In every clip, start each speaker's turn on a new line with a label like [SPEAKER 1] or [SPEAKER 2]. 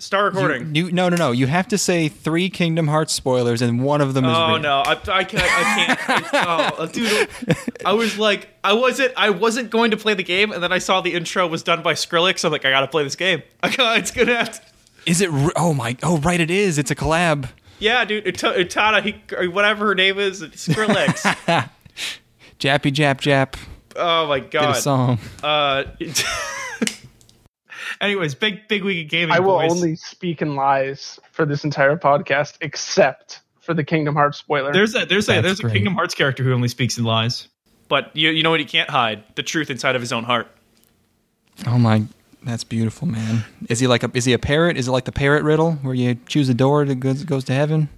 [SPEAKER 1] Start recording.
[SPEAKER 2] You no no no. You have to say three Kingdom Hearts spoilers, and one of them is.
[SPEAKER 1] Oh
[SPEAKER 2] real.
[SPEAKER 1] no, I, I can't. I can't. It's- oh, dude, I was like, I wasn't. I wasn't going to play the game, and then I saw the intro was done by Skrillex. I'm like, I gotta play this game. I got. It's gonna have to.
[SPEAKER 2] Is it? Re- oh my. Oh right, it is. It's a collab.
[SPEAKER 1] Yeah, dude, Ut- Utada, he, or whatever her name is, Skrillex.
[SPEAKER 2] Jappy Jap Jap.
[SPEAKER 1] oh my
[SPEAKER 2] Did a
[SPEAKER 1] god.
[SPEAKER 2] song.
[SPEAKER 1] Uh, anyways, big big week of gaming.
[SPEAKER 3] I will
[SPEAKER 1] boys.
[SPEAKER 3] only speak in lies for this entire podcast, except for the Kingdom Hearts spoiler.
[SPEAKER 4] There's a there's a
[SPEAKER 2] That's
[SPEAKER 4] there's
[SPEAKER 2] great.
[SPEAKER 4] a Kingdom Hearts character who only speaks in lies.
[SPEAKER 1] But you you know what? He can't hide the truth inside of his own heart.
[SPEAKER 2] Oh my. That's beautiful, man. Is he like a? Is he a parrot? Is it like the parrot riddle where you choose a door that goes, goes to heaven?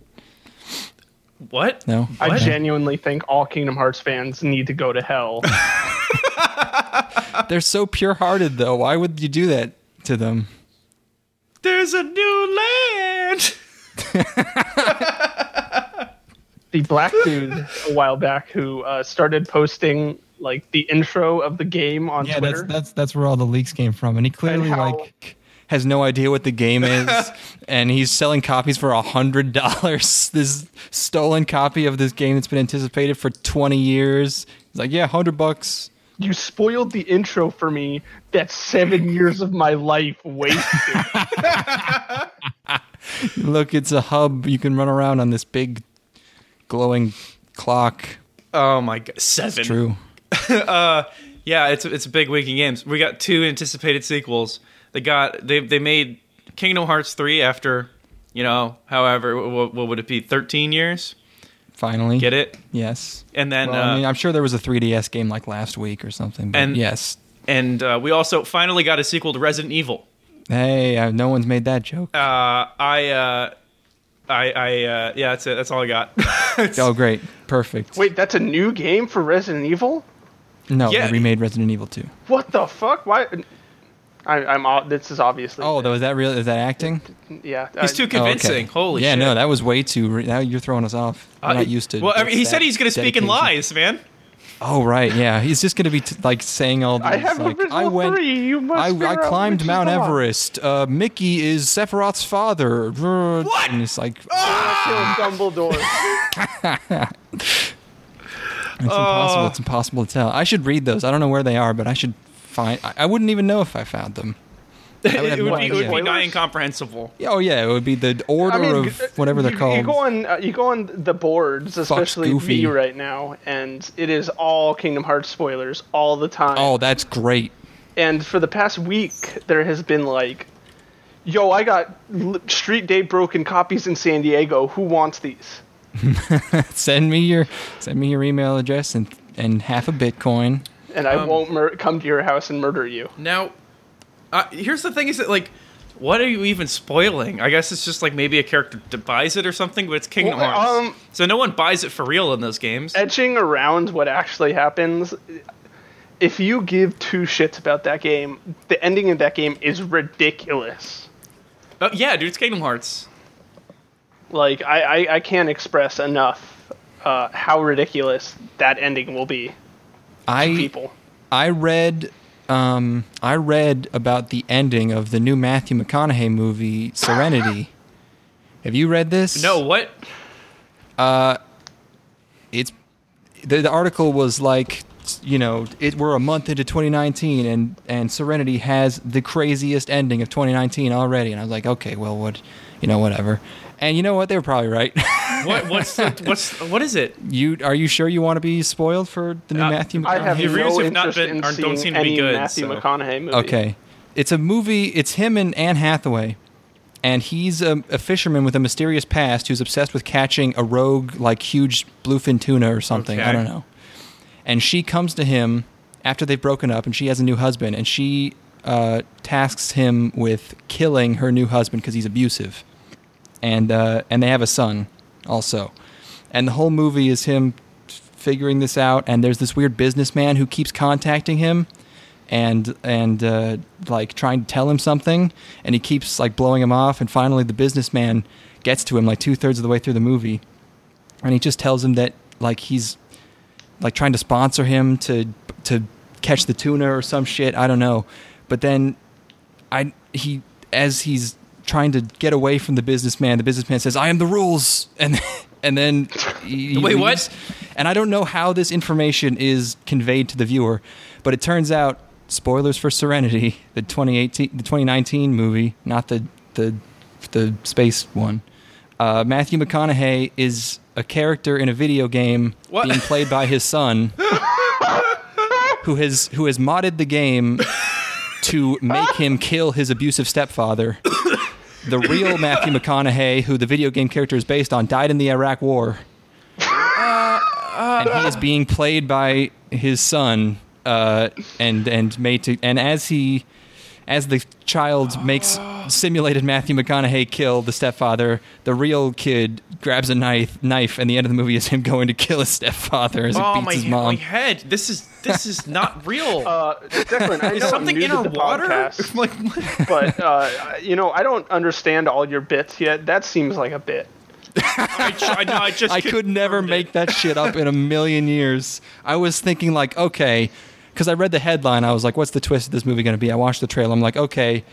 [SPEAKER 1] What?
[SPEAKER 2] No.
[SPEAKER 3] I genuinely think all Kingdom Hearts fans need to go to hell.
[SPEAKER 2] They're so pure-hearted, though. Why would you do that to them?
[SPEAKER 1] There's a new land.
[SPEAKER 3] the black dude a while back who uh, started posting like the intro of the game on
[SPEAKER 4] Yeah,
[SPEAKER 3] Twitter.
[SPEAKER 4] that's that's that's where all the leaks came from, and he clearly
[SPEAKER 3] And how-
[SPEAKER 4] like
[SPEAKER 2] has no idea what the game is, and he's selling copies for a hundred dollars. This stolen copy of this game that's been anticipated for twenty years. He's like, yeah, hundred bucks.
[SPEAKER 3] you spoiled the intro for me. That's seven years of my life wasted.
[SPEAKER 2] Look, it's a hub. You can run around on this big, glowing clock.
[SPEAKER 1] Oh my god, seven.
[SPEAKER 2] True.
[SPEAKER 1] Yeah, it's it's a big week in games. We got two anticipated sequels. They got they they made Kingdom Hearts three after, you know, however what, what would it be, thirteen years?
[SPEAKER 2] Finally,
[SPEAKER 1] Get it?
[SPEAKER 2] Yes.
[SPEAKER 1] And then
[SPEAKER 2] Well, I
[SPEAKER 1] uh,
[SPEAKER 2] mean, I'm sure there was a 3DS game like last week or something. But
[SPEAKER 1] And-
[SPEAKER 2] yes.
[SPEAKER 1] and uh, we also finally got a sequel to Resident Evil.
[SPEAKER 2] Hey, uh, no one's made that joke.
[SPEAKER 1] Uh, I uh, I I uh, yeah, that's it. That's all I got. It's-
[SPEAKER 2] oh, great, perfect.
[SPEAKER 3] Wait, that's a new game for Resident Evil?
[SPEAKER 2] no,
[SPEAKER 1] yeah.
[SPEAKER 2] they remade Resident Evil 2.
[SPEAKER 3] What the fuck? Why? I, I'm. o- This is obviously.
[SPEAKER 2] Oh, though, is that real? Is that acting?
[SPEAKER 3] yeah.
[SPEAKER 1] He's
[SPEAKER 3] I-
[SPEAKER 1] too
[SPEAKER 2] Oh, okay.
[SPEAKER 1] convincing. Holy
[SPEAKER 2] yeah,
[SPEAKER 1] shit. Uh,
[SPEAKER 2] no, that was way too. Re- now you're throwing us off. We're not used to.
[SPEAKER 1] Well, I mean, he
[SPEAKER 2] that
[SPEAKER 1] said he's going to speak in
[SPEAKER 2] dedication.
[SPEAKER 1] lies, man.
[SPEAKER 2] Oh right, yeah, he's just going to be t- like saying all these.
[SPEAKER 3] I have
[SPEAKER 2] like,
[SPEAKER 3] original
[SPEAKER 2] I went.
[SPEAKER 3] three. You must.
[SPEAKER 2] I,
[SPEAKER 3] figure
[SPEAKER 2] I
[SPEAKER 3] out
[SPEAKER 2] climbed
[SPEAKER 3] which is
[SPEAKER 2] Mount
[SPEAKER 3] the one."
[SPEAKER 2] Everest. Uh, Mickey is Sephiroth's father. What? And it's like
[SPEAKER 1] Ah!
[SPEAKER 3] I killed Dumbledore.
[SPEAKER 2] it's impossible. It's impossible to tell. I should read those. I don't know where they are, but I should find. I, I wouldn't even know if I found them. I would have
[SPEAKER 1] It
[SPEAKER 2] no
[SPEAKER 1] would, be, it would be
[SPEAKER 2] idea.
[SPEAKER 1] nigh incomprehensible.
[SPEAKER 2] Yeah, Oh yeah, it would be the order
[SPEAKER 3] I mean,
[SPEAKER 2] of whatever they're
[SPEAKER 3] you,
[SPEAKER 2] called.
[SPEAKER 3] You go on. Uh, you go on the boards, especially
[SPEAKER 2] Goofy.
[SPEAKER 3] me right now, and it is all Kingdom Hearts spoilers all the time.
[SPEAKER 2] oh, that's great.
[SPEAKER 3] and for the past week there has been like yo i got l- street day broken copies in san diego who wants these
[SPEAKER 2] Send me your send me your email address and and half a bitcoin.
[SPEAKER 3] and i
[SPEAKER 2] Um,
[SPEAKER 3] won't mur- come to your house and murder you
[SPEAKER 1] Now, uh, here's the thing: is that like, what are you even spoiling? I guess it's just like maybe a character d- buys it or something, but it's Kingdom
[SPEAKER 3] Well,
[SPEAKER 1] Hearts,
[SPEAKER 3] um,
[SPEAKER 1] so no one buys it for real in those games.
[SPEAKER 3] etching around what actually happens if you give two shits about that game the ending of that game is ridiculous
[SPEAKER 1] Uh, yeah, dude, it's Kingdom Hearts.
[SPEAKER 3] like i, I, I can't express enough uh, how ridiculous that ending will be
[SPEAKER 2] I
[SPEAKER 3] people
[SPEAKER 2] I read um, I read about the ending of the new Matthew McConaughey movie Serenity. Have you read this?
[SPEAKER 1] No, what?
[SPEAKER 2] It's the, the article was like you know it we're a month into 2019 and and Serenity has the craziest ending of 2019 already and I was like okay well what you know whatever. And you know what they were probably right.
[SPEAKER 1] What? What's the, what's what is it?
[SPEAKER 2] you are you sure you want to be spoiled for the new
[SPEAKER 1] Uh,
[SPEAKER 2] Matthew McConaughey?
[SPEAKER 3] I have
[SPEAKER 1] The reviews
[SPEAKER 3] no
[SPEAKER 1] have not
[SPEAKER 3] interest
[SPEAKER 1] been-
[SPEAKER 3] in
[SPEAKER 1] aren't-
[SPEAKER 3] seeing
[SPEAKER 1] don't seem to be
[SPEAKER 3] any
[SPEAKER 1] good,
[SPEAKER 3] Matthew
[SPEAKER 1] so-
[SPEAKER 3] McConaughey movie.
[SPEAKER 2] Okay. It's a movie. It's him and Anne Hathaway, and he's a, a fisherman with a mysterious past who's obsessed with catching a rogue like huge bluefin tuna or something. I
[SPEAKER 1] Okay.
[SPEAKER 2] don't know. And she comes to him after they've broken up, and she has a new husband, and she uh, tasks him with killing her new husband because he's abusive, and uh, and they have a son also, and the whole movie is him figuring this out and there's this weird businessman who keeps contacting him and and uh, like trying to tell him something, and he keeps like blowing him off, and finally the businessman gets to him like two thirds of the way through the movie, and he just tells him that like he's like trying to sponsor him to to catch the tuna or some shit. I don't know, but then I he as he's trying to get away from the businessman. The businessman says, "I am the rules," and and then he
[SPEAKER 1] Wait, what?
[SPEAKER 2] leaves. And I don't know how this information is conveyed to the viewer, but it turns out spoilers for Serenity, the 2018, the 2019 movie, not the the the space one. Uh, Matthew McConaughey is a character in a video game
[SPEAKER 1] What?
[SPEAKER 2] being played by his son, who has who has modded the game to make him kill his abusive stepfather. The real Matthew McConaughey, who the video game character is based on, died in the Iraq War.
[SPEAKER 1] Uh,
[SPEAKER 2] and he is being played by his son, uh, and and made to and as he, as the child makes simulated Matthew McConaughey kill the stepfather, the real kid grabs a knife, knife, and the end of the movie is him going to kill his stepfather as
[SPEAKER 1] Oh
[SPEAKER 2] it beats
[SPEAKER 1] my,
[SPEAKER 2] his
[SPEAKER 1] he- my
[SPEAKER 2] mom.
[SPEAKER 1] head! This is this is not real.
[SPEAKER 3] Uh, Declan, I know
[SPEAKER 1] is something
[SPEAKER 3] I'm new
[SPEAKER 1] in
[SPEAKER 3] to
[SPEAKER 1] our
[SPEAKER 3] the
[SPEAKER 1] water?
[SPEAKER 3] podcast,
[SPEAKER 1] Like, what?
[SPEAKER 3] but uh, you know, I don't understand all your bits yet. That seems like a bit.
[SPEAKER 1] I, j- I, no, I just
[SPEAKER 2] I could never
[SPEAKER 1] confirmed it.
[SPEAKER 2] make that shit up in a million years. I was thinking like, okay, because I read the headline, I was like, what's the twist of this movie going to be? I watched the trailer, I'm like, okay,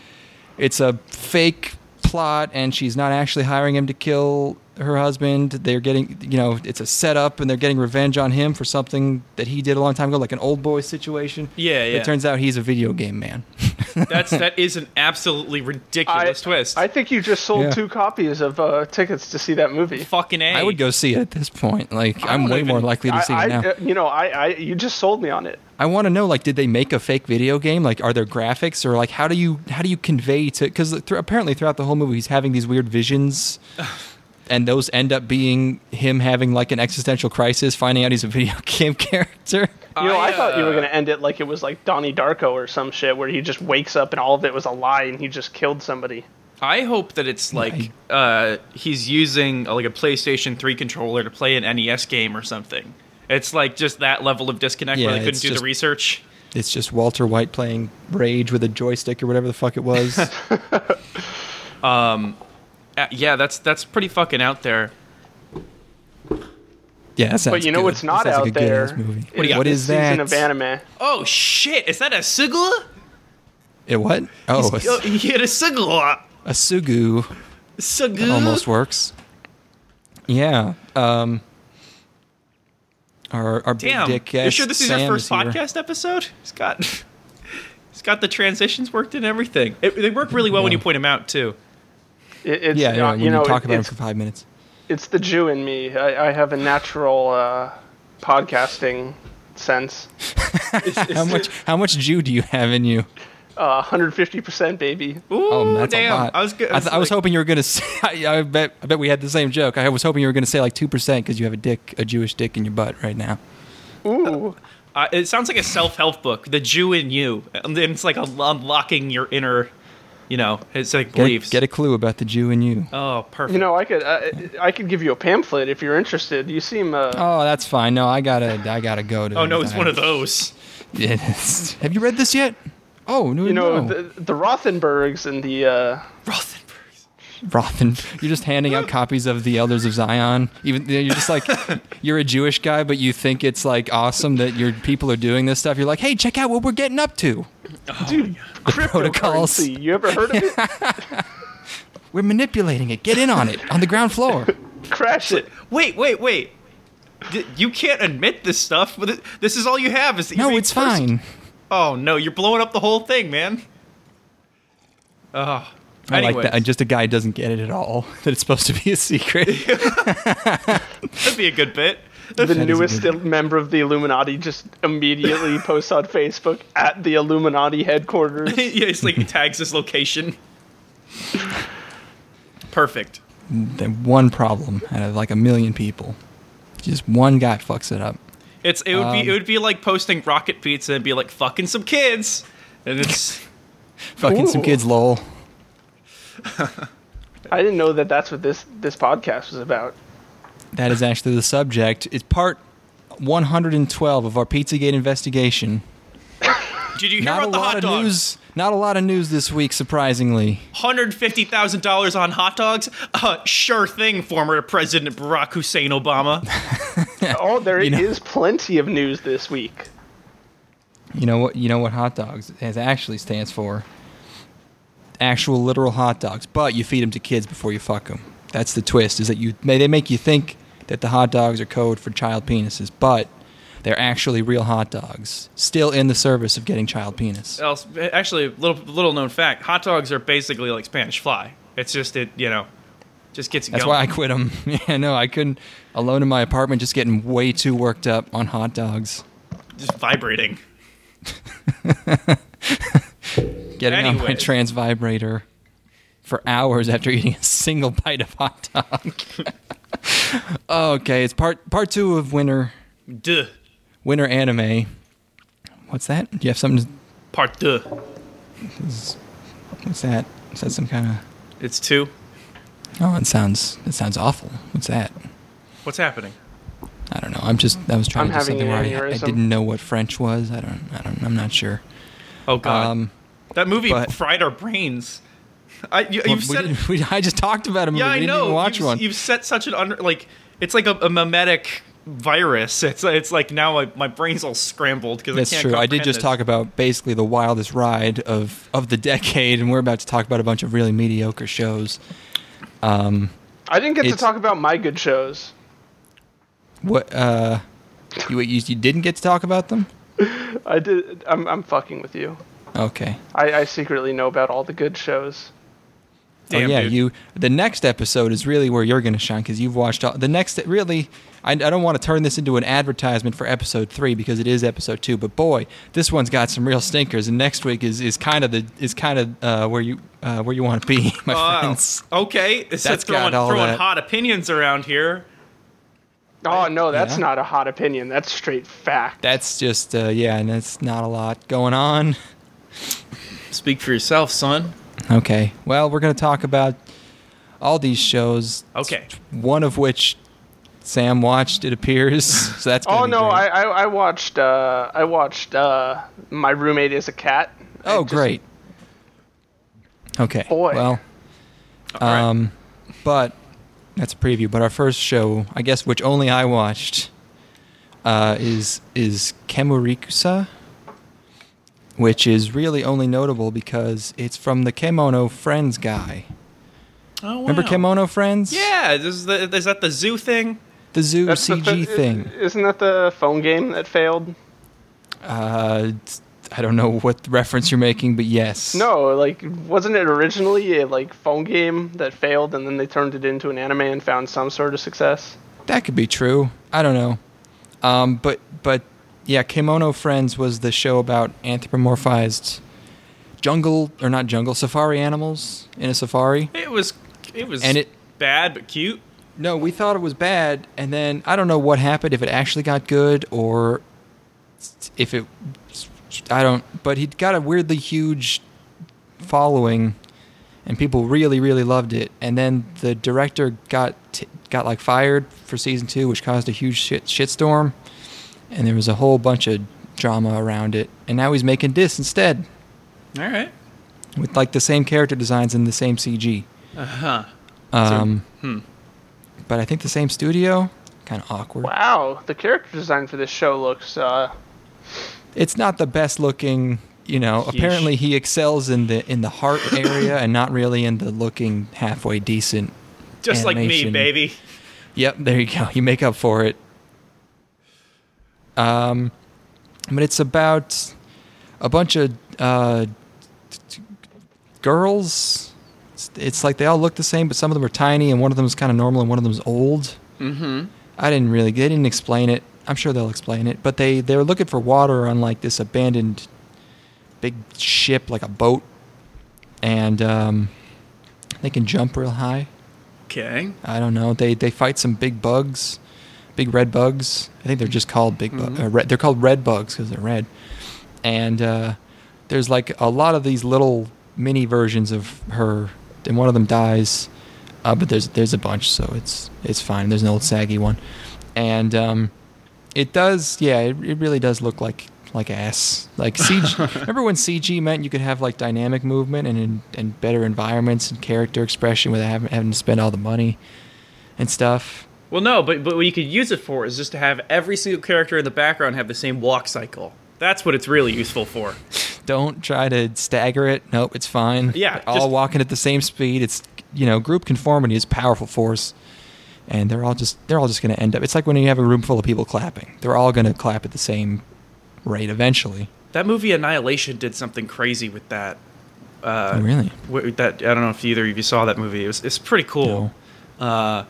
[SPEAKER 2] it's a fake plot, and she's not actually hiring him to kill her husband. They're getting, you know, it's a setup, and they're getting revenge on him for something that he did a long time ago, like an old boy situation.
[SPEAKER 1] Yeah, yeah.
[SPEAKER 2] It turns out he's a video game man.
[SPEAKER 1] That's that is an absolutely ridiculous twist.
[SPEAKER 3] I think you just sold
[SPEAKER 2] Yeah.
[SPEAKER 3] two copies of uh, tickets to see that movie.
[SPEAKER 1] fucking a.
[SPEAKER 2] I would go see it at this point. Like, I'm
[SPEAKER 1] don't
[SPEAKER 2] way more
[SPEAKER 1] even-
[SPEAKER 2] likely to see
[SPEAKER 3] I,
[SPEAKER 2] it now.
[SPEAKER 3] I, you know, I, I, you just sold me on it.
[SPEAKER 2] I want to know like did they make a fake video game? Like are there graphics or like how do you how do you convey to cuz apparently throughout the whole movie he's having these weird visions and those end up being him having like an existential crisis finding out he's a video game character.
[SPEAKER 3] You know, I,
[SPEAKER 1] I,
[SPEAKER 3] thought you were
[SPEAKER 1] uh,
[SPEAKER 3] going to end it like it was like Donnie Darko or some shit, where he just wakes up and all of it was a lie and he just killed somebody.
[SPEAKER 1] I hope that it's like uh, he's using uh, like a PlayStation 3 controller to play an NES game or something. It's like just that level of disconnect
[SPEAKER 2] Yeah,
[SPEAKER 1] where they couldn't
[SPEAKER 2] it's
[SPEAKER 1] do
[SPEAKER 2] just-
[SPEAKER 1] the research.
[SPEAKER 2] It's just Walter White playing Rage with a joystick or whatever the fuck it was.
[SPEAKER 1] Uh, yeah, that's that's pretty fucking out there.
[SPEAKER 2] Yeah, that sounds
[SPEAKER 3] But you know
[SPEAKER 2] good.
[SPEAKER 3] what's not
[SPEAKER 2] That sounds
[SPEAKER 3] out
[SPEAKER 2] like a
[SPEAKER 3] there?
[SPEAKER 2] good-ass Movie.
[SPEAKER 1] What do you
[SPEAKER 3] is
[SPEAKER 1] got?
[SPEAKER 2] what
[SPEAKER 3] this
[SPEAKER 2] is that?
[SPEAKER 3] Season of anime.
[SPEAKER 1] Oh shit! Is that a sigla?
[SPEAKER 2] It what? Oh, a,
[SPEAKER 1] Oh, he had a sigla.
[SPEAKER 2] a sugu.
[SPEAKER 1] Sugu.
[SPEAKER 2] almost works. Yeah. Um, our our
[SPEAKER 1] Damn.
[SPEAKER 2] big dick.
[SPEAKER 1] you
[SPEAKER 2] ass
[SPEAKER 1] sure this is
[SPEAKER 2] Sam
[SPEAKER 1] your first
[SPEAKER 2] here.
[SPEAKER 1] podcast episode? It's got it's got the transitions worked in everything. It, they work really well when you point them out too.
[SPEAKER 3] It, it's,
[SPEAKER 2] Yeah, yeah.
[SPEAKER 3] uh,
[SPEAKER 2] when
[SPEAKER 3] you know,
[SPEAKER 2] talk about him
[SPEAKER 3] it's,
[SPEAKER 2] for five minutes.
[SPEAKER 3] it's the Jew in me. I, I have a natural uh, podcasting sense.
[SPEAKER 2] How much how much Jew do you have in you?
[SPEAKER 3] Uh, 150% baby.
[SPEAKER 1] Ooh,
[SPEAKER 2] Oh, that's
[SPEAKER 1] damn!
[SPEAKER 2] a lot.
[SPEAKER 1] I was good.
[SPEAKER 2] I, th- I was hoping you were gonna. Say, I, I bet I bet we had the same joke. I was hoping you were gonna say like two percent because you have a dick, a Jewish dick in your butt right now.
[SPEAKER 3] Ooh.
[SPEAKER 1] Uh, it sounds like a self-help book, "The Jew in You," and then it's like un- unlocking your inner, you know, it's like
[SPEAKER 2] Get a,
[SPEAKER 1] beliefs.
[SPEAKER 2] get a clue about the Jew in you.
[SPEAKER 1] oh, perfect.
[SPEAKER 3] You know, I could I, I could give you a pamphlet if you're interested. You seem uh,
[SPEAKER 2] Oh, that's fine. No, I gotta I gotta go to.
[SPEAKER 1] oh no, it's one of
[SPEAKER 2] the.
[SPEAKER 1] those.
[SPEAKER 2] Yes. Have you read this yet? Oh no,
[SPEAKER 3] you know
[SPEAKER 2] no.
[SPEAKER 3] the, the Rothenbergs and the uh,
[SPEAKER 1] Rothenbergs.
[SPEAKER 2] Rothen. You're just handing out copies of the Elders of Zion. Even you're just like you're a Jewish guy, but you think it's like awesome that your people are doing this stuff. You're like, hey, check out what we're getting up to.
[SPEAKER 3] dude
[SPEAKER 2] protocols.
[SPEAKER 3] cryptocurrency. You ever heard of it?
[SPEAKER 2] We're manipulating it. Get in on it on the ground floor.
[SPEAKER 3] Crash it.
[SPEAKER 1] Wait, wait, wait. D- you can't admit this stuff. But th- this is all you have. Is that you're
[SPEAKER 2] No,
[SPEAKER 1] being
[SPEAKER 2] it's
[SPEAKER 1] cursed.
[SPEAKER 2] fine.
[SPEAKER 1] Oh no, you're blowing up the whole thing, man. Oh.
[SPEAKER 2] I
[SPEAKER 1] Anyway,
[SPEAKER 2] like that. Just a guy doesn't get it at all. That it's supposed to be a secret.
[SPEAKER 1] that'd be a good bit.
[SPEAKER 3] The
[SPEAKER 2] is a
[SPEAKER 3] newest
[SPEAKER 2] good-
[SPEAKER 3] member of the Illuminati just immediately posts on Facebook at the Illuminati headquarters.
[SPEAKER 1] yeah, it's like he tags his location. Perfect.
[SPEAKER 2] The one problem out of like a million people. Just one guy fucks it up.
[SPEAKER 1] It's it would
[SPEAKER 2] Um,
[SPEAKER 1] be it would be like posting rocket pizza and be like fucking some kids, and it's
[SPEAKER 2] Fucking some
[SPEAKER 3] Ooh.
[SPEAKER 2] kids, lol.
[SPEAKER 3] I didn't know that that's what this this podcast was about.
[SPEAKER 2] That is actually the subject. It's part 112 of our Pizzagate investigation.
[SPEAKER 1] did you hear
[SPEAKER 2] Not a
[SPEAKER 1] about the
[SPEAKER 2] lot
[SPEAKER 1] hot
[SPEAKER 2] of
[SPEAKER 1] dogs?
[SPEAKER 2] news. Not a lot of news this week, surprisingly.
[SPEAKER 1] Hundred fifty thousand dollars on hot dogs? Uh, sure thing, former President Barack Hussein Obama.
[SPEAKER 3] Oh, there is
[SPEAKER 2] You know-
[SPEAKER 3] plenty of news this week.
[SPEAKER 2] You know what? You know what hot dogs has actually stands for. actual literal hot dogs, but you feed them to kids before you fuck them. That's the twist. Is that you? They they make you think that the hot dogs are code for child penises, but they're actually real hot dogs, still in the service of getting child penis.
[SPEAKER 5] else actually little little known fact hot dogs are basically like spanish fly it's just it you know just gets you
[SPEAKER 2] That's
[SPEAKER 5] going.
[SPEAKER 2] why I quit them. yeah, no, I couldn't. Alone in my apartment, just getting way too worked up on hot dogs.
[SPEAKER 5] just vibrating
[SPEAKER 2] Getting on my
[SPEAKER 5] Anyway.
[SPEAKER 2] trans vibrator for hours after eating a single bite of hot dog. okay, it's part part two of winter
[SPEAKER 5] duh
[SPEAKER 2] winter anime. What's that? Do you have something? To,
[SPEAKER 5] part duh
[SPEAKER 2] what's that? Is that some kind of?
[SPEAKER 5] it's two
[SPEAKER 2] Oh, it sounds it sounds awful. What's that?
[SPEAKER 5] what's happening
[SPEAKER 2] I don't know. I'm just I was trying
[SPEAKER 3] I'm
[SPEAKER 2] to do
[SPEAKER 3] having
[SPEAKER 2] something where
[SPEAKER 3] an
[SPEAKER 2] I, I
[SPEAKER 3] aneurysm.
[SPEAKER 2] didn't know what French was. I don't I don't I'm not sure.
[SPEAKER 5] oh god
[SPEAKER 2] Um,
[SPEAKER 5] that movie
[SPEAKER 2] but-
[SPEAKER 5] fried our brains i you,
[SPEAKER 2] Well,
[SPEAKER 5] you've
[SPEAKER 2] we
[SPEAKER 5] said
[SPEAKER 2] didn't- we- I just talked about a movie.
[SPEAKER 5] yeah
[SPEAKER 2] we
[SPEAKER 5] i
[SPEAKER 2] didn't
[SPEAKER 5] know
[SPEAKER 2] even watch
[SPEAKER 5] you've,
[SPEAKER 2] one.
[SPEAKER 5] you've set such an under like it's like a, a mimetic virus it's it's like now my, my brain's all scrambled because
[SPEAKER 2] That's
[SPEAKER 5] I can't
[SPEAKER 2] true. I did
[SPEAKER 5] comprehend
[SPEAKER 2] just
[SPEAKER 5] this.
[SPEAKER 2] talk about basically the wildest ride of of the decade, and we're about to talk about a bunch of really mediocre shows. Um,
[SPEAKER 3] I didn't get to
[SPEAKER 2] It's-
[SPEAKER 3] talk about my good shows.
[SPEAKER 2] what uh, you, you you didn't get to talk about them?
[SPEAKER 3] I did. I'm, I'm fucking with you.
[SPEAKER 2] Okay. Oh,
[SPEAKER 3] I, I secretly know about all the good shows.
[SPEAKER 5] Damn,
[SPEAKER 2] oh yeah,
[SPEAKER 5] dude.
[SPEAKER 2] you. The next episode is really where you're going to shine because you've watched all, the next. Really, I, I don't want to turn this into an advertisement for episode three because it is episode two. But boy, this one's got some real stinkers, and next week is is kind of the is kind of uh, where you uh, where you want to be, my
[SPEAKER 5] Wow.
[SPEAKER 2] friends.
[SPEAKER 5] okay it's
[SPEAKER 2] That's
[SPEAKER 5] throwing,
[SPEAKER 2] got all
[SPEAKER 5] throwing
[SPEAKER 2] that.
[SPEAKER 5] hot opinions around here
[SPEAKER 3] Oh no, that's
[SPEAKER 2] Yeah.
[SPEAKER 3] not a hot opinion. That's straight fact.
[SPEAKER 2] That's just uh, yeah, and it's not a lot going on.
[SPEAKER 5] speak for yourself son
[SPEAKER 2] Okay, well, we're going to talk about all these shows.
[SPEAKER 5] Okay.
[SPEAKER 2] one of which Sam watched. It appears so that's. Gonna
[SPEAKER 3] oh
[SPEAKER 2] be
[SPEAKER 3] no,
[SPEAKER 2] great.
[SPEAKER 3] I, I I watched uh I watched uh my roommate is a cat. I
[SPEAKER 2] Oh,
[SPEAKER 3] just-
[SPEAKER 2] great. Okay.
[SPEAKER 3] Boy.
[SPEAKER 2] Well,
[SPEAKER 5] All right.
[SPEAKER 2] um, but that's a preview. But our first show, I guess, which only I watched, uh, is is Kemurikusa, which is really only notable because it's from the Kemono Friends guy.
[SPEAKER 5] Oh, wow.
[SPEAKER 2] Remember Kemono Friends?
[SPEAKER 5] Yeah, this is, the, is that the zoo thing?
[SPEAKER 2] The zoo
[SPEAKER 3] That's the
[SPEAKER 2] CG
[SPEAKER 3] thi-
[SPEAKER 2] thing.
[SPEAKER 3] Isn't that the phone game that failed?
[SPEAKER 2] Uh, it's- I don't know what reference you're making, but yes.
[SPEAKER 3] No, like wasn't it originally a like phone game that failed and then they turned it into an anime and found some sort of success?
[SPEAKER 2] That could be true. I don't know. Um, but but yeah, Kimono Friends was the show about anthropomorphized jungle or not jungle safari animals in a safari.
[SPEAKER 5] It was, it was,
[SPEAKER 2] And it-
[SPEAKER 5] bad but cute.
[SPEAKER 2] No, we thought it was bad, and then I don't know what happened if it actually got good or if it. I don't. But he got a weirdly huge following, and people really really loved it. And then the director got t- got like fired for season two, which caused a huge shit shitstorm, and there was a whole bunch of drama around it. And now he's making this instead
[SPEAKER 5] All right.
[SPEAKER 2] with like the same character designs and the same CG.
[SPEAKER 5] Uh huh.
[SPEAKER 2] Um, But I think the same studio. Kind of awkward.
[SPEAKER 3] Wow, the character design for this show looks uh
[SPEAKER 2] It's not the best looking. You know,
[SPEAKER 5] Yeesh.
[SPEAKER 2] apparently he excels in the in the heart area and not really in the looking halfway decent.
[SPEAKER 5] Just like me,
[SPEAKER 2] Animation.
[SPEAKER 5] baby.
[SPEAKER 2] Yep, there you go. You make up for it. Um, but it's about a bunch of uh, t- t- girls. It's, it's like they all look the same, but some of them are tiny, and one of them is kind of normal, and one of them is old.
[SPEAKER 5] Mm-hmm.
[SPEAKER 2] I didn't really. They didn't explain it. I'm sure they'll explain it. But they they were looking for water on like this abandoned big ship, like a boat, and um, they can jump real high.
[SPEAKER 5] Okay.
[SPEAKER 2] I don't know. They they fight some big bugs, big red bugs. I think they're just called big bu- uh, red, They're called red bugs because they're red. And uh, there's like a lot of these little mini versions of her, and one of them dies. Uh, but there's there's a bunch, so it's it's fine. There's an old saggy one, and um, it does yeah, it, it really does look like like ass. Like CG. remember when CG meant you could have like dynamic movement and in, and better environments and character expression without having, having to spend all the money and stuff.
[SPEAKER 5] Well, no, but but what you could use it for is just to have every single character in the background have the same walk cycle. That's what it's really useful for.
[SPEAKER 2] Don't try to stagger it. Nope, it's fine.
[SPEAKER 1] Yeah,
[SPEAKER 2] They're all
[SPEAKER 1] just-
[SPEAKER 2] walking at the same speed. It's you know, group conformity is a powerful force, and they're all just they're all just going to end up. It's like when you have a room full of people clapping. They're all going to clap at the same rate eventually.
[SPEAKER 1] That movie Annihilation did something crazy with that. Uh,
[SPEAKER 2] Oh, really?
[SPEAKER 1] wh- that I don't know if either of you saw that movie. It was, it's pretty cool. Uh,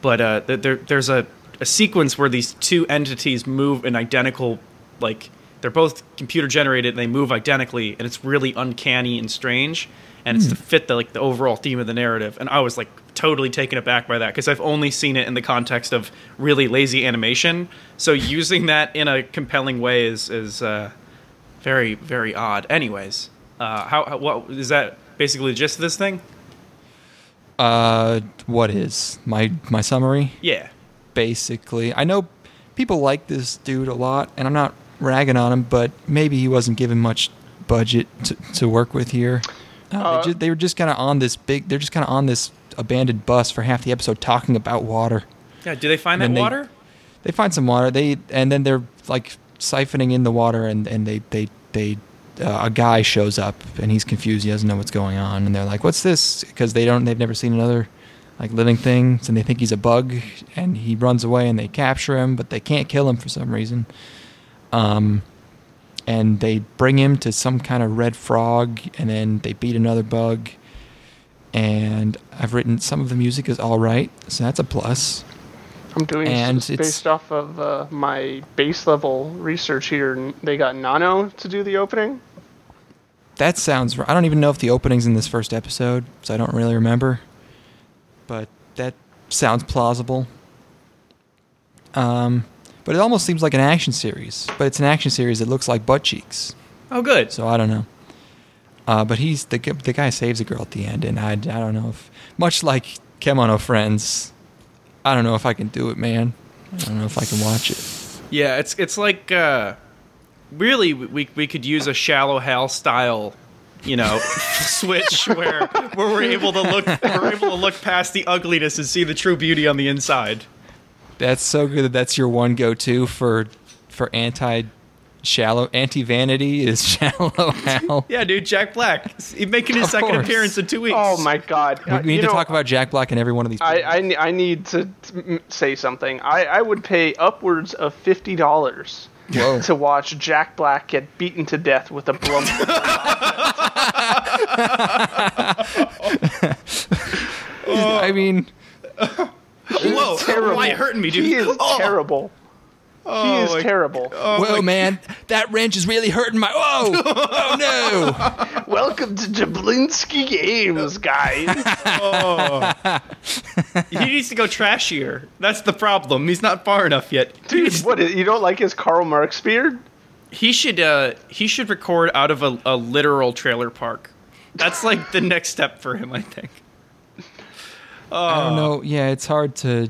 [SPEAKER 1] but uh, th- there, there's a, a sequence where these two entities move in identical, like they're both computer generated and they move identically, and it's really uncanny and strange. And it's to fit the like the overall theme of the narrative. And I was like totally taken aback by that because I've only seen it in the context of really lazy animation. So using that in a compelling way is is uh, very very odd. Anyways, uh, how, how what is that basically just this thing?
[SPEAKER 2] Uh, what is my my summary?
[SPEAKER 1] Yeah.
[SPEAKER 2] basically. I know people like this dude a lot, and I'm not ragging on him, but maybe he wasn't given much budget to, to work with here. No,
[SPEAKER 3] Uh,
[SPEAKER 2] they, ju- they were just kind of on this big. They're just kind of on this abandoned bus for half the episode, talking about water.
[SPEAKER 1] Yeah. Do they find
[SPEAKER 2] And
[SPEAKER 1] that
[SPEAKER 2] they-
[SPEAKER 1] water?
[SPEAKER 2] They find some water. They and then they're like siphoning in the water, and and they they they uh, a guy shows up, and he's confused. He doesn't know what's going on, and they're like, "What's this?" Because they don't. They've never seen another like living thing, and they think he's a bug. And he runs away, and they capture him, but they can't kill him for some reason. Um, and they bring him to some kind of red frog, and then they beat another bug. And I've written some of the music is all right, so that's a plus.
[SPEAKER 3] I'm doing
[SPEAKER 2] And
[SPEAKER 3] s-
[SPEAKER 2] it's-
[SPEAKER 3] based off of uh, my base level research here. n- They got Nano to do the opening.
[SPEAKER 2] That sounds. r- I don't even know if the opening's in this first episode, so I don't really remember. But that sounds plausible. Um, but it almost seems like an action series. But it's an action series that looks like butt cheeks.
[SPEAKER 1] Oh, good.
[SPEAKER 2] So I don't know. Uh, but he's the gu- the guy saves a girl at the end, and I, I don't know if much like Kemono Friends, I don't know if I can do it, man. I don't know if I can watch it.
[SPEAKER 1] Yeah. It's it's like uh, really we we could use a shallow hell style. You know, switch where where we're able to look we're able to look past the ugliness and see the true beauty on the inside.
[SPEAKER 2] That's so good that that's your one go to for for anti shallow anti vanity is shallow hell.
[SPEAKER 1] Yeah, dude, Jack Black, he's making his
[SPEAKER 2] Of
[SPEAKER 1] second
[SPEAKER 2] course.
[SPEAKER 1] appearance in two weeks.
[SPEAKER 3] Oh my god!
[SPEAKER 2] We,
[SPEAKER 3] Uh,
[SPEAKER 2] we need
[SPEAKER 3] you
[SPEAKER 2] to
[SPEAKER 3] know,
[SPEAKER 2] talk about Jack Black in every one of these.
[SPEAKER 3] I,
[SPEAKER 2] pages.
[SPEAKER 3] I ne- I need to mm, say something. I, I would pay upwards of fifty dollars
[SPEAKER 2] Whoa.
[SPEAKER 3] to watch Jack Black get beaten to death with a blunt.
[SPEAKER 2] I mean,
[SPEAKER 1] Whoa,
[SPEAKER 3] terrible.
[SPEAKER 1] why you hurting me, dude?
[SPEAKER 3] He is
[SPEAKER 1] Oh.
[SPEAKER 3] terrible. he
[SPEAKER 1] my-
[SPEAKER 3] is terrible.
[SPEAKER 2] whoa, man, that wrench is really hurting my. Whoa, oh no,
[SPEAKER 3] Welcome to Jablinski Games, guys.
[SPEAKER 1] He needs to go trashier. That's the problem. He's not far enough yet. He
[SPEAKER 3] Dude,
[SPEAKER 1] needs-
[SPEAKER 3] what is, you don't like his Karl Marx beard?
[SPEAKER 1] He should uh he should record out of a, a literal trailer park. That's like the next step for him, I think.
[SPEAKER 2] I don't know. Yeah, it's hard to.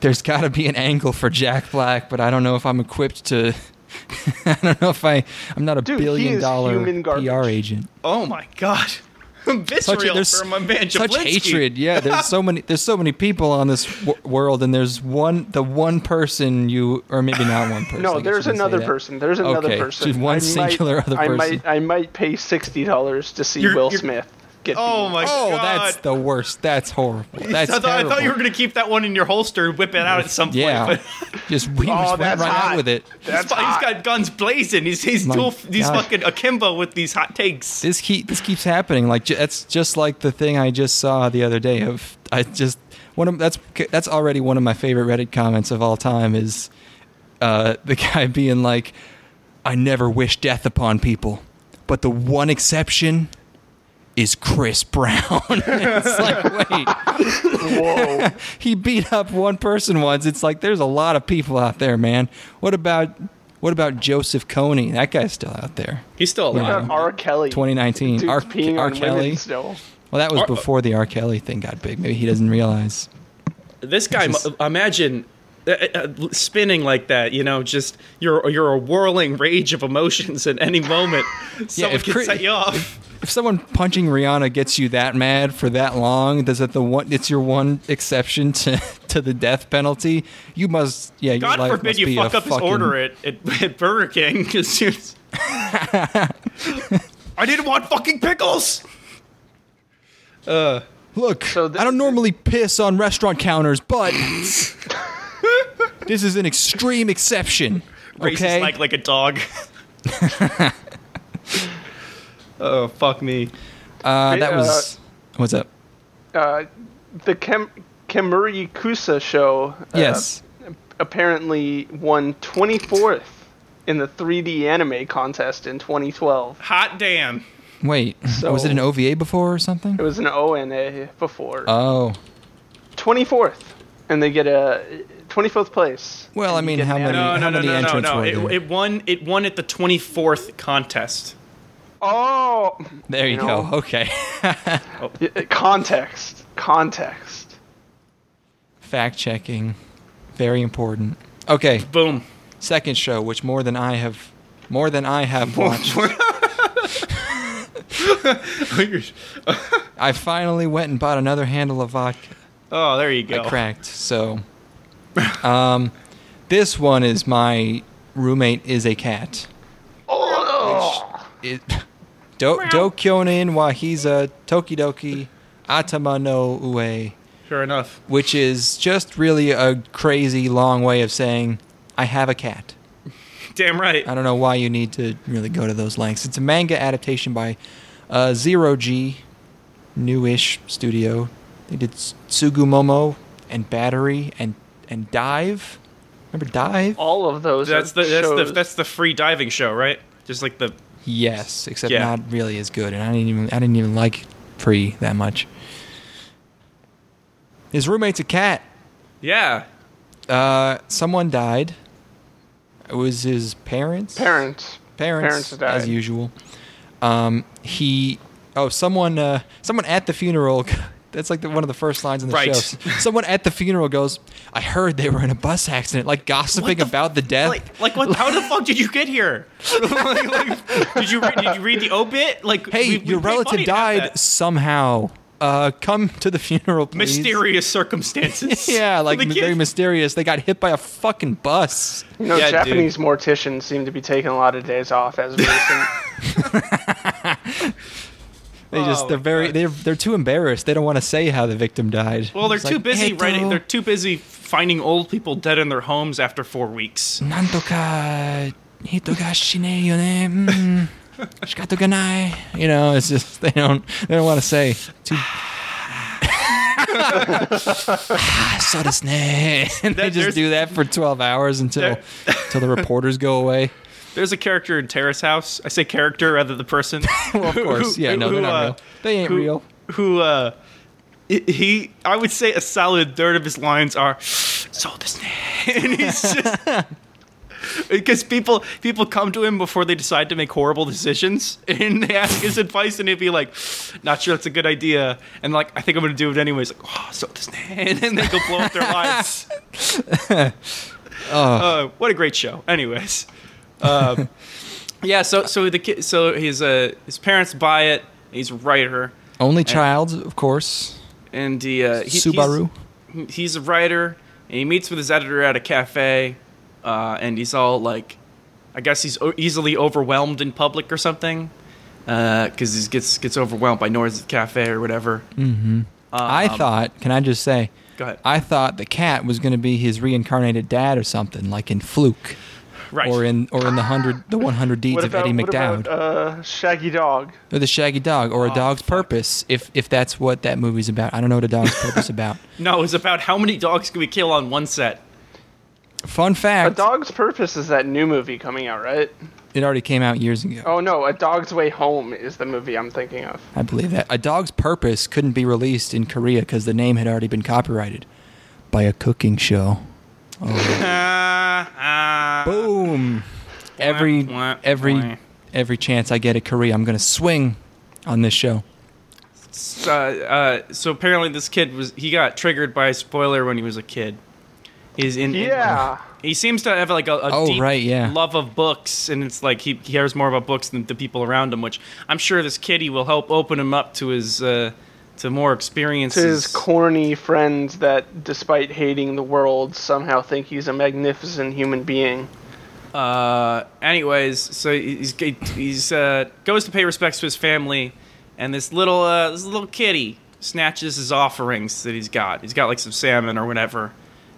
[SPEAKER 2] There's got to be an angle for Jack Black, but I don't know if I'm equipped to. I don't know if I. I'm not a
[SPEAKER 3] Dude, he
[SPEAKER 2] billion
[SPEAKER 3] is
[SPEAKER 2] dollar
[SPEAKER 3] human garbage.
[SPEAKER 2] PR agent.
[SPEAKER 1] Oh my god.
[SPEAKER 2] such a,
[SPEAKER 1] Visceral
[SPEAKER 2] there's
[SPEAKER 1] for my man
[SPEAKER 2] such
[SPEAKER 1] Jablinski.
[SPEAKER 2] hatred. Yeah, there's so many there's so many people on this w- world, and there's one the one person you or maybe not one person. I
[SPEAKER 3] No,
[SPEAKER 2] guess
[SPEAKER 3] there's
[SPEAKER 2] you can say
[SPEAKER 3] another
[SPEAKER 2] that.
[SPEAKER 3] person. There's another
[SPEAKER 2] Okay,
[SPEAKER 3] person.
[SPEAKER 2] just one
[SPEAKER 3] I might-
[SPEAKER 2] singular other
[SPEAKER 3] I
[SPEAKER 2] person.
[SPEAKER 3] might I might pay sixty dollars to see
[SPEAKER 1] You're-
[SPEAKER 3] Will
[SPEAKER 1] you're-
[SPEAKER 3] Smith get.
[SPEAKER 1] Oh
[SPEAKER 3] beat.
[SPEAKER 1] my
[SPEAKER 2] Oh,
[SPEAKER 1] god.
[SPEAKER 2] that's the worst. That's horrible. That's
[SPEAKER 1] I, thought, I
[SPEAKER 2] terrible.
[SPEAKER 1] thought you were gonna keep that one in your holster and whip it out at some point.
[SPEAKER 2] yeah,
[SPEAKER 1] but
[SPEAKER 2] just we just went
[SPEAKER 3] Oh, that's
[SPEAKER 2] right
[SPEAKER 3] hot.
[SPEAKER 2] out with it.
[SPEAKER 1] he's,
[SPEAKER 3] That's
[SPEAKER 1] fi- he's
[SPEAKER 3] hot.
[SPEAKER 1] got guns blazing. He's he's
[SPEAKER 2] My
[SPEAKER 1] dual, he's
[SPEAKER 2] gosh.
[SPEAKER 1] fucking akimbo with these hot takes.
[SPEAKER 2] This keep this keeps happening. Like ju- that's just like the thing I just saw the other day. Of I just one of that's that's already one of my favorite Reddit comments of all time is uh, the guy being like, "I never wish death upon people, but the one exception is Chris Brown." it's like wait.
[SPEAKER 3] Whoa.
[SPEAKER 2] he beat up one person once. It's like there's a lot of people out there, man. What about what about Joseph Coney? That guy's still out there.
[SPEAKER 1] He's still alive.
[SPEAKER 2] Yeah.
[SPEAKER 3] Uh, R. Kelly.
[SPEAKER 2] 2019.
[SPEAKER 3] Dude's
[SPEAKER 2] Uh, R.
[SPEAKER 3] peeing
[SPEAKER 2] R.
[SPEAKER 3] on women
[SPEAKER 2] Kelly.
[SPEAKER 3] still.
[SPEAKER 2] Well, that was
[SPEAKER 1] Or-
[SPEAKER 2] before the R. Kelly thing got big. Maybe he doesn't realize.
[SPEAKER 1] this guy
[SPEAKER 2] Just-
[SPEAKER 1] mu- imagine uh, uh, uh, spinning like that you know just you're you're a whirling rage of emotions at any moment someone
[SPEAKER 2] if
[SPEAKER 1] can
[SPEAKER 2] Chris-
[SPEAKER 1] set you off
[SPEAKER 2] If someone punching Rihanna gets you that mad for that long, does that the one? It's your one exception to, to the death penalty. You must, yeah. Your
[SPEAKER 1] god
[SPEAKER 2] life
[SPEAKER 1] forbid
[SPEAKER 2] must
[SPEAKER 1] you
[SPEAKER 2] be
[SPEAKER 1] fuck
[SPEAKER 2] a
[SPEAKER 1] up his
[SPEAKER 2] fucking-
[SPEAKER 1] order at, at, at burger king because I didn't want fucking pickles.
[SPEAKER 2] Look,
[SPEAKER 3] So th-
[SPEAKER 2] I don't normally piss on restaurant counters, but this is an extreme exception.
[SPEAKER 1] Racist
[SPEAKER 2] Okay.
[SPEAKER 1] like like a dog. oh fuck me.
[SPEAKER 2] uh, that was what's up?
[SPEAKER 3] Uh, the Kem- Kemuri Kusa show. uh,
[SPEAKER 2] Yes.
[SPEAKER 3] apparently won 24th in the 3D anime contest in 2012.
[SPEAKER 1] Hot damn.
[SPEAKER 2] Wait, was
[SPEAKER 3] so-
[SPEAKER 2] it an OVA before or something?
[SPEAKER 3] It was an ONA before.
[SPEAKER 2] Oh,
[SPEAKER 3] 24th, and they get a 24th place.
[SPEAKER 2] well, I mean,
[SPEAKER 3] get
[SPEAKER 2] how
[SPEAKER 3] an
[SPEAKER 2] many,
[SPEAKER 1] No,
[SPEAKER 2] how
[SPEAKER 1] no, no,
[SPEAKER 2] many
[SPEAKER 1] no, no,
[SPEAKER 2] entrants
[SPEAKER 1] no.
[SPEAKER 2] were
[SPEAKER 1] It,
[SPEAKER 2] there?
[SPEAKER 1] it won. It won at the twenty fourth contest.
[SPEAKER 3] Oh,
[SPEAKER 2] there you
[SPEAKER 3] you know.
[SPEAKER 2] go. Okay,
[SPEAKER 3] context, context.
[SPEAKER 2] fact checking, very important. Okay,
[SPEAKER 1] Boom.
[SPEAKER 2] second show, which more than I have, more than I have watched. I finally went and bought another handle of vodka.
[SPEAKER 1] oh, there you
[SPEAKER 2] I
[SPEAKER 1] go.
[SPEAKER 2] cracked. So, um, this one is my roommate is a cat.
[SPEAKER 3] Oh,
[SPEAKER 2] It, do do kyonin wahiza tokidoki atama no ue,
[SPEAKER 1] Sure enough.
[SPEAKER 2] which is just really a crazy long way of saying I have a cat.
[SPEAKER 1] Damn right.
[SPEAKER 2] I don't know why you need to really go to those lengths. It's a manga adaptation by uh, Zero G, newish studio. They did S- Sugumomo and Battery and and Dive. Remember Dive?
[SPEAKER 3] all of those.
[SPEAKER 1] That's the
[SPEAKER 3] are
[SPEAKER 1] that's
[SPEAKER 3] shows.
[SPEAKER 1] the that's the free diving show, right? Just like the
[SPEAKER 2] Yes, except
[SPEAKER 1] Yeah.
[SPEAKER 2] not really as good. And I didn't even I didn't even like Free that much. His roommate's a cat.
[SPEAKER 1] yeah.
[SPEAKER 2] Uh, someone died. It was his parents.
[SPEAKER 3] parents.
[SPEAKER 2] parents,
[SPEAKER 3] Parents died.
[SPEAKER 2] as usual. Um, he, oh, someone, uh, someone at the funeral. That's like the, one of the first lines in the
[SPEAKER 1] Right.
[SPEAKER 2] show. Someone at the funeral goes, "I heard they were in a bus accident, like gossiping about the death."
[SPEAKER 1] Like like what? How the fuck did you get here? Like, like, did you read, did you read the obit? Like
[SPEAKER 2] hey,
[SPEAKER 1] we- we
[SPEAKER 2] your
[SPEAKER 1] paid money
[SPEAKER 2] relative
[SPEAKER 1] to have
[SPEAKER 2] died
[SPEAKER 1] that.
[SPEAKER 2] somehow. Uh, come to the funeral, please.
[SPEAKER 1] Mysterious circumstances.
[SPEAKER 2] Yeah,
[SPEAKER 1] For
[SPEAKER 2] like
[SPEAKER 1] the
[SPEAKER 2] very
[SPEAKER 1] kid.
[SPEAKER 2] mysterious. They got hit by a fucking bus.
[SPEAKER 3] You know,
[SPEAKER 1] Yeah, dude.
[SPEAKER 3] Japanese morticians seem to be taking a lot of days off as of recent.
[SPEAKER 2] They just
[SPEAKER 1] Oh
[SPEAKER 2] they're
[SPEAKER 1] my
[SPEAKER 2] very
[SPEAKER 1] God.
[SPEAKER 2] they're they're too embarrassed. They don't want to say how the victim died.
[SPEAKER 1] Well, they're
[SPEAKER 2] It's
[SPEAKER 1] too
[SPEAKER 2] like,
[SPEAKER 1] busy
[SPEAKER 2] "Edo,
[SPEAKER 1] writing. They're too busy finding old people dead in their homes after four weeks.
[SPEAKER 2] なんとか人が死ねえよ ね。うん仕方がない。You know, it's just they don't they don't want to say. Too... あそうですね。And they
[SPEAKER 1] That- there's-
[SPEAKER 2] just do that for 12 hours until
[SPEAKER 1] There-
[SPEAKER 2] until the reporters go away.
[SPEAKER 1] There's a character in Terrace House. I say character rather the person.
[SPEAKER 2] Well, of course, yeah, no, they're not real. They ain't
[SPEAKER 1] uh, who-
[SPEAKER 2] real.
[SPEAKER 1] Who uh i- he I would say a solid third of his lines are so this and he's just because people people come to him before they decide to make horrible decisions and they ask his advice and he'd be like not sure that's a good idea and like I think I'm gonna do it anyways like oh so this and then they go blow up their lives.
[SPEAKER 2] Oh.
[SPEAKER 1] Uh, what a great show. Anyways. Um, yeah, so so the kid, so his uh, his parents buy it. He's a writer,
[SPEAKER 2] Only child, of course.
[SPEAKER 1] and he, uh, he he's-
[SPEAKER 2] Subaru.
[SPEAKER 1] he's a writer and he meets with his editor at a cafe uh, and he's all like i guess he's o- easily overwhelmed in public or something because he gets gets overwhelmed by noise at the cafe or whatever
[SPEAKER 2] Mm. I
[SPEAKER 1] um,
[SPEAKER 2] thought, can I just say,
[SPEAKER 1] go ahead
[SPEAKER 2] I thought the cat was going to be his reincarnated dad or something, like in Fluke.
[SPEAKER 1] right
[SPEAKER 2] Or in or in the hundred the one hundred deeds
[SPEAKER 3] what
[SPEAKER 2] of
[SPEAKER 3] about,
[SPEAKER 2] Eddie
[SPEAKER 3] what
[SPEAKER 2] McDowd.
[SPEAKER 3] about Oh, uh, Shaggy Dog?
[SPEAKER 2] Or the Shaggy Dog, or a dog's purpose, if if that's what that movie's about. I don't know what a dog's purpose about.
[SPEAKER 1] no it's about how many dogs can we kill on one set
[SPEAKER 2] Fun
[SPEAKER 3] A
[SPEAKER 2] fact:
[SPEAKER 3] Dog's Purpose is that new movie coming out, right?
[SPEAKER 2] it already came out years ago.
[SPEAKER 3] Oh no, A Dog's Way Home is the movie I'm thinking of.
[SPEAKER 2] I believe that a dog's purpose couldn't be released in Korea because the name had already been copyrighted by a cooking show.
[SPEAKER 1] Ah, ah.
[SPEAKER 2] Boom! Every
[SPEAKER 1] Wah, wah, wah.
[SPEAKER 2] every every chance I get at Korea, I'm gonna swing on this show.
[SPEAKER 1] S- uh, uh, so apparently this kid was he got triggered by a spoiler when he was a kid he's in in-
[SPEAKER 3] Yeah.
[SPEAKER 1] He seems to have like a, a
[SPEAKER 2] Oh,
[SPEAKER 1] deep
[SPEAKER 2] right, yeah.
[SPEAKER 1] love of books, and it's like he cares more about books than the people around him, which I'm sure this kitty will help open him up to his uh, to more experiences.
[SPEAKER 3] to his corny friends that, despite hating the world, somehow think he's a magnificent human being.
[SPEAKER 1] Uh, anyways, so he's he's uh, goes to pay respects to his family, and this little uh, this little kitty snatches his offerings that he's got. He's got like some salmon or whatever,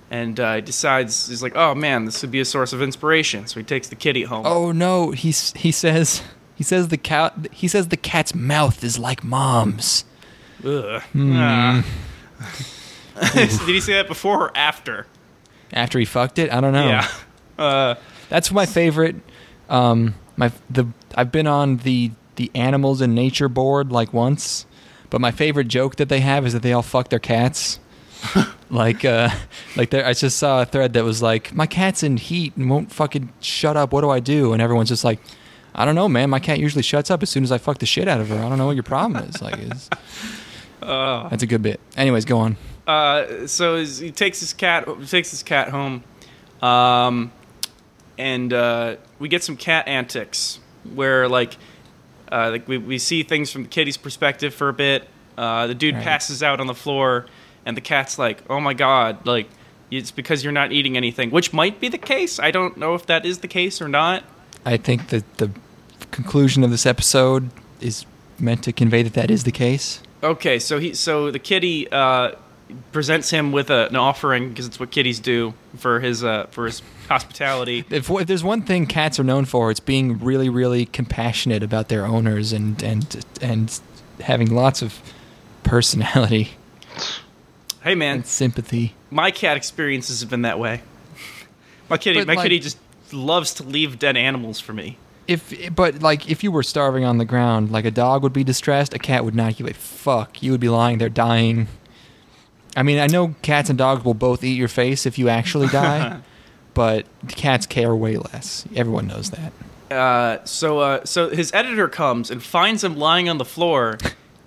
[SPEAKER 1] and uh, he decides he's like, oh man, this would be a source of inspiration. So he takes the kitty home.
[SPEAKER 2] Oh no, he s- he says he says the cow he says the cat's mouth is like mom's.
[SPEAKER 1] Ugh. Ah. Did he say that before or after?
[SPEAKER 2] After he fucked it, I don't know.
[SPEAKER 1] Yeah. Uh,
[SPEAKER 2] That's my favorite. Um, my the I've been on the the animals in nature board like once, but my favorite joke that they have is that they all fuck their cats. like uh, like there, I just saw a thread that was like, my cat's in heat and won't fucking shut up. What do I do? And everyone's just like. I don't know, man. My cat usually shuts up as soon as I fuck the shit out of her. I don't know what your problem is. Like, it's, that's a good bit. Anyways, go on.
[SPEAKER 1] uh, so his, he takes his cat takes his cat home, um, and uh, we get some cat antics where like uh, like we, we see things from the kitty's perspective for a bit. Uh, the dude
[SPEAKER 2] Right.
[SPEAKER 1] passes out on the floor, and the cat's like, "Oh my god!" Like it's because you're not eating anything, which might be the case. I don't know if that is the case or not.
[SPEAKER 2] I think that the conclusion of this episode is meant to convey that that is the case.
[SPEAKER 1] Okay, so he so the kitty uh, presents him with a, an offering because it's what kitties do for his uh, for his hospitality.
[SPEAKER 2] If, if there's one thing cats are known for, it's being really, really compassionate about their owners and and and having lots of personality
[SPEAKER 1] Hey man,
[SPEAKER 2] and sympathy.
[SPEAKER 1] my cat experiences have been that way. My kitty,
[SPEAKER 2] But,
[SPEAKER 1] my
[SPEAKER 2] like-
[SPEAKER 1] kitty just loves to leave dead animals for me.
[SPEAKER 2] If but like if you were starving on the ground, like a dog would be distressed, a cat would not give a fuck. You would be lying there dying. I mean, I know cats and dogs will both eat your face if you actually die, but cats care way less. Everyone knows that.
[SPEAKER 1] Uh, so, uh, so his editor comes and finds him lying on the floor,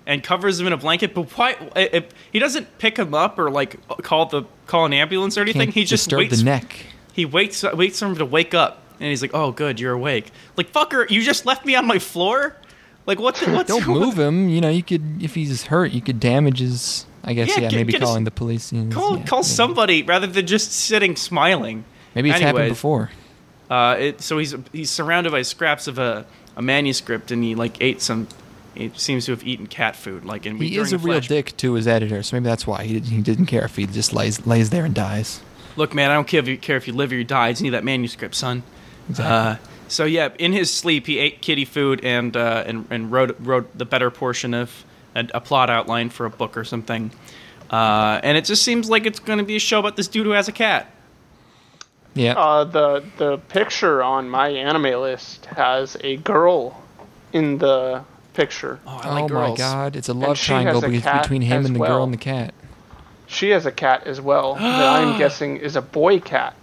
[SPEAKER 1] and covers him in a blanket. But why? It, it- he doesn't pick him up or like call the call an ambulance or anything.
[SPEAKER 2] Can't
[SPEAKER 1] he just
[SPEAKER 2] disturb
[SPEAKER 1] waits.
[SPEAKER 2] the neck.
[SPEAKER 1] He waits waits for him to wake up, and he's like, "Oh, good, you're awake." Like, fucker, you just left me on my floor. Like, what? The, what's
[SPEAKER 2] Don't
[SPEAKER 1] wrong with-
[SPEAKER 2] move him. You know, you could if he's hurt, you could damage his. I guess
[SPEAKER 1] Yeah,
[SPEAKER 2] yeah,
[SPEAKER 1] get-
[SPEAKER 2] maybe
[SPEAKER 1] get his-
[SPEAKER 2] calling the police. is-
[SPEAKER 1] Call
[SPEAKER 2] yeah,
[SPEAKER 1] call
[SPEAKER 2] maybe.
[SPEAKER 1] somebody rather than just sitting smiling.
[SPEAKER 2] Maybe it's happened
[SPEAKER 1] Anyways.
[SPEAKER 2] before.
[SPEAKER 1] Uh, it, so he's he's surrounded by scraps of a, a manuscript, and he like ate some. He seems to have eaten cat food. Like, and we,
[SPEAKER 2] He
[SPEAKER 1] during
[SPEAKER 2] is
[SPEAKER 1] the
[SPEAKER 2] a real
[SPEAKER 1] flash-
[SPEAKER 2] dick to his editor, so maybe that's why he didn't, he didn't care if he just lays lays there and dies.
[SPEAKER 1] Look, man, I don't care if you care if you live or you die. I just need that manuscript, son. Uh, so yeah, in his sleep, he ate kitty food and uh, and and wrote wrote the better portion of a, a plot outline for a book or something. Uh, and it just seems like it's going to be a show about this dude who has a cat.
[SPEAKER 2] Yeah,
[SPEAKER 3] Uh, the the picture on my anime list has a girl in the picture.
[SPEAKER 1] Oh, I
[SPEAKER 2] Oh
[SPEAKER 1] like
[SPEAKER 2] my
[SPEAKER 1] girls.
[SPEAKER 2] god, it's a love
[SPEAKER 3] she has
[SPEAKER 2] triangle
[SPEAKER 3] a
[SPEAKER 2] be-
[SPEAKER 3] cat
[SPEAKER 2] between him
[SPEAKER 3] as
[SPEAKER 2] and the girl
[SPEAKER 3] well.
[SPEAKER 2] and the cat.
[SPEAKER 3] She has a cat as well that I'm guessing is a boy cat.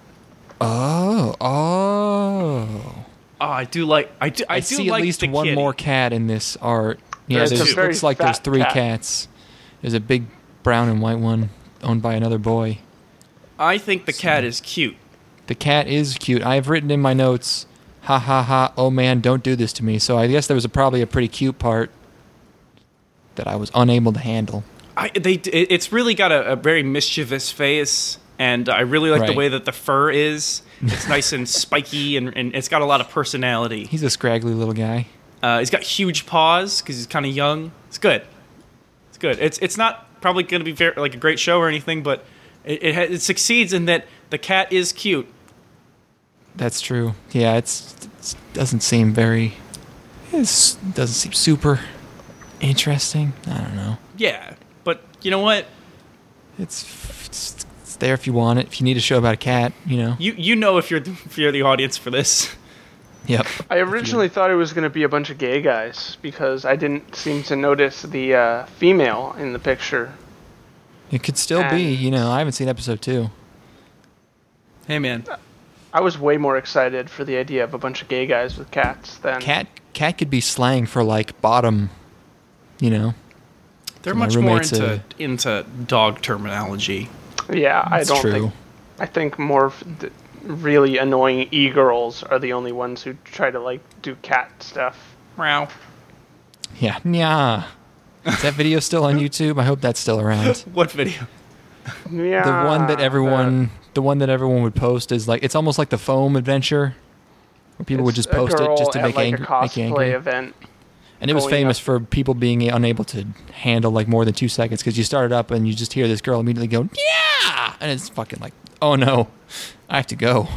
[SPEAKER 2] Oh, oh!
[SPEAKER 1] Oh, I do like. I do. I,
[SPEAKER 2] I,
[SPEAKER 1] do
[SPEAKER 2] see
[SPEAKER 1] like
[SPEAKER 2] at least
[SPEAKER 1] the
[SPEAKER 2] one
[SPEAKER 1] kitty.
[SPEAKER 2] more cat in this art. Yeah,
[SPEAKER 3] There's a
[SPEAKER 2] there's,
[SPEAKER 3] very
[SPEAKER 2] looks like there's
[SPEAKER 3] fat
[SPEAKER 2] three
[SPEAKER 3] cat.
[SPEAKER 2] cats. There's a big brown and white one owned by another boy.
[SPEAKER 1] I think the cat is cute.
[SPEAKER 2] The cat is cute. I have written in my notes, ha ha ha, oh man, don't do this to me. So I guess there was a, probably a pretty cute part that I was unable to handle.
[SPEAKER 1] I, they it- it's really got a, a very mischievous face and i really like
[SPEAKER 2] Right.
[SPEAKER 1] the way that the fur is it's nice and spiky and, and it's got a lot of personality
[SPEAKER 2] He's a scraggly little guy.
[SPEAKER 1] uh, he's got huge paws because he's kind of young it's good it's good it's it's not probably going to be very, like a great show or anything but it, it, ha- it succeeds in that the cat is cute
[SPEAKER 2] That's true. Yeah, it's, it's doesn't seem very. It doesn't seem super interesting. I don't know.
[SPEAKER 1] yeah but you know what
[SPEAKER 2] It's, it's it's there if you want it. If you need a show about a cat, you know.
[SPEAKER 1] you you know if you're the, if you're the audience for this
[SPEAKER 2] Yep.
[SPEAKER 3] I originally thought it was going to be a bunch of gay guys because I didn't seem to notice the uh, female in the picture.
[SPEAKER 2] It could still be. You know, I haven't seen episode two.
[SPEAKER 1] hey man
[SPEAKER 3] I was way more excited for the idea of a bunch of gay guys with cats than
[SPEAKER 2] Cat cat could be slang for like bottom. You know.
[SPEAKER 1] they're
[SPEAKER 2] My
[SPEAKER 1] much more
[SPEAKER 2] roommate's
[SPEAKER 1] into
[SPEAKER 2] a-
[SPEAKER 1] into dog terminology
[SPEAKER 3] Yeah, I
[SPEAKER 2] It's
[SPEAKER 3] don't
[SPEAKER 2] true.
[SPEAKER 3] think. I think more of the really annoying e girls are the only ones who try to like do cat stuff.
[SPEAKER 1] wow
[SPEAKER 2] Yeah. Yeah. Is that video still on YouTube? I hope that's still around.
[SPEAKER 1] what video
[SPEAKER 3] Yeah,
[SPEAKER 2] The one that everyone, the one that everyone would post is like it's almost like the foam adventure, where people would
[SPEAKER 3] It's
[SPEAKER 2] just post
[SPEAKER 3] a girl
[SPEAKER 2] it just to
[SPEAKER 3] at,
[SPEAKER 2] make,
[SPEAKER 3] like,
[SPEAKER 2] ang-
[SPEAKER 3] a
[SPEAKER 2] make you
[SPEAKER 3] cosplay
[SPEAKER 2] angry.
[SPEAKER 3] event.
[SPEAKER 2] And it was
[SPEAKER 3] going
[SPEAKER 2] famous
[SPEAKER 3] up.
[SPEAKER 2] for people being unable to handle like more than two seconds because you start it up and you just hear this girl immediately go, yeah, and it's fucking like, oh no, I have to go,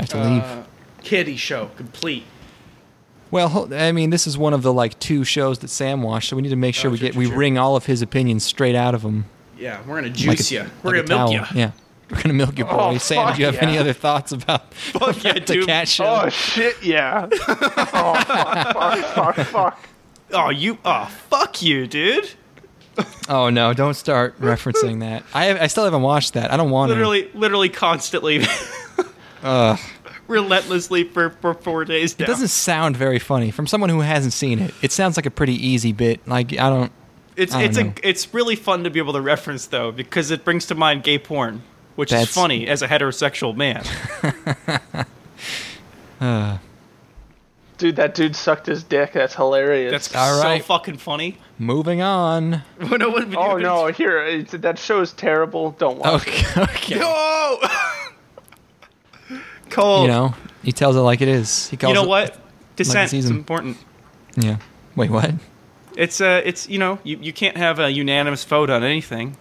[SPEAKER 2] I have to
[SPEAKER 3] Uh.
[SPEAKER 2] leave.
[SPEAKER 1] Uh, Kitty show complete.
[SPEAKER 2] Well, ho- I mean, this is one of the like two shows that Sam watched, so we need to make sure
[SPEAKER 1] Oh,
[SPEAKER 2] we
[SPEAKER 1] sure,
[SPEAKER 2] get
[SPEAKER 1] sure,
[SPEAKER 2] we
[SPEAKER 1] sure.
[SPEAKER 2] wring all of his opinions straight out of him.
[SPEAKER 1] Yeah, we're gonna
[SPEAKER 2] like a-
[SPEAKER 1] juice ya.
[SPEAKER 2] like
[SPEAKER 1] We're
[SPEAKER 2] a
[SPEAKER 1] gonna milk
[SPEAKER 2] towel.
[SPEAKER 1] you.
[SPEAKER 2] Yeah, we're gonna milk you, boy.
[SPEAKER 3] Oh,
[SPEAKER 2] Sam,
[SPEAKER 3] fuck
[SPEAKER 2] do you have any
[SPEAKER 3] yeah.
[SPEAKER 2] other thoughts about,
[SPEAKER 1] Fuck yeah,
[SPEAKER 2] about the
[SPEAKER 1] dude.
[SPEAKER 2] cat show?
[SPEAKER 3] Oh shit! Yeah. oh fuck! Fuck! Fuck!
[SPEAKER 1] Oh, you. Oh, fuck you, dude.
[SPEAKER 2] Oh, no, don't start referencing that. I I still haven't watched that. I don't want
[SPEAKER 1] Literally, literally, constantly,
[SPEAKER 2] to. Ugh.
[SPEAKER 1] relentlessly for, for four days.
[SPEAKER 2] It doesn't sound very funny from someone who hasn't seen it. It sounds like a pretty easy bit. Like I don't.
[SPEAKER 1] It's
[SPEAKER 2] I don't
[SPEAKER 1] it's
[SPEAKER 2] know.
[SPEAKER 1] a it's really fun to be able to reference though because it brings to mind gay porn, which
[SPEAKER 2] That's-
[SPEAKER 1] is funny as a heterosexual man.
[SPEAKER 3] Dude, that dude sucked his dick. That's hilarious.
[SPEAKER 1] That's
[SPEAKER 2] All
[SPEAKER 1] so
[SPEAKER 2] right.
[SPEAKER 1] fucking funny.
[SPEAKER 2] Moving on.
[SPEAKER 1] oh
[SPEAKER 3] oh no! Here, it's, that show is terrible. Don't
[SPEAKER 1] Oh.
[SPEAKER 3] watch.
[SPEAKER 2] Okay. okay.
[SPEAKER 1] No. Cold.
[SPEAKER 2] You know, he tells it like it is. He calls
[SPEAKER 1] You know
[SPEAKER 2] it-
[SPEAKER 1] what? Dissent is
[SPEAKER 2] season.
[SPEAKER 1] important.
[SPEAKER 2] Yeah. Wait, what?
[SPEAKER 1] It's uh, it's you know, you, you can't have a unanimous vote on anything.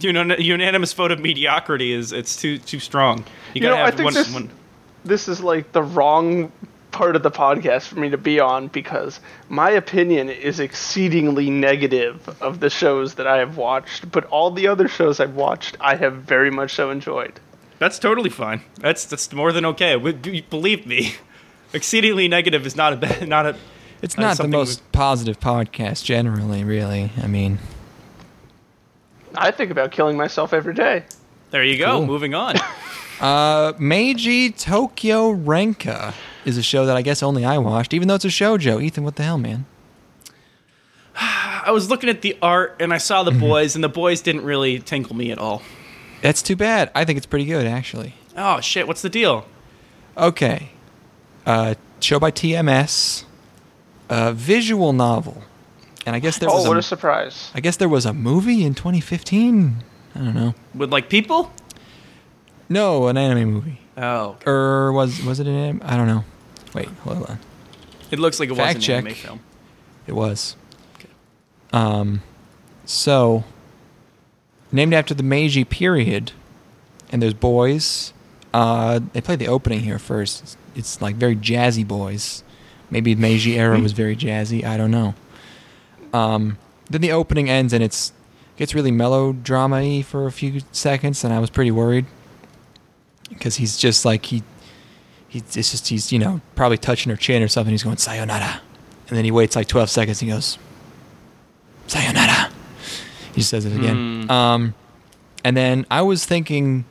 [SPEAKER 1] You know, unanimous vote of mediocrity is it's too too strong. You,
[SPEAKER 3] You
[SPEAKER 1] gotta
[SPEAKER 3] know, I
[SPEAKER 1] have
[SPEAKER 3] think
[SPEAKER 1] one,
[SPEAKER 3] this-
[SPEAKER 1] one.
[SPEAKER 2] Oh.
[SPEAKER 3] This is like the wrong part of the podcast for me to be on because my opinion is exceedingly negative of the shows that I have watched. But all the other shows I've watched, I have very much so enjoyed.
[SPEAKER 1] That's totally fine. That's that's more than okay. We, do- believe me, exceedingly negative is not a bad, not a.
[SPEAKER 2] It's
[SPEAKER 1] Uh,
[SPEAKER 2] not the
[SPEAKER 1] something
[SPEAKER 2] most positive podcast generally. Really, I mean,
[SPEAKER 3] I think about killing myself every day.
[SPEAKER 1] There you go.
[SPEAKER 2] Cool.
[SPEAKER 1] Moving on.
[SPEAKER 2] uh, Meiji Tokyo Renka is a show that I guess only I watched, even though it's a shoujo. Ethan, what the hell, man?
[SPEAKER 1] I was looking at the art and I saw the boys, and the boys didn't really tinkle me at all.
[SPEAKER 2] That's too bad. I think it's pretty good actually.
[SPEAKER 1] Oh shit! What's the deal?
[SPEAKER 2] Okay. Uh, show by TMS. A visual novel. And I guess there was
[SPEAKER 3] Oh, what
[SPEAKER 2] a,
[SPEAKER 3] a surprise!
[SPEAKER 2] I guess there was a movie in 2015. I don't know.
[SPEAKER 1] With like people?
[SPEAKER 2] No, an anime movie.
[SPEAKER 1] Oh, okay.
[SPEAKER 2] Or was was it an anime? I don't know. Wait, hold on.
[SPEAKER 1] it looks like it was
[SPEAKER 2] Fact
[SPEAKER 1] an
[SPEAKER 2] check.
[SPEAKER 1] anime film.
[SPEAKER 2] It was. Um, so named after the Meiji period, and there's boys. Uh, they played the opening here first. It's, it's like very jazzy boys. Maybe the Meiji era was very jazzy. I don't know. Um, then the opening ends and it's gets really melodrama-y for a few seconds, and I was pretty worried because he's just like he he's it's just he's you know probably touching her chin or something. He's going sayonara, and then he waits like twelve seconds. And he goes sayonara. He just says it again. Um, and then I was thinking,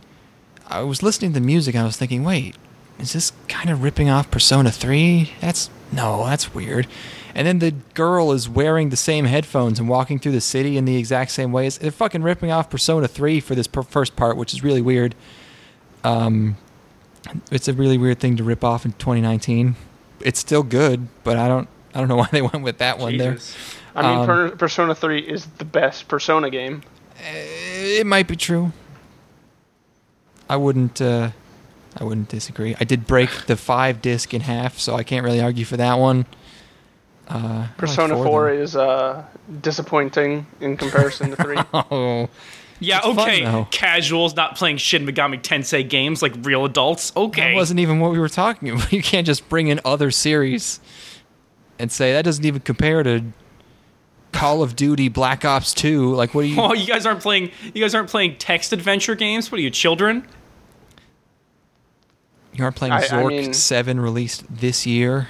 [SPEAKER 2] I was listening to the music. And I was thinking, wait, is this kind of ripping off Persona Three? That's no, that's weird. And then the girl is wearing the same headphones and walking through the city in the exact same ways. They're fucking ripping off Persona Three for this per- first part, which is really weird Um, it's a really weird thing to rip off in 2019. It's still good, but I don't I don't know why they went with that one
[SPEAKER 1] Jesus.
[SPEAKER 3] I mean,
[SPEAKER 2] Um,
[SPEAKER 3] Per- Persona Three is the best Persona game.
[SPEAKER 2] there. It might be true. I wouldn't uh, I wouldn't disagree. I did break the five disc in half, so I can't really argue for that one. Uh, I like
[SPEAKER 3] Persona
[SPEAKER 2] four,
[SPEAKER 3] Four
[SPEAKER 2] though.
[SPEAKER 3] is uh, disappointing in comparison to Three.
[SPEAKER 2] Oh,
[SPEAKER 1] Yeah.
[SPEAKER 2] It's fun,
[SPEAKER 1] okay.
[SPEAKER 2] though.
[SPEAKER 1] Casuals not playing Shin Megami Tensei games like real adults. Okay.
[SPEAKER 2] that wasn't even what we were talking about. You can't just bring in other series and say that doesn't even compare to Call of Duty Black Ops Two. Like, what do you?
[SPEAKER 1] Oh, you guys aren't playing. You guys aren't playing text adventure games. What are you, children?
[SPEAKER 2] You aren't playing
[SPEAKER 3] I- I
[SPEAKER 2] Zork
[SPEAKER 3] mean-
[SPEAKER 2] 7 released this year?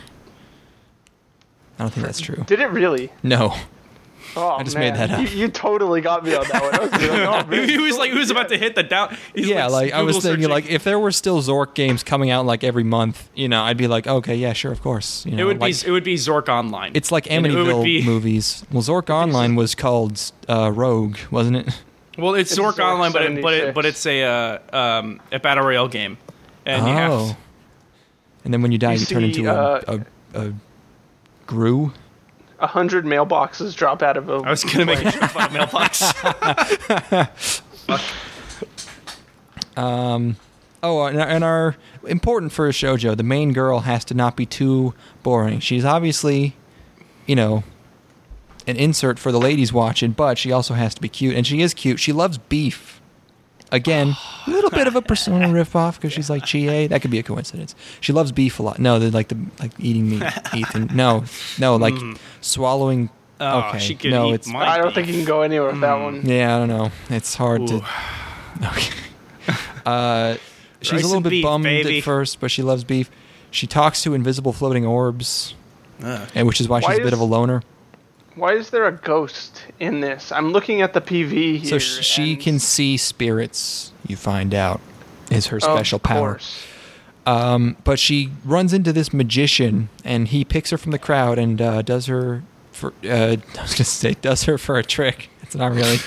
[SPEAKER 2] I don't think that's true.
[SPEAKER 3] Did it really?
[SPEAKER 2] No.
[SPEAKER 3] Oh, I
[SPEAKER 2] just made that up.
[SPEAKER 3] You, you totally got me on that one. I was like, oh, man.
[SPEAKER 1] he was like, he was about to hit the down. he's
[SPEAKER 2] Yeah, like I was
[SPEAKER 1] Google
[SPEAKER 2] thinking
[SPEAKER 1] searching.
[SPEAKER 2] like if there were still Zork games coming out like every month, you know, I'd be like, okay, yeah, sure, of course. You know,
[SPEAKER 1] it would
[SPEAKER 2] like,
[SPEAKER 1] be it would be Zork Online.
[SPEAKER 2] it's like
[SPEAKER 1] And it would
[SPEAKER 2] Amityville
[SPEAKER 1] be-
[SPEAKER 2] movies. Well, Zork Online was called uh, Rogue, wasn't it?
[SPEAKER 1] Well, it's, Zork,
[SPEAKER 3] Zork
[SPEAKER 1] Online, but it, but it,
[SPEAKER 3] 76.
[SPEAKER 1] but it's a uh, um, a battle royale game, and you have
[SPEAKER 2] Oh. And then when you die, you,
[SPEAKER 3] You
[SPEAKER 2] turn
[SPEAKER 3] see,
[SPEAKER 2] into
[SPEAKER 3] uh,
[SPEAKER 2] a, a, a Gru.
[SPEAKER 3] A hundred mailboxes drop out of a.
[SPEAKER 1] I was gonna make a joke about mailbox.
[SPEAKER 2] Um, Oh, and our, and our important for a shoujo, the main girl has to not be too boring. She's obviously, you know, an insert for the ladies watching, but she also has to be cute, and she is cute. She loves beef. Again, a little bit of a persona ripoff because she's like Chie. That could be a coincidence. She loves beef a lot. No, they're like the like eating meat, Ethan. No, no, like swallowing.
[SPEAKER 1] Mm. Oh,
[SPEAKER 2] okay,
[SPEAKER 1] she could
[SPEAKER 2] no,
[SPEAKER 1] eat
[SPEAKER 2] it's
[SPEAKER 1] my
[SPEAKER 3] I don't
[SPEAKER 1] beef.
[SPEAKER 3] think you can go anywhere with
[SPEAKER 1] Hmm.
[SPEAKER 3] that one.
[SPEAKER 2] yeah, I don't know. It's hard
[SPEAKER 5] Ooh.
[SPEAKER 2] to. Okay. Uh, she's
[SPEAKER 1] Rice
[SPEAKER 2] a little
[SPEAKER 1] and
[SPEAKER 2] bit
[SPEAKER 1] beef,
[SPEAKER 2] bummed
[SPEAKER 1] baby.
[SPEAKER 2] at first, but she loves beef. She talks to invisible floating orbs,
[SPEAKER 1] Ugh.
[SPEAKER 2] and which is why,
[SPEAKER 3] Why
[SPEAKER 2] she's a bit
[SPEAKER 3] is-
[SPEAKER 2] of a loner.
[SPEAKER 3] Why is there a ghost in this? I'm looking at the PV here.
[SPEAKER 2] So sh- she
[SPEAKER 3] and-
[SPEAKER 2] can see spirits. You find out is her
[SPEAKER 3] Of
[SPEAKER 2] special power.
[SPEAKER 3] course.
[SPEAKER 2] Um, but she runs into this magician, and he picks her from the crowd and uh, does her for uh, I was gonna say does her for a trick. It's not really.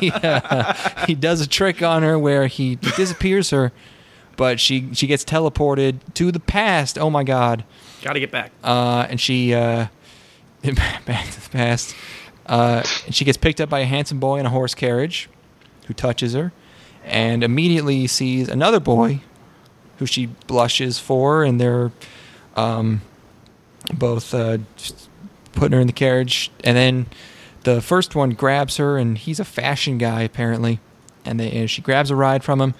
[SPEAKER 2] he, uh, he does a trick on her where he disappears her, but she she gets teleported to the past. Oh my god!
[SPEAKER 1] Got to get back.
[SPEAKER 2] Uh, and she uh, back to the past. Uh, and she gets picked up by a handsome boy in a horse carriage, who touches her, and immediately sees another boy, who she blushes for, and they're um, both uh, just putting her in the carriage. And then the first one grabs her, and he's a fashion guy apparently. And, they, and she grabs a ride from him.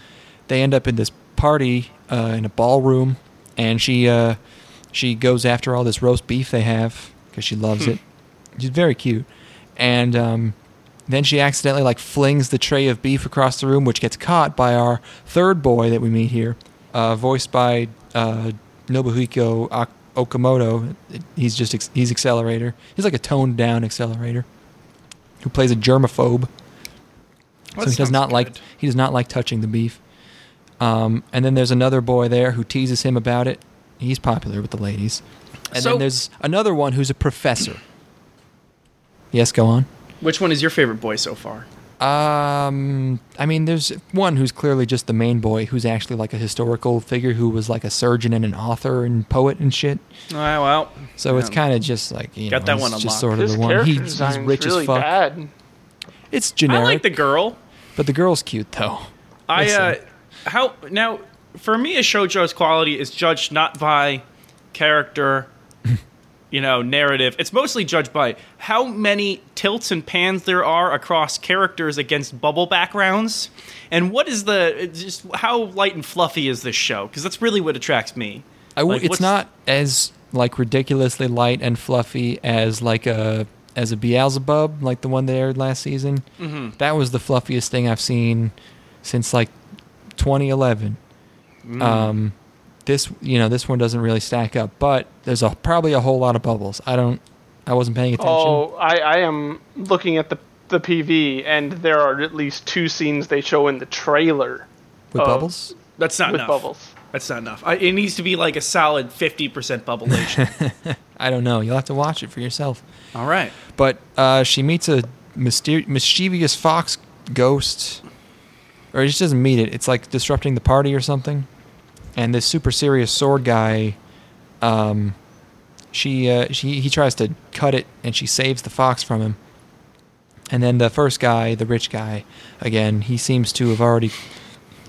[SPEAKER 2] They end up in this party uh, in a ballroom, and she uh, she goes after all this roast beef they have because she loves it. She's very cute, and um, then she accidentally like flings the tray of beef across the room, which gets caught by our third boy that we meet here, uh, voiced by uh, Nobuhiko Ak- Okamoto. He's just ex- he's accelerator. He's like a toned down accelerator who plays a germaphobe.
[SPEAKER 1] Well,
[SPEAKER 2] so
[SPEAKER 1] that
[SPEAKER 2] he does
[SPEAKER 1] sounds
[SPEAKER 2] not like
[SPEAKER 1] good.
[SPEAKER 2] he does not like touching the beef. Um, and then there's another boy there who teases him about it. He's popular with the ladies. And
[SPEAKER 1] So-
[SPEAKER 2] then there's another one who's a professor. Yes, go on.
[SPEAKER 1] Which one is your favorite boy so far?
[SPEAKER 2] Um, I mean, there's one who's clearly just the main boy, who's actually like a historical figure who was like a surgeon and an author and poet and shit.
[SPEAKER 1] Oh, well,
[SPEAKER 2] So it's
[SPEAKER 1] Yeah.
[SPEAKER 2] kind of just like you
[SPEAKER 1] Got
[SPEAKER 2] know,
[SPEAKER 1] that
[SPEAKER 2] he's
[SPEAKER 1] one
[SPEAKER 2] just
[SPEAKER 1] unlocked.
[SPEAKER 2] sort of
[SPEAKER 3] His
[SPEAKER 2] the one.
[SPEAKER 3] character
[SPEAKER 2] He,
[SPEAKER 3] design's
[SPEAKER 2] he's rich
[SPEAKER 3] really
[SPEAKER 2] as fuck.
[SPEAKER 3] bad.
[SPEAKER 2] It's
[SPEAKER 1] I
[SPEAKER 2] generic,
[SPEAKER 1] like the girl.
[SPEAKER 2] but the girl's cute though.
[SPEAKER 5] I
[SPEAKER 2] Listen.
[SPEAKER 5] uh, how now for me a shoujo's quality is judged not by character, you know, narrative. It's mostly judged by how many tilts and pans there are across characters against bubble backgrounds, and what is the it's just how light and fluffy is this show? Because that's really what attracts me.
[SPEAKER 2] I w-
[SPEAKER 5] Like,
[SPEAKER 2] it's
[SPEAKER 5] what's-
[SPEAKER 2] not as like ridiculously light and fluffy as like a as a Beelzebub, like the one they aired last season. Mm-hmm. That was the fluffiest thing I've seen since like 2011. Um, this you know this one doesn't really stack up, but there's a probably a whole lot of bubbles. I don't. I wasn't paying attention.
[SPEAKER 3] Oh, I, I am looking at the the PV, and there are at least two scenes they show in the trailer
[SPEAKER 2] with
[SPEAKER 3] oh.
[SPEAKER 2] bubbles.
[SPEAKER 5] That's not
[SPEAKER 3] with
[SPEAKER 5] enough.
[SPEAKER 3] bubbles.
[SPEAKER 5] That's not enough. I, it needs to be like a solid 50% bubbleation.
[SPEAKER 2] I don't know. You'll have to watch it for yourself.
[SPEAKER 5] All right.
[SPEAKER 2] But uh, she meets a myster- mischievous fox ghost, or she doesn't meet it. It's like disrupting the party or something. And this super serious sword guy, um, she, uh, she he tries to cut it, and she saves the fox from him. And then the first guy, the rich guy, again, he seems to have already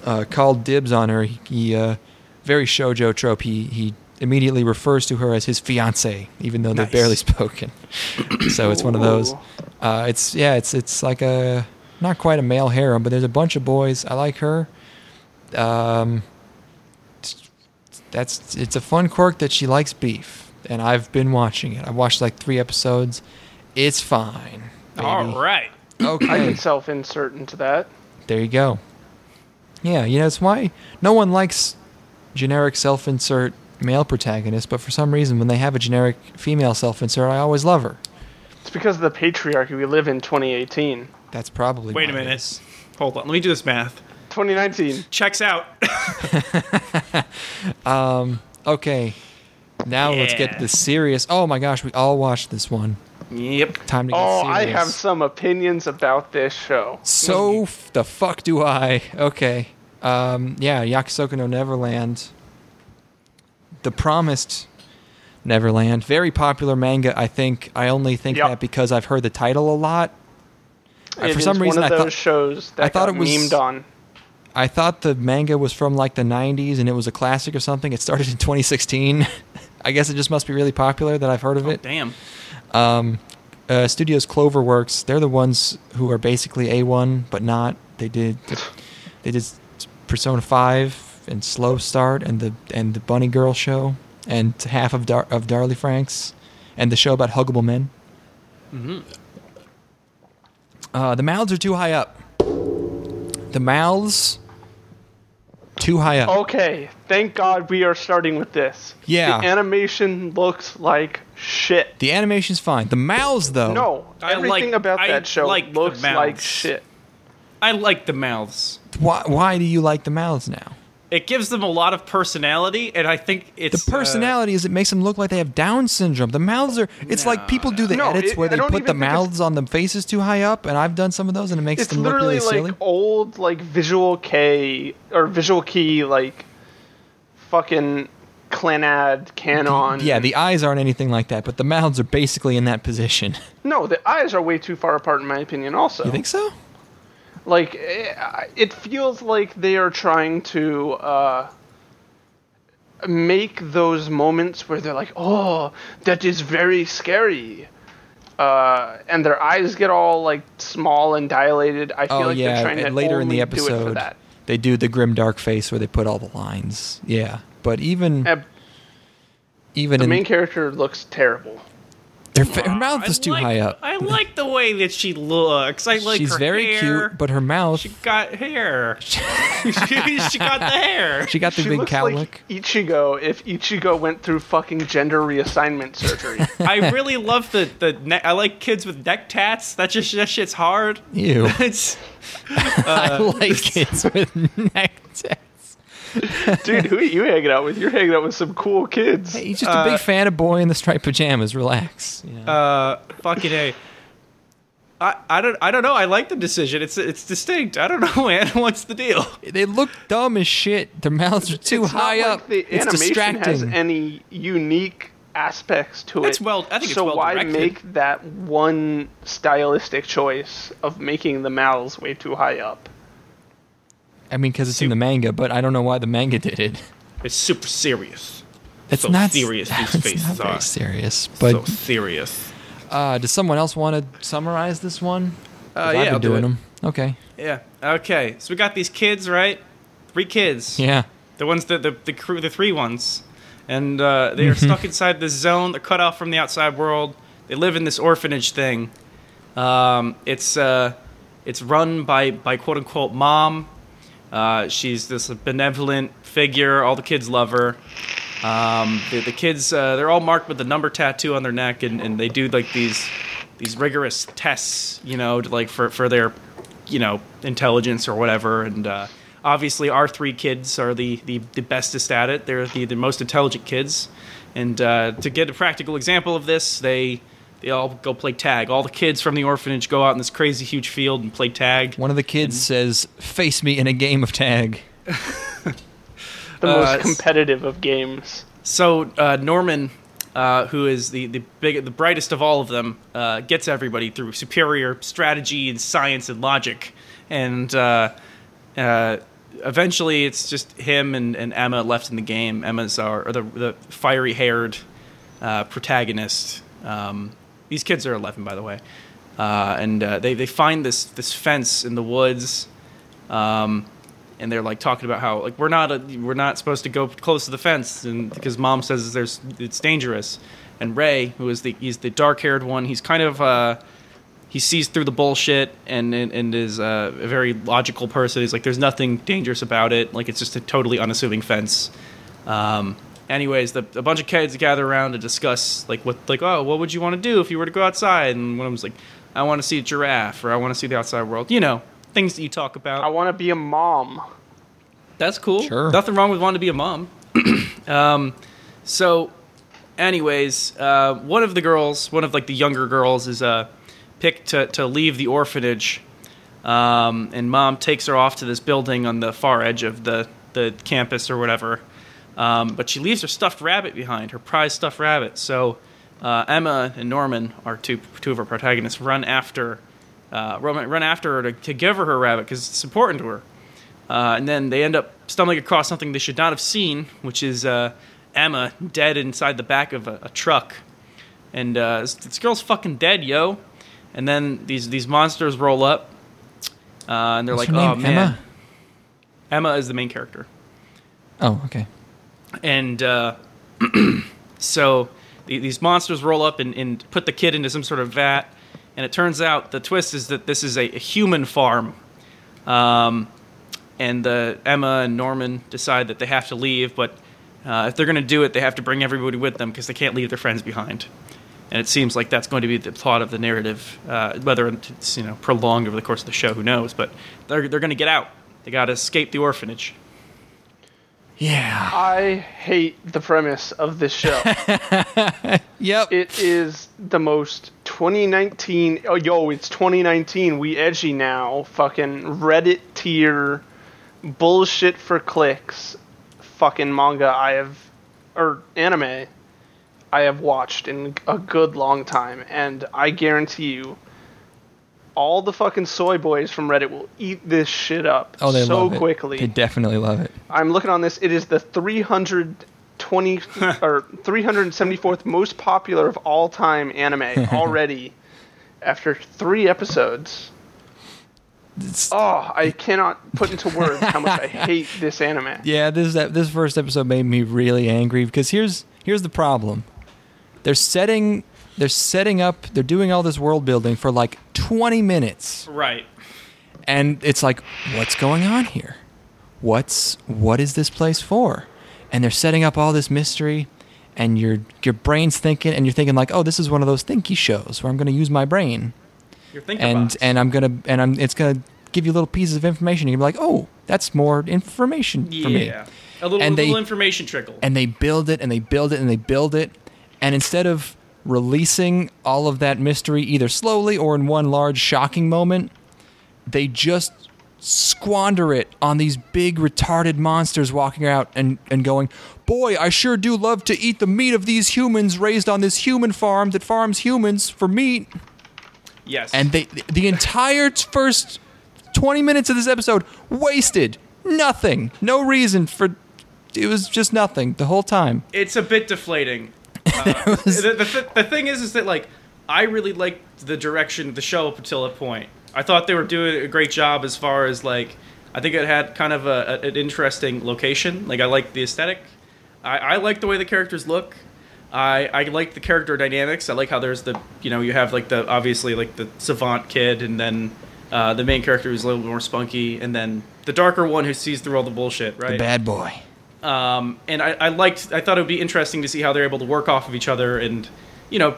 [SPEAKER 2] uh, called dibs on her. He, he uh, very shojo trope. He he immediately refers to her as his fiance, even though
[SPEAKER 5] Nice.
[SPEAKER 2] they've barely spoken. so it's one of those.
[SPEAKER 3] Ooh.
[SPEAKER 2] Uh, it's yeah, it's it's like a not quite a male harem, but there's a bunch of boys. I like her. Um, it's- that's it's a fun quirk that she likes beef, and I've been watching it. I watched like three episodes. It's fine. baby.
[SPEAKER 5] All right.
[SPEAKER 3] I
[SPEAKER 2] Okay.
[SPEAKER 3] can self-insert into that.
[SPEAKER 2] There you go. Yeah, you know, it's why no one likes generic self insert male protagonists, but for some reason, when they have a generic female self insert, I always love her.
[SPEAKER 3] It's because of the patriarchy we live in 2018.
[SPEAKER 2] That's probably.
[SPEAKER 5] Wait a
[SPEAKER 2] why it
[SPEAKER 5] minute.
[SPEAKER 2] is.
[SPEAKER 5] Hold on. Let me do this math.
[SPEAKER 3] 2019.
[SPEAKER 5] Checks out.
[SPEAKER 2] Okay, now let's
[SPEAKER 5] Yeah.
[SPEAKER 2] get the serious. Oh my gosh, we all watched this one.
[SPEAKER 5] yep.
[SPEAKER 2] Time to get
[SPEAKER 3] Oh,
[SPEAKER 2] serious.
[SPEAKER 3] I have some opinions about this show.
[SPEAKER 2] So f- the fuck do I? Okay. Um, yeah, Yakusoka no Neverland. The Promised Neverland. Very popular manga, I think. I only think
[SPEAKER 3] Yep.
[SPEAKER 2] that because I've heard the title a lot. I-
[SPEAKER 3] It
[SPEAKER 2] for some
[SPEAKER 3] is
[SPEAKER 2] reason,
[SPEAKER 3] one
[SPEAKER 2] I
[SPEAKER 3] of
[SPEAKER 2] thought
[SPEAKER 3] those shows that
[SPEAKER 2] I thought
[SPEAKER 3] got
[SPEAKER 2] it was-
[SPEAKER 3] memed on.
[SPEAKER 2] I thought the manga was from like the 90s and it was a classic or something. It started in 2016. I guess it just must be really popular that I've heard of it.
[SPEAKER 1] Damn.
[SPEAKER 2] Um, uh, Studios Cloverworks, they're the ones who are basically A1, but not. They did they did Persona 5 and Slow Start and the and the Bunny Girl show and half of Dar- of Darlie Franks and the show about huggable men. Mm-hmm. Uh, the mouths are too high up. The mouths too high
[SPEAKER 3] Oh.
[SPEAKER 2] up.
[SPEAKER 3] Okay, thank God we are starting with this.
[SPEAKER 2] Yeah.
[SPEAKER 3] The animation looks like shit.
[SPEAKER 2] The animation's fine. The mouths though.
[SPEAKER 3] No,
[SPEAKER 1] I like-
[SPEAKER 3] everything about
[SPEAKER 1] I
[SPEAKER 3] that show
[SPEAKER 1] like the
[SPEAKER 3] looks
[SPEAKER 1] mounts.
[SPEAKER 3] like shit.
[SPEAKER 1] I like the mouths.
[SPEAKER 2] Why why do you like the mouths now?
[SPEAKER 1] It gives them a lot of personality, and I think it's
[SPEAKER 2] The
[SPEAKER 1] uh,
[SPEAKER 2] personality is it makes them look like they have Down syndrome. The mouths are. It's like people do the
[SPEAKER 3] No,
[SPEAKER 2] edits
[SPEAKER 3] it-
[SPEAKER 2] where
[SPEAKER 3] I
[SPEAKER 2] they
[SPEAKER 3] don't
[SPEAKER 2] put the
[SPEAKER 3] even think it's-
[SPEAKER 2] mouths on the faces too high up, and I've done some of those, and it makes
[SPEAKER 3] It's
[SPEAKER 2] them look really
[SPEAKER 3] literally like
[SPEAKER 2] silly.
[SPEAKER 3] old like visual K or visual key like fucking Clanad Canon.
[SPEAKER 2] Yeah, the eyes aren't anything like that, but the mouths are basically in that position.
[SPEAKER 3] No, the eyes are way too far apart in my opinion also.
[SPEAKER 2] You think so?
[SPEAKER 3] like eh, it feels like they are trying to uh, make those moments where they're like oh that is very scary uh, and their eyes get all like small and dilated i feel
[SPEAKER 2] Oh
[SPEAKER 3] like
[SPEAKER 2] yeah,
[SPEAKER 3] they're trying to
[SPEAKER 2] and later in the
[SPEAKER 3] only do it for
[SPEAKER 2] episode
[SPEAKER 3] that
[SPEAKER 2] they do the grim dark face where they put all the lines. Yeah, but even
[SPEAKER 3] And
[SPEAKER 2] even
[SPEAKER 3] the
[SPEAKER 2] in
[SPEAKER 3] main character looks terrible
[SPEAKER 2] their, fa- her mouth
[SPEAKER 1] I
[SPEAKER 2] is too
[SPEAKER 1] like-
[SPEAKER 2] high up.
[SPEAKER 1] I like the way that she looks. I like
[SPEAKER 2] She's
[SPEAKER 1] her
[SPEAKER 2] very
[SPEAKER 1] hair.
[SPEAKER 2] cute, but her mouth.
[SPEAKER 1] she
[SPEAKER 2] She,
[SPEAKER 1] got hair. she got the hair.
[SPEAKER 2] got the
[SPEAKER 3] she
[SPEAKER 2] big
[SPEAKER 3] looks
[SPEAKER 2] cow look.
[SPEAKER 3] like ichigo if ichigo went through fucking gender reassignment surgery
[SPEAKER 1] I really love the the. Ne- I like kids with neck tats. That just that shit's hard.
[SPEAKER 2] Ew.
[SPEAKER 1] It's
[SPEAKER 2] I like kids with neck tats.
[SPEAKER 3] dude who are you hanging out with you're hanging out with some cool kids
[SPEAKER 2] He's just a big fan of boy in the striped pajamas. Relax. you know.
[SPEAKER 1] uh fucking a. I, I don't I don't know I like the decision it's it's distinct I don't know man what's the deal
[SPEAKER 2] they look dumb as shit. Their mouths are too
[SPEAKER 3] It's not
[SPEAKER 2] high
[SPEAKER 3] like
[SPEAKER 2] up.
[SPEAKER 3] The
[SPEAKER 2] it's
[SPEAKER 3] animation has
[SPEAKER 2] distracting.
[SPEAKER 3] any unique aspects to
[SPEAKER 1] It's
[SPEAKER 3] it.
[SPEAKER 1] well- I think it's
[SPEAKER 3] so
[SPEAKER 1] well
[SPEAKER 3] why
[SPEAKER 1] directed.
[SPEAKER 3] make that one stylistic choice of making the mouths way too high up?
[SPEAKER 2] I mean, because it's in the manga, but I don't know why the manga did it.
[SPEAKER 1] it's super serious
[SPEAKER 2] That's
[SPEAKER 1] So
[SPEAKER 2] not
[SPEAKER 1] serious these
[SPEAKER 2] it's
[SPEAKER 1] faces
[SPEAKER 2] not very
[SPEAKER 1] are.
[SPEAKER 2] serious. But
[SPEAKER 1] serious
[SPEAKER 2] uh, does someone else want to summarize this one? 'Cause I've
[SPEAKER 1] Uh, yeah,
[SPEAKER 2] been
[SPEAKER 1] I'll do
[SPEAKER 2] doing
[SPEAKER 1] it.
[SPEAKER 2] them. Okay.
[SPEAKER 1] yeah okay so we got these kids right three kids
[SPEAKER 2] Yeah.
[SPEAKER 1] The ones that the the crew, the three ones, and uh, they are stuck inside this zone. They're cut off from the outside world. They live in this orphanage thing. Um, it's uh, it's run by by quote unquote mom. Uh, she's this benevolent figure. All the kids love her. Um, the, the kids uh, they're all marked with the number tattoo on their neck, and, and they do like these these rigorous tests, you know, to, like for for their you know intelligence or whatever. And uh, obviously, our three kids are the, the the bestest at it. They're the the most intelligent kids. And uh, to get a practical example of this, they they all go play tag. All the kids from the orphanage go out in this crazy huge field and play tag.
[SPEAKER 2] One of the kids says, "Face me in a game of tag."
[SPEAKER 3] The
[SPEAKER 1] Uh,
[SPEAKER 3] most
[SPEAKER 1] it's-
[SPEAKER 3] competitive of games.
[SPEAKER 1] So uh, Norman, uh, who is the the, big, the brightest of all of them, uh, gets everybody through superior strategy and science and logic, and uh, uh, eventually it's just him and, and Emma left in the game. Emma's our or the the fiery haired uh, protagonist. Um, these kids are 11, by the way, uh, and uh, they they find this this fence in the woods um, and they're like talking about how like we're not a, we're not supposed to go close to the fence, and because mom says there's it's dangerous, and Ray, who is the he's the dark-haired one, he's kind of uh, he sees through the bullshit and and, and is uh, a very logical person. He's like, there's nothing dangerous about it. Like it's just a totally unassuming fence. Um, anyways, the, a bunch of kids gather around to discuss like what like oh what would you want to do if you were to go outside? And one of them's like, I want to see a giraffe or I want to see the outside world. You know things that you talk about.
[SPEAKER 3] I want to be a mom.
[SPEAKER 1] That's cool.
[SPEAKER 2] Sure.
[SPEAKER 1] Nothing wrong with wanting to be a mom. um, so, anyways, uh, one of the girls, one of like the younger girls, is uh, picked to, to leave the orphanage, um, and mom takes her off to this building on the far edge of the the campus or whatever. Um, but she leaves her stuffed rabbit behind, her prize stuffed rabbit. So uh, Emma and Norman are two two of our protagonists. Run after, uh, run run after her to, to give her her rabbit because it's important to her. Uh, and then they end up stumbling across something they should not have seen, which is uh, Emma dead inside the back of a, a truck. And uh, this, this girl's fucking dead, yo. And then these these monsters roll up, uh, and they're
[SPEAKER 2] What's
[SPEAKER 1] like,
[SPEAKER 2] her
[SPEAKER 1] "Oh
[SPEAKER 2] name?
[SPEAKER 1] man,
[SPEAKER 2] Emma?
[SPEAKER 1] Emma is the main character."
[SPEAKER 2] Oh, okay.
[SPEAKER 1] and uh, so the, these monsters roll up and, and put the kid into some sort of vat and it turns out the twist is that this is a, a human farm um, and the emma and norman decide that they have to leave but uh, if they're going to do it they have to bring everybody with them because they can't leave their friends behind and it seems like that's going to be the plot of the narrative uh, whether it's you know prolonged over the course of the show who knows but they're, they're going to get out they got to escape the orphanage
[SPEAKER 2] Yeah.
[SPEAKER 3] I hate the premise of this show.
[SPEAKER 2] Yep.
[SPEAKER 3] it is the most 2019. Oh, yo, it's 2019. We edgy now. Fucking Reddit tier bullshit for clicks. Fucking manga I have, or anime I have watched in a good long time, and I guarantee you. All the fucking soy boys from Reddit will eat this shit up
[SPEAKER 2] oh, they
[SPEAKER 3] so
[SPEAKER 2] love it.
[SPEAKER 3] quickly.
[SPEAKER 2] They definitely love it.
[SPEAKER 3] I'm looking on this. It is the 320 or 374th most popular of all time anime already after three episodes.
[SPEAKER 2] It's-
[SPEAKER 3] Oh, I cannot put into words how much I hate this anime.
[SPEAKER 2] Yeah, this this first episode made me really angry because here's here's the problem. They're setting they're setting up they're doing all this world building for like 20 minutes
[SPEAKER 1] right
[SPEAKER 2] and it's like what's going on here? What's what is this place for? And they're setting up all this mystery and your your brain's thinking and you're thinking like, "Oh, this is one of those thinky shows where I'm going to use my brain."
[SPEAKER 1] you're thinking
[SPEAKER 2] and
[SPEAKER 1] about
[SPEAKER 2] and I'm gonna and I'm it's gonna give you little pieces of information. You're gonna be like, oh, that's more information for me.
[SPEAKER 1] Yeah. A little,
[SPEAKER 2] And
[SPEAKER 1] a little
[SPEAKER 2] they-
[SPEAKER 1] information trickle.
[SPEAKER 2] And they build it and they build it and they build it, and instead of releasing all of that mystery either slowly or in one large shocking moment, they just squander it on these big retarded monsters walking out and, and going boy i sure do love to eat the meat of these humans raised on this human farm that farms humans for meat
[SPEAKER 1] yes.
[SPEAKER 2] and they the entire t- first 20 minutes of this episode wasted nothing no reason for it was just nothing the whole time
[SPEAKER 1] it's a bit deflating. Uh, the, the, th- the thing is, is that like I really liked the direction of the show up until that point. I thought they were doing a great job as far as like I think it had kind of a, a- an interesting location. Like I liked the aesthetic. I, I like the way the characters look. I, I like the character dynamics. I like how there's the you know you have like the obviously like the savant kid and then uh, the main character who's a little more spunky and then the darker one who sees through all the bullshit. Right.
[SPEAKER 2] the bad boy
[SPEAKER 1] um, and I, I liked. I thought it would be interesting to see how they're able to work off of each other and, you know,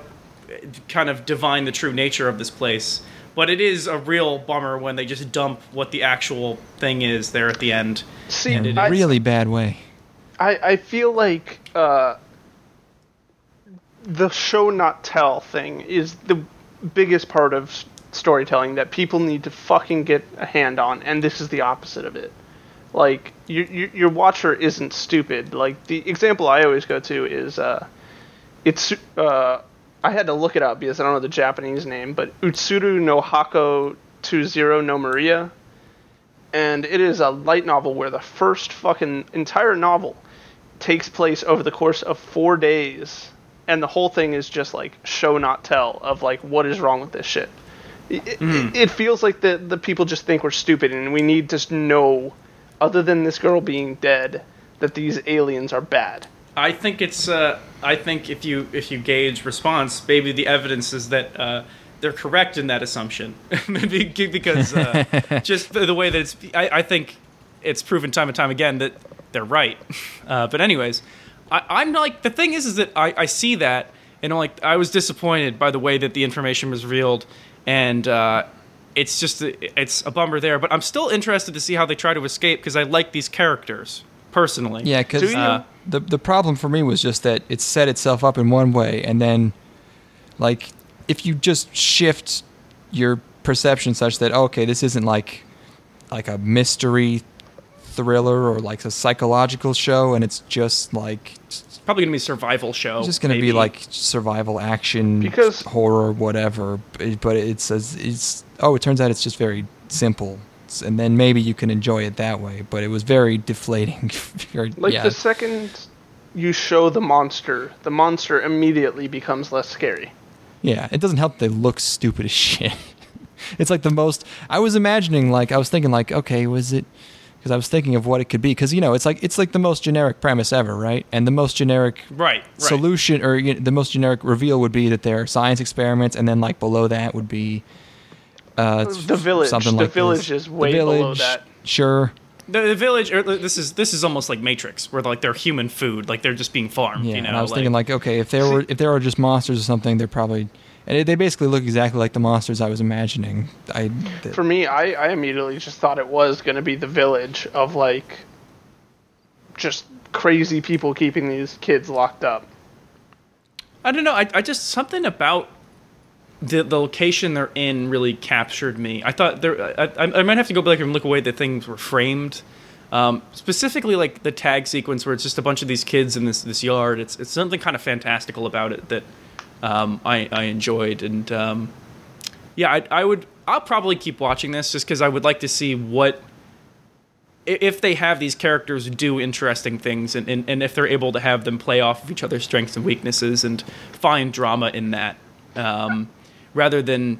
[SPEAKER 1] kind of divine the true nature of this place. But it is a real bummer when they just dump what the actual thing is there at the end.
[SPEAKER 3] See,
[SPEAKER 2] in a
[SPEAKER 3] I,
[SPEAKER 2] really bad way
[SPEAKER 3] I, I feel like uh, the show not tell thing is the biggest part of s- storytelling that people need to fucking get a hand on, and this is the opposite of it. Like your your, your watcher isn't stupid. Like the example I always go to is uh, it's uh, I had to look it up because I don't know the Japanese name, but Utsuru no Hako to Zero no Maria and it is a light novel where the first fucking entire novel takes place over the course of four days, and the whole thing is just like show not tell of like what is wrong with this shit. It, it- it feels like the the people just think we're stupid, and we need to s- know, other than this girl being dead, that these aliens are bad.
[SPEAKER 1] I think it's. Uh, I think if you if you gauge response, maybe the evidence is that uh, they're correct in that assumption. maybe g- because uh, just the the way that it's. I, I think it's proven time and time again that they're right. Uh, but anyways, I, I'm like the thing is is that I, I see that and I'm like I was disappointed by the way that the information was revealed, and uh, it's just a- it's a bummer there. But I'm still interested to see how they try to escape because I like these characters personally.
[SPEAKER 2] yeah
[SPEAKER 3] Do
[SPEAKER 2] because
[SPEAKER 3] you-
[SPEAKER 2] the, the problem for me was just that it set itself up in one way and then like if you just shift your perception such that okay this isn't like like a mystery thriller or like a psychological show and it's just like
[SPEAKER 1] probably gonna be a survival show.
[SPEAKER 2] It's just going to
[SPEAKER 1] maybe.
[SPEAKER 2] be like survival action,
[SPEAKER 3] Oh, Because-
[SPEAKER 2] horror, whatever. But but it's as it's oh, it turns out it's just very simple parts, and then maybe you can enjoy it that way. But it was very deflating. Very-
[SPEAKER 3] Like
[SPEAKER 2] yeah.
[SPEAKER 3] the second you show the monster, the monster immediately becomes less scary.
[SPEAKER 2] Yeah, it doesn't help. They look stupid as shit. it's like the most. I was imagining, like, I was thinking, like, okay, was it? Because I was thinking of what it could be. Because you know, it's like it's like the most generic premise ever, right? And the most generic
[SPEAKER 1] Right, right.
[SPEAKER 2] solution, or you know, the most generic reveal would be that there are science experiments, and then like below that would be uh,
[SPEAKER 3] The village.
[SPEAKER 2] Something
[SPEAKER 3] The
[SPEAKER 2] like this.
[SPEAKER 3] village is way
[SPEAKER 2] the
[SPEAKER 3] below
[SPEAKER 2] village,
[SPEAKER 3] that.
[SPEAKER 2] Sure.
[SPEAKER 1] The, the village. Or this is this is almost like Matrix, where like they're human food, like they're just being farmed.
[SPEAKER 2] Yeah,
[SPEAKER 1] you know,
[SPEAKER 2] and I was thinking like, okay, if there were if there are just monsters or something, they're probably and it, they basically look exactly like the monsters I was imagining. I th-
[SPEAKER 3] For me, I, I immediately just thought it was going to be the village of like just crazy people keeping these kids locked up.
[SPEAKER 1] I don't know. I, I just something about the the location they're in really captured me. I thought there. I, I, I might have to go back and look away. The things were framed. Um, specifically, like the tag sequence where it's just a bunch of these kids in this this yard. It's it's something kind of fantastical about it that um, I I enjoyed and um, yeah, I, I would. I'll probably keep watching this just because I would like to see what i- if they have these characters do interesting things and, and, and if they're able to have them play off of each other's strengths and weaknesses and find drama in that um, rather than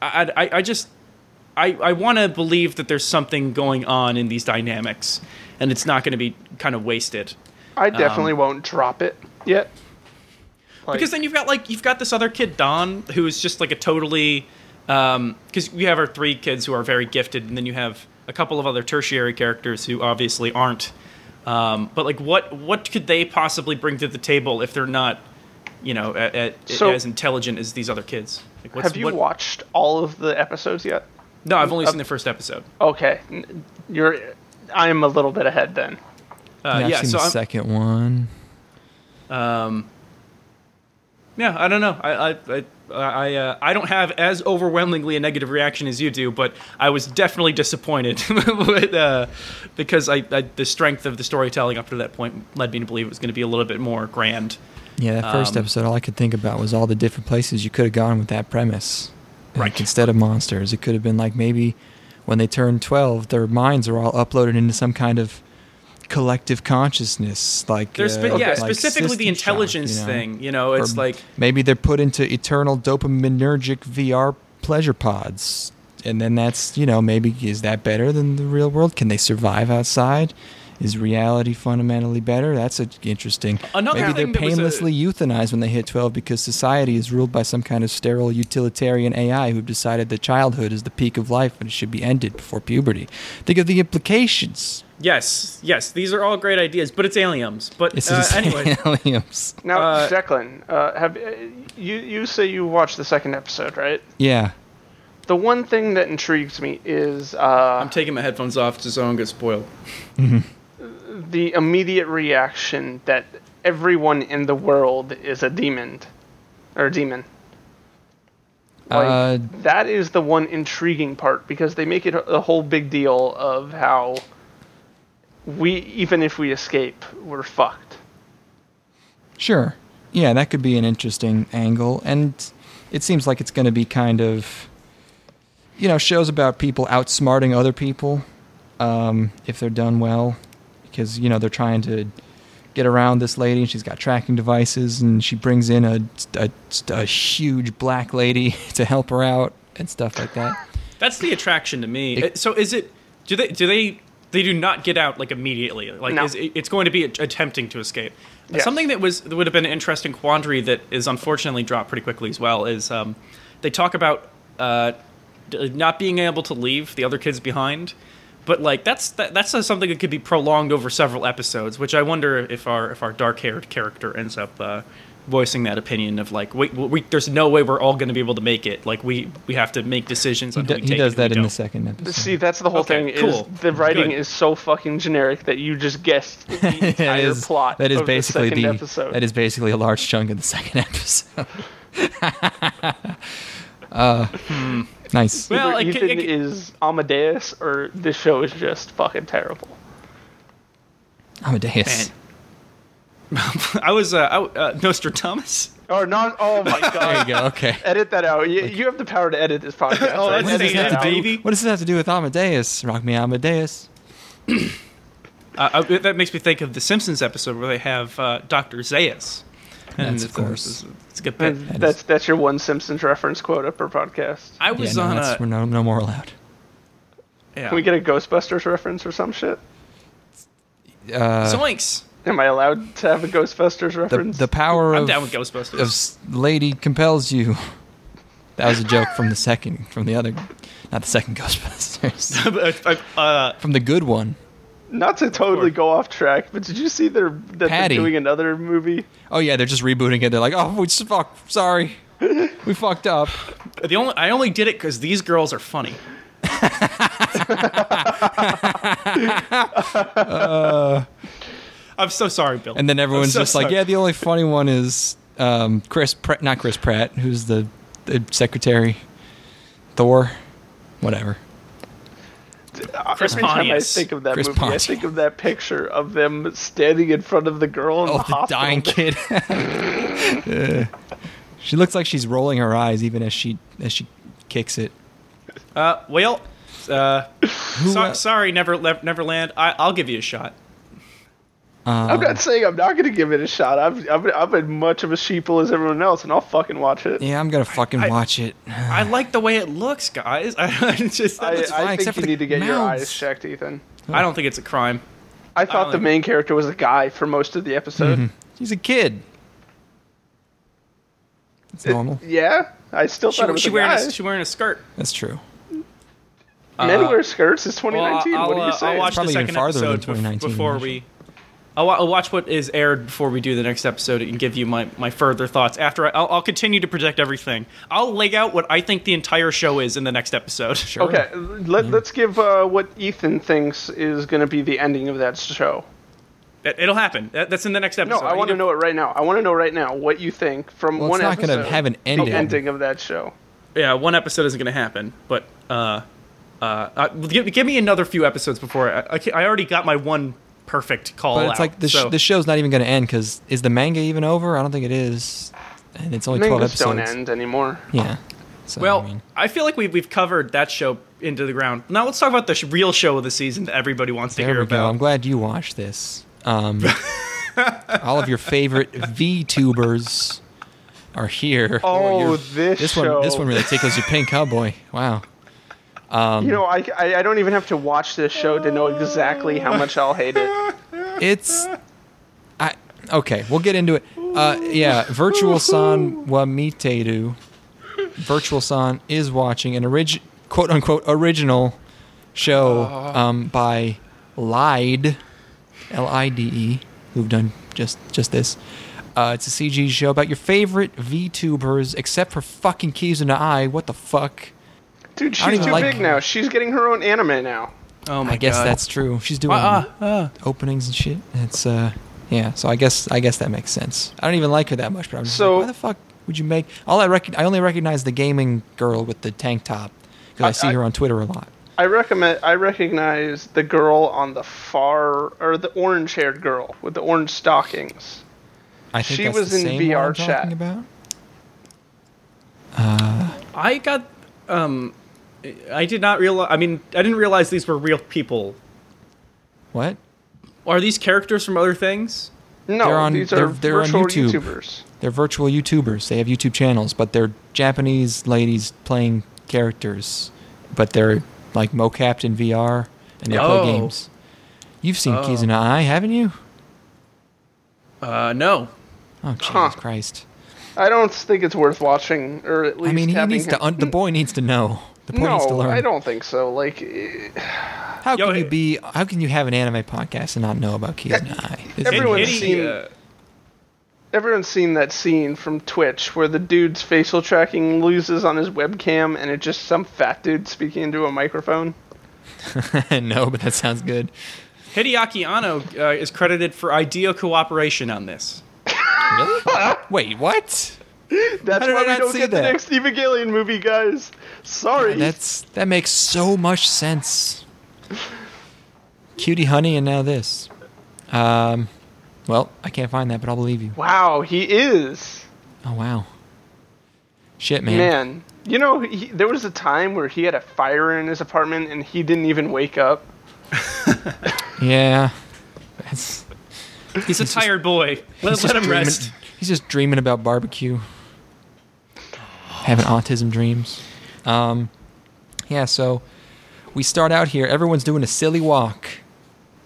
[SPEAKER 1] I, I, I just i, I want to believe that there's something going on in these dynamics and it's not going to be kind of wasted Um,
[SPEAKER 3] I definitely won't drop it yet. Like,
[SPEAKER 1] because then you've got like you've got this other kid Don who is just like a totally because we have our three kids who are very gifted and then you have a couple of other tertiary characters who obviously aren't um, but like what what could they possibly bring to the table if they're not you know at, at,
[SPEAKER 3] So-
[SPEAKER 1] as intelligent as these other kids like what's,
[SPEAKER 3] have you
[SPEAKER 1] what-
[SPEAKER 3] watched all of the episodes yet?
[SPEAKER 1] no I've only seen the first episode Uh,
[SPEAKER 3] Okay, n- you're. I am a little bit ahead then.
[SPEAKER 1] uh,
[SPEAKER 2] yeah,
[SPEAKER 1] yeah,
[SPEAKER 2] I've seen
[SPEAKER 1] so
[SPEAKER 2] the
[SPEAKER 1] I'm,
[SPEAKER 2] second one.
[SPEAKER 1] Yeah, I don't know. I I I I, uh, I don't have as overwhelmingly a negative reaction as you do, but I was definitely disappointed with, uh, because I, I the strength of the storytelling up to that point led me to believe it was going to be a little bit more grand.
[SPEAKER 2] Yeah, that first
[SPEAKER 1] Um,
[SPEAKER 2] episode, all I could think about was all the different places you could have gone with that premise. Like,
[SPEAKER 1] Right.
[SPEAKER 2] instead of monsters, it could have been like maybe when they turn 12, their minds are all uploaded into some kind of collective consciousness. Like,
[SPEAKER 1] There's
[SPEAKER 2] uh,
[SPEAKER 1] spe- yeah,
[SPEAKER 2] like
[SPEAKER 1] specifically the
[SPEAKER 2] System Shock,
[SPEAKER 1] intelligence
[SPEAKER 2] you know?
[SPEAKER 1] thing. You know,
[SPEAKER 2] Or
[SPEAKER 1] it's like
[SPEAKER 2] maybe they're put into eternal dopaminergic VR pleasure pods. And then that's, you know, maybe is that better than the real world? Can they survive outside? Is reality fundamentally better? That's a, interesting.
[SPEAKER 1] Another
[SPEAKER 2] maybe
[SPEAKER 1] thing
[SPEAKER 2] they're
[SPEAKER 1] that was a-
[SPEAKER 2] painlessly euthanized when they hit 12 because society is ruled by some kind of sterile utilitarian AI who've decided that childhood is the peak of life and it should be ended before puberty. Think of the implications.
[SPEAKER 1] yes, yes, these are all great ideas, but it's aliens. But
[SPEAKER 2] This
[SPEAKER 1] uh,
[SPEAKER 2] is
[SPEAKER 1] anyway,
[SPEAKER 2] aliens.
[SPEAKER 3] Now,
[SPEAKER 1] Uh,
[SPEAKER 3] Declan, uh, have uh, you you say you watched the second episode, right?
[SPEAKER 2] Yeah.
[SPEAKER 3] The one thing that intrigues me is uh,
[SPEAKER 1] I'm taking my headphones off so I don't get spoiled.
[SPEAKER 3] the immediate reaction that everyone in the world is a demon, or a demon. Like,
[SPEAKER 2] Uh,
[SPEAKER 3] that is the one intriguing part because they make it a a whole big deal of how we, even if we escape, we're fucked.
[SPEAKER 2] Sure. Yeah, that could be an interesting angle. And it seems like it's going to be kind of, you know, shows about people outsmarting other people um, if they're done well. Because, you know, they're trying to get around this lady and she's got tracking devices and she brings in a, a, a huge black lady to help her out and stuff like that.
[SPEAKER 1] That's the attraction to me. Uh,
[SPEAKER 2] It-
[SPEAKER 1] so is it? Do they? Do they? They do not get out like immediately. Like
[SPEAKER 3] No.
[SPEAKER 1] is, it's going to be attempting to escape.
[SPEAKER 3] Yes.
[SPEAKER 1] Something that was that would have been an interesting quandary that is unfortunately dropped pretty quickly as well is um, they talk about uh, d- not being able to leave the other kids behind, but like that's that, that's something that could be prolonged over several episodes. Which I wonder if our if our dark haired character ends up. Uh, voicing that opinion of like wait we, there's no way we're all going to be able to make it like we we have to make decisions
[SPEAKER 2] He,
[SPEAKER 1] on
[SPEAKER 2] do-
[SPEAKER 1] who we
[SPEAKER 2] he
[SPEAKER 1] take
[SPEAKER 2] does
[SPEAKER 1] and who
[SPEAKER 2] that
[SPEAKER 1] we
[SPEAKER 2] in the
[SPEAKER 1] don't.
[SPEAKER 2] second episode.
[SPEAKER 3] See, that's the whole
[SPEAKER 1] Okay,
[SPEAKER 3] thing.
[SPEAKER 1] cool.
[SPEAKER 3] Is the writing
[SPEAKER 1] Good.
[SPEAKER 3] is so fucking generic that you just guessed the
[SPEAKER 2] that
[SPEAKER 3] entire
[SPEAKER 2] is
[SPEAKER 3] plot.
[SPEAKER 2] that is
[SPEAKER 3] of
[SPEAKER 2] basically
[SPEAKER 3] the,
[SPEAKER 2] the,
[SPEAKER 3] second episode.
[SPEAKER 2] that is basically a large chunk of the second episode. uh,
[SPEAKER 3] Hmm.
[SPEAKER 2] Nice.
[SPEAKER 1] Well,
[SPEAKER 3] Either
[SPEAKER 1] it could-
[SPEAKER 3] Ethan
[SPEAKER 1] it could-
[SPEAKER 3] is Amadeus, or this show is just fucking terrible.
[SPEAKER 2] Amadeus.
[SPEAKER 1] I was uh, I, w- uh, Nostradamus.
[SPEAKER 3] Or non. Oh my
[SPEAKER 2] There you
[SPEAKER 3] god.
[SPEAKER 2] go. Okay.
[SPEAKER 3] edit that out. You, you have the power to edit this podcast.
[SPEAKER 6] Oh, that's
[SPEAKER 2] What
[SPEAKER 3] right?
[SPEAKER 2] does,
[SPEAKER 3] Edit
[SPEAKER 2] this
[SPEAKER 6] insane.
[SPEAKER 3] that
[SPEAKER 2] have
[SPEAKER 3] out.
[SPEAKER 2] to do,
[SPEAKER 6] baby.
[SPEAKER 2] what does this have to do with Amadeus? Rock me Amadeus.
[SPEAKER 1] Uh, uh, that makes me think of the Simpsons episode where they have uh, Doctor Zayas. it's
[SPEAKER 2] That's, of
[SPEAKER 1] a-
[SPEAKER 2] course.
[SPEAKER 1] it's a- It's a good bit.
[SPEAKER 3] And that's that's your one Simpsons reference quota per podcast.
[SPEAKER 1] I
[SPEAKER 2] Yeah,
[SPEAKER 1] was uh,
[SPEAKER 2] no,
[SPEAKER 1] on
[SPEAKER 2] that's,
[SPEAKER 1] a.
[SPEAKER 2] we're no, no more allowed.
[SPEAKER 1] Yeah.
[SPEAKER 3] Can we get a Ghostbusters reference or some shit?
[SPEAKER 2] Uh,
[SPEAKER 1] Zoinks!
[SPEAKER 3] Am I allowed to have a Ghostbusters
[SPEAKER 2] the,
[SPEAKER 3] reference?
[SPEAKER 2] the power
[SPEAKER 1] I'm
[SPEAKER 2] of,
[SPEAKER 1] down with
[SPEAKER 2] of
[SPEAKER 1] Ghostbusters.
[SPEAKER 2] s- lady compels you. That was a joke from the second, from the other, not the second Ghostbusters,
[SPEAKER 1] I- I- uh,
[SPEAKER 2] from the good one.
[SPEAKER 3] Not to totally go off track, but did you see they're that they're
[SPEAKER 2] Patty.
[SPEAKER 3] doing another movie?
[SPEAKER 2] Oh yeah, they're just rebooting it. They're like, oh, we s- fuck, sorry, we fucked up.
[SPEAKER 1] the only I only did it because these girls are funny. Uh, I'm so sorry, Bill.
[SPEAKER 2] And then everyone's
[SPEAKER 1] so
[SPEAKER 2] just like,
[SPEAKER 1] sorry.
[SPEAKER 2] yeah, the only funny one is um, Chris, Pratt, not Chris Pratt, who's the, the secretary, Thor, whatever.
[SPEAKER 1] Chris
[SPEAKER 3] Every time I
[SPEAKER 1] Pontius.
[SPEAKER 3] think of that
[SPEAKER 2] Chris
[SPEAKER 3] movie,
[SPEAKER 2] Pontius.
[SPEAKER 3] I think of that picture of them standing in front of the girl in
[SPEAKER 2] Oh, the
[SPEAKER 3] the, hospital.
[SPEAKER 2] dying kid. Uh, she looks like she's rolling her eyes even as she as she kicks it.
[SPEAKER 1] uh, well, uh,
[SPEAKER 2] Who
[SPEAKER 1] so-
[SPEAKER 2] el-
[SPEAKER 1] sorry, never le- Neverland. I- I'll give you a shot.
[SPEAKER 3] I'm not saying I'm not going to give it a shot. I've, I've, I've been much of a sheeple as everyone else, and I'll fucking watch it.
[SPEAKER 2] yeah, I'm gonna fucking
[SPEAKER 1] I-
[SPEAKER 2] watch it.
[SPEAKER 1] I like the way it looks, guys. I just
[SPEAKER 3] I,
[SPEAKER 1] I,
[SPEAKER 2] fine,
[SPEAKER 3] I think
[SPEAKER 2] except
[SPEAKER 3] you
[SPEAKER 2] for
[SPEAKER 3] need
[SPEAKER 2] the
[SPEAKER 3] to get your
[SPEAKER 2] mouths.
[SPEAKER 3] eyes checked, Ethan.
[SPEAKER 1] don't think it's a crime.
[SPEAKER 3] I thought the
[SPEAKER 1] like-
[SPEAKER 3] main character was a guy for most of the episode.
[SPEAKER 2] She's a kid. It's normal.
[SPEAKER 3] Yeah, I still
[SPEAKER 1] She,
[SPEAKER 3] thought it was
[SPEAKER 1] she
[SPEAKER 3] a
[SPEAKER 1] wearing
[SPEAKER 3] guy.
[SPEAKER 1] a, she wearing a skirt.
[SPEAKER 2] That's true.
[SPEAKER 3] Men wear skirts. It's 2019.
[SPEAKER 1] Uh, Well, I'll,
[SPEAKER 3] what are you
[SPEAKER 1] uh, I'll
[SPEAKER 3] saying?
[SPEAKER 1] watch the
[SPEAKER 2] Probably even
[SPEAKER 1] second
[SPEAKER 2] farther than
[SPEAKER 1] episode bef-
[SPEAKER 2] 2019
[SPEAKER 1] before
[SPEAKER 2] version.
[SPEAKER 1] we. I'll, wa- I'll watch what is aired before we do the next episode and give you my, my further thoughts. After I, I'll, I'll continue to project everything. I'll lay out what I think the entire show is in the next episode. Sure.
[SPEAKER 3] Okay, let,
[SPEAKER 2] Mm-hmm.
[SPEAKER 3] let's give uh, what Ethan thinks is going to be the ending of that show.
[SPEAKER 1] It, will happen. That, that's in the next
[SPEAKER 3] No,
[SPEAKER 1] episode.
[SPEAKER 3] I want to
[SPEAKER 1] need
[SPEAKER 3] know it right now. I want to know right now what you think from
[SPEAKER 2] Well, it's
[SPEAKER 3] one
[SPEAKER 2] not
[SPEAKER 3] episode.
[SPEAKER 2] gonna have an
[SPEAKER 3] the
[SPEAKER 2] ending.
[SPEAKER 3] ending of that show.
[SPEAKER 1] Yeah, one episode isn't going to happen, but. Uh, uh, uh, give, give me another few episodes before I, I, ca- I already got my one perfect call
[SPEAKER 2] But
[SPEAKER 1] out.
[SPEAKER 2] it's like the, sh-
[SPEAKER 1] so-
[SPEAKER 2] the show's not even gonna end because is the manga even over? I don't think it is. And it's only twelve
[SPEAKER 3] Mangas don't
[SPEAKER 2] episodes.
[SPEAKER 3] end anymore.
[SPEAKER 2] Yeah. So,
[SPEAKER 1] Well,
[SPEAKER 2] I mean,
[SPEAKER 1] I feel like we've, we've covered that show into the ground. Now let's talk about the sh- real show of the season that everybody wants to
[SPEAKER 2] there
[SPEAKER 1] hear
[SPEAKER 2] we go.
[SPEAKER 1] about.
[SPEAKER 2] I'm glad you watched this. Um, all of your favorite VTubers are here.
[SPEAKER 3] Oh,
[SPEAKER 2] your-
[SPEAKER 3] this
[SPEAKER 2] this
[SPEAKER 3] show.
[SPEAKER 2] one this one really tickles your pink, huh, boy? Wow. Um,
[SPEAKER 3] You know, I, I, I don't even have to watch this show to know exactly how much I'll hate it.
[SPEAKER 2] It's I okay. We'll get into it. Uh, yeah, virtual san wa miteru. Virtual san is watching an orig quote unquote original show um, by Lide, E, L I D E, who've done just just this. Uh, it's a CG show about your favorite VTubers, except for fucking Kizuna Eye. What the fuck?
[SPEAKER 3] Dude,
[SPEAKER 2] don't
[SPEAKER 3] she's
[SPEAKER 2] even
[SPEAKER 3] too
[SPEAKER 2] like-
[SPEAKER 3] big now. She's getting her own anime now.
[SPEAKER 1] oh my
[SPEAKER 2] I guess
[SPEAKER 1] God.
[SPEAKER 2] that's true. She's doing
[SPEAKER 3] Uh,
[SPEAKER 2] openings and shit. It's uh, yeah. So I guess I guess that makes sense. I don't even like her that much, but I'm just
[SPEAKER 3] So-
[SPEAKER 2] like, why the fuck would you make? All I rec- I only recognize the gaming girl with the tank top because I, see
[SPEAKER 3] I-
[SPEAKER 2] her on Twitter a lot.
[SPEAKER 3] I recommend. I recognize the girl on the far, or the orange-haired girl with the orange stockings.
[SPEAKER 2] I think
[SPEAKER 3] she
[SPEAKER 2] that's
[SPEAKER 3] was
[SPEAKER 2] the
[SPEAKER 3] in
[SPEAKER 2] same
[SPEAKER 3] VR
[SPEAKER 2] one I'm
[SPEAKER 3] chat.
[SPEAKER 2] talking about.
[SPEAKER 1] I got. Um, I did not realize. I mean, I didn't realize these were real people.
[SPEAKER 2] What?
[SPEAKER 1] Are these characters from other things?
[SPEAKER 3] No,
[SPEAKER 2] They're on-
[SPEAKER 3] these
[SPEAKER 2] they're-
[SPEAKER 3] are
[SPEAKER 2] they're on
[SPEAKER 3] virtual
[SPEAKER 2] YouTube.
[SPEAKER 3] YouTubers.
[SPEAKER 2] They're virtual YouTubers. They have YouTube channels, but they're Japanese ladies playing characters, but they're like mocapped in VR and they
[SPEAKER 1] Oh.
[SPEAKER 2] play games. You've seen
[SPEAKER 3] Oh.
[SPEAKER 2] Kizuna Eye, haven't you?
[SPEAKER 1] Uh, no.
[SPEAKER 2] Oh Jesus
[SPEAKER 3] Huh.
[SPEAKER 2] Christ!
[SPEAKER 3] I don't think it's worth watching, or at least
[SPEAKER 2] I mean, he
[SPEAKER 3] having
[SPEAKER 2] needs
[SPEAKER 3] him.
[SPEAKER 2] to. Un- the boy needs to know. The boy needs to
[SPEAKER 3] no,
[SPEAKER 2] learn.
[SPEAKER 3] I don't think so. Like, eh,
[SPEAKER 2] How
[SPEAKER 1] Yo,
[SPEAKER 2] can you
[SPEAKER 1] hey-
[SPEAKER 2] be? How can you have an anime podcast and not know about Keys and I? It's-
[SPEAKER 1] And
[SPEAKER 3] Everyone's
[SPEAKER 1] Hitty,
[SPEAKER 3] seen-
[SPEAKER 1] uh,
[SPEAKER 3] everyone's seen that scene from Twitch where the dude's facial tracking loses on his webcam, and it's just some fat dude speaking into a microphone.
[SPEAKER 2] no, but that sounds good.
[SPEAKER 1] Hideaki Anno uh, is credited for idea cooperation on this.
[SPEAKER 2] Really? Wait, what?
[SPEAKER 3] That's
[SPEAKER 2] did
[SPEAKER 3] why
[SPEAKER 2] I
[SPEAKER 3] we
[SPEAKER 2] not
[SPEAKER 3] don't
[SPEAKER 2] see
[SPEAKER 3] get the
[SPEAKER 2] that?
[SPEAKER 3] next Evangelion movie, guys. Sorry.
[SPEAKER 2] That's that makes so much sense. Cutie honey, and now this. Um, well, I can't find that, but I'll believe you.
[SPEAKER 3] wow, he is.
[SPEAKER 2] Oh wow. Shit, man.
[SPEAKER 3] Man, you know, he, there was a time where he had a fire in his apartment and he didn't even wake up.
[SPEAKER 2] Yeah. That's,
[SPEAKER 1] He's a tired boy. Let,
[SPEAKER 2] he's
[SPEAKER 1] let
[SPEAKER 2] just
[SPEAKER 1] him
[SPEAKER 2] dreaming-
[SPEAKER 1] rest.
[SPEAKER 2] He's just dreaming about barbecue. Having autism dreams. Um, yeah. So we start out here. Everyone's doing a silly walk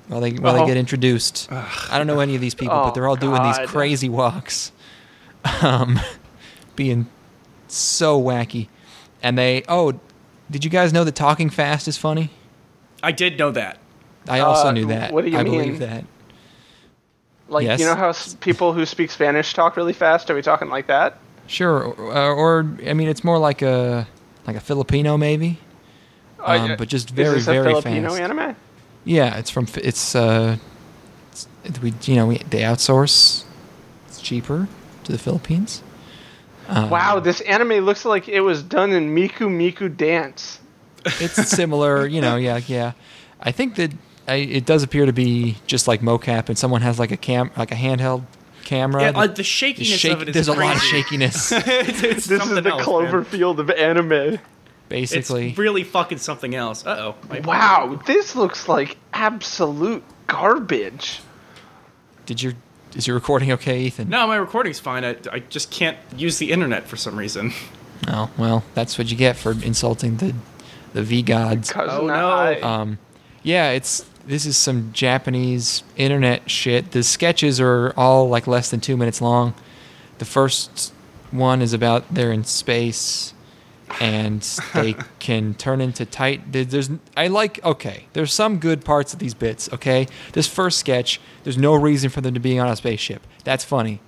[SPEAKER 2] while they while
[SPEAKER 3] Oh.
[SPEAKER 2] they get introduced. I don't know any of these people,
[SPEAKER 3] Oh,
[SPEAKER 2] but they're all doing
[SPEAKER 3] God.
[SPEAKER 2] these crazy walks, um, being so wacky. And they oh, did you guys know that talking fast is funny?
[SPEAKER 1] I did know that.
[SPEAKER 2] I also
[SPEAKER 3] Uh,
[SPEAKER 2] knew that.
[SPEAKER 3] what do you
[SPEAKER 2] I
[SPEAKER 3] mean?
[SPEAKER 2] believe that.
[SPEAKER 3] Like,
[SPEAKER 2] Yes.
[SPEAKER 3] you know how s- people who speak Spanish talk really fast? Are we talking like that?
[SPEAKER 2] Sure, or, uh, or I mean, it's more like a like a Filipino maybe,
[SPEAKER 3] Uh,
[SPEAKER 2] um,
[SPEAKER 3] yeah.
[SPEAKER 2] but just
[SPEAKER 3] Is
[SPEAKER 2] very
[SPEAKER 3] this a
[SPEAKER 2] very
[SPEAKER 3] Filipino
[SPEAKER 2] fast.
[SPEAKER 3] anime?
[SPEAKER 2] Yeah, it's from Fi- it's uh, it's, we you know we they outsource, it's cheaper to the Philippines. Uh,
[SPEAKER 3] wow, this anime looks like it was done in Miku Miku Dance.
[SPEAKER 2] It's similar, you know. Yeah, yeah. I think that I, it does appear to be just like mocap, and someone has like a cam like a handheld camera.
[SPEAKER 1] Yeah,
[SPEAKER 2] that-
[SPEAKER 1] uh,
[SPEAKER 2] that
[SPEAKER 1] the shakiness
[SPEAKER 2] shake-
[SPEAKER 1] of it is
[SPEAKER 2] there's a lot of
[SPEAKER 1] crazy.
[SPEAKER 2] shakiness,
[SPEAKER 1] it's, it's
[SPEAKER 3] This
[SPEAKER 1] something
[SPEAKER 3] is the
[SPEAKER 1] else, man.
[SPEAKER 3] Cloverfield of anime.
[SPEAKER 1] It's
[SPEAKER 2] basically.
[SPEAKER 1] really fucking something else. Uh oh.
[SPEAKER 3] Wow, this looks like absolute garbage.
[SPEAKER 2] Did your is your recording okay, Ethan?
[SPEAKER 1] No, my recording's fine. I, I just can't use the internet for some reason.
[SPEAKER 2] Oh well, that's what you get for insulting the the V gods.
[SPEAKER 3] Cousin
[SPEAKER 1] Oh, no.
[SPEAKER 3] I.
[SPEAKER 2] Um, yeah, it's this is some Japanese internet shit. The sketches are all like less than two minutes long. The first one is about they're in space and they can turn into tight. there- There's I like okay. There's some good parts of these bits. Okay, this first sketch. There's no reason for them to be on a spaceship. That's funny.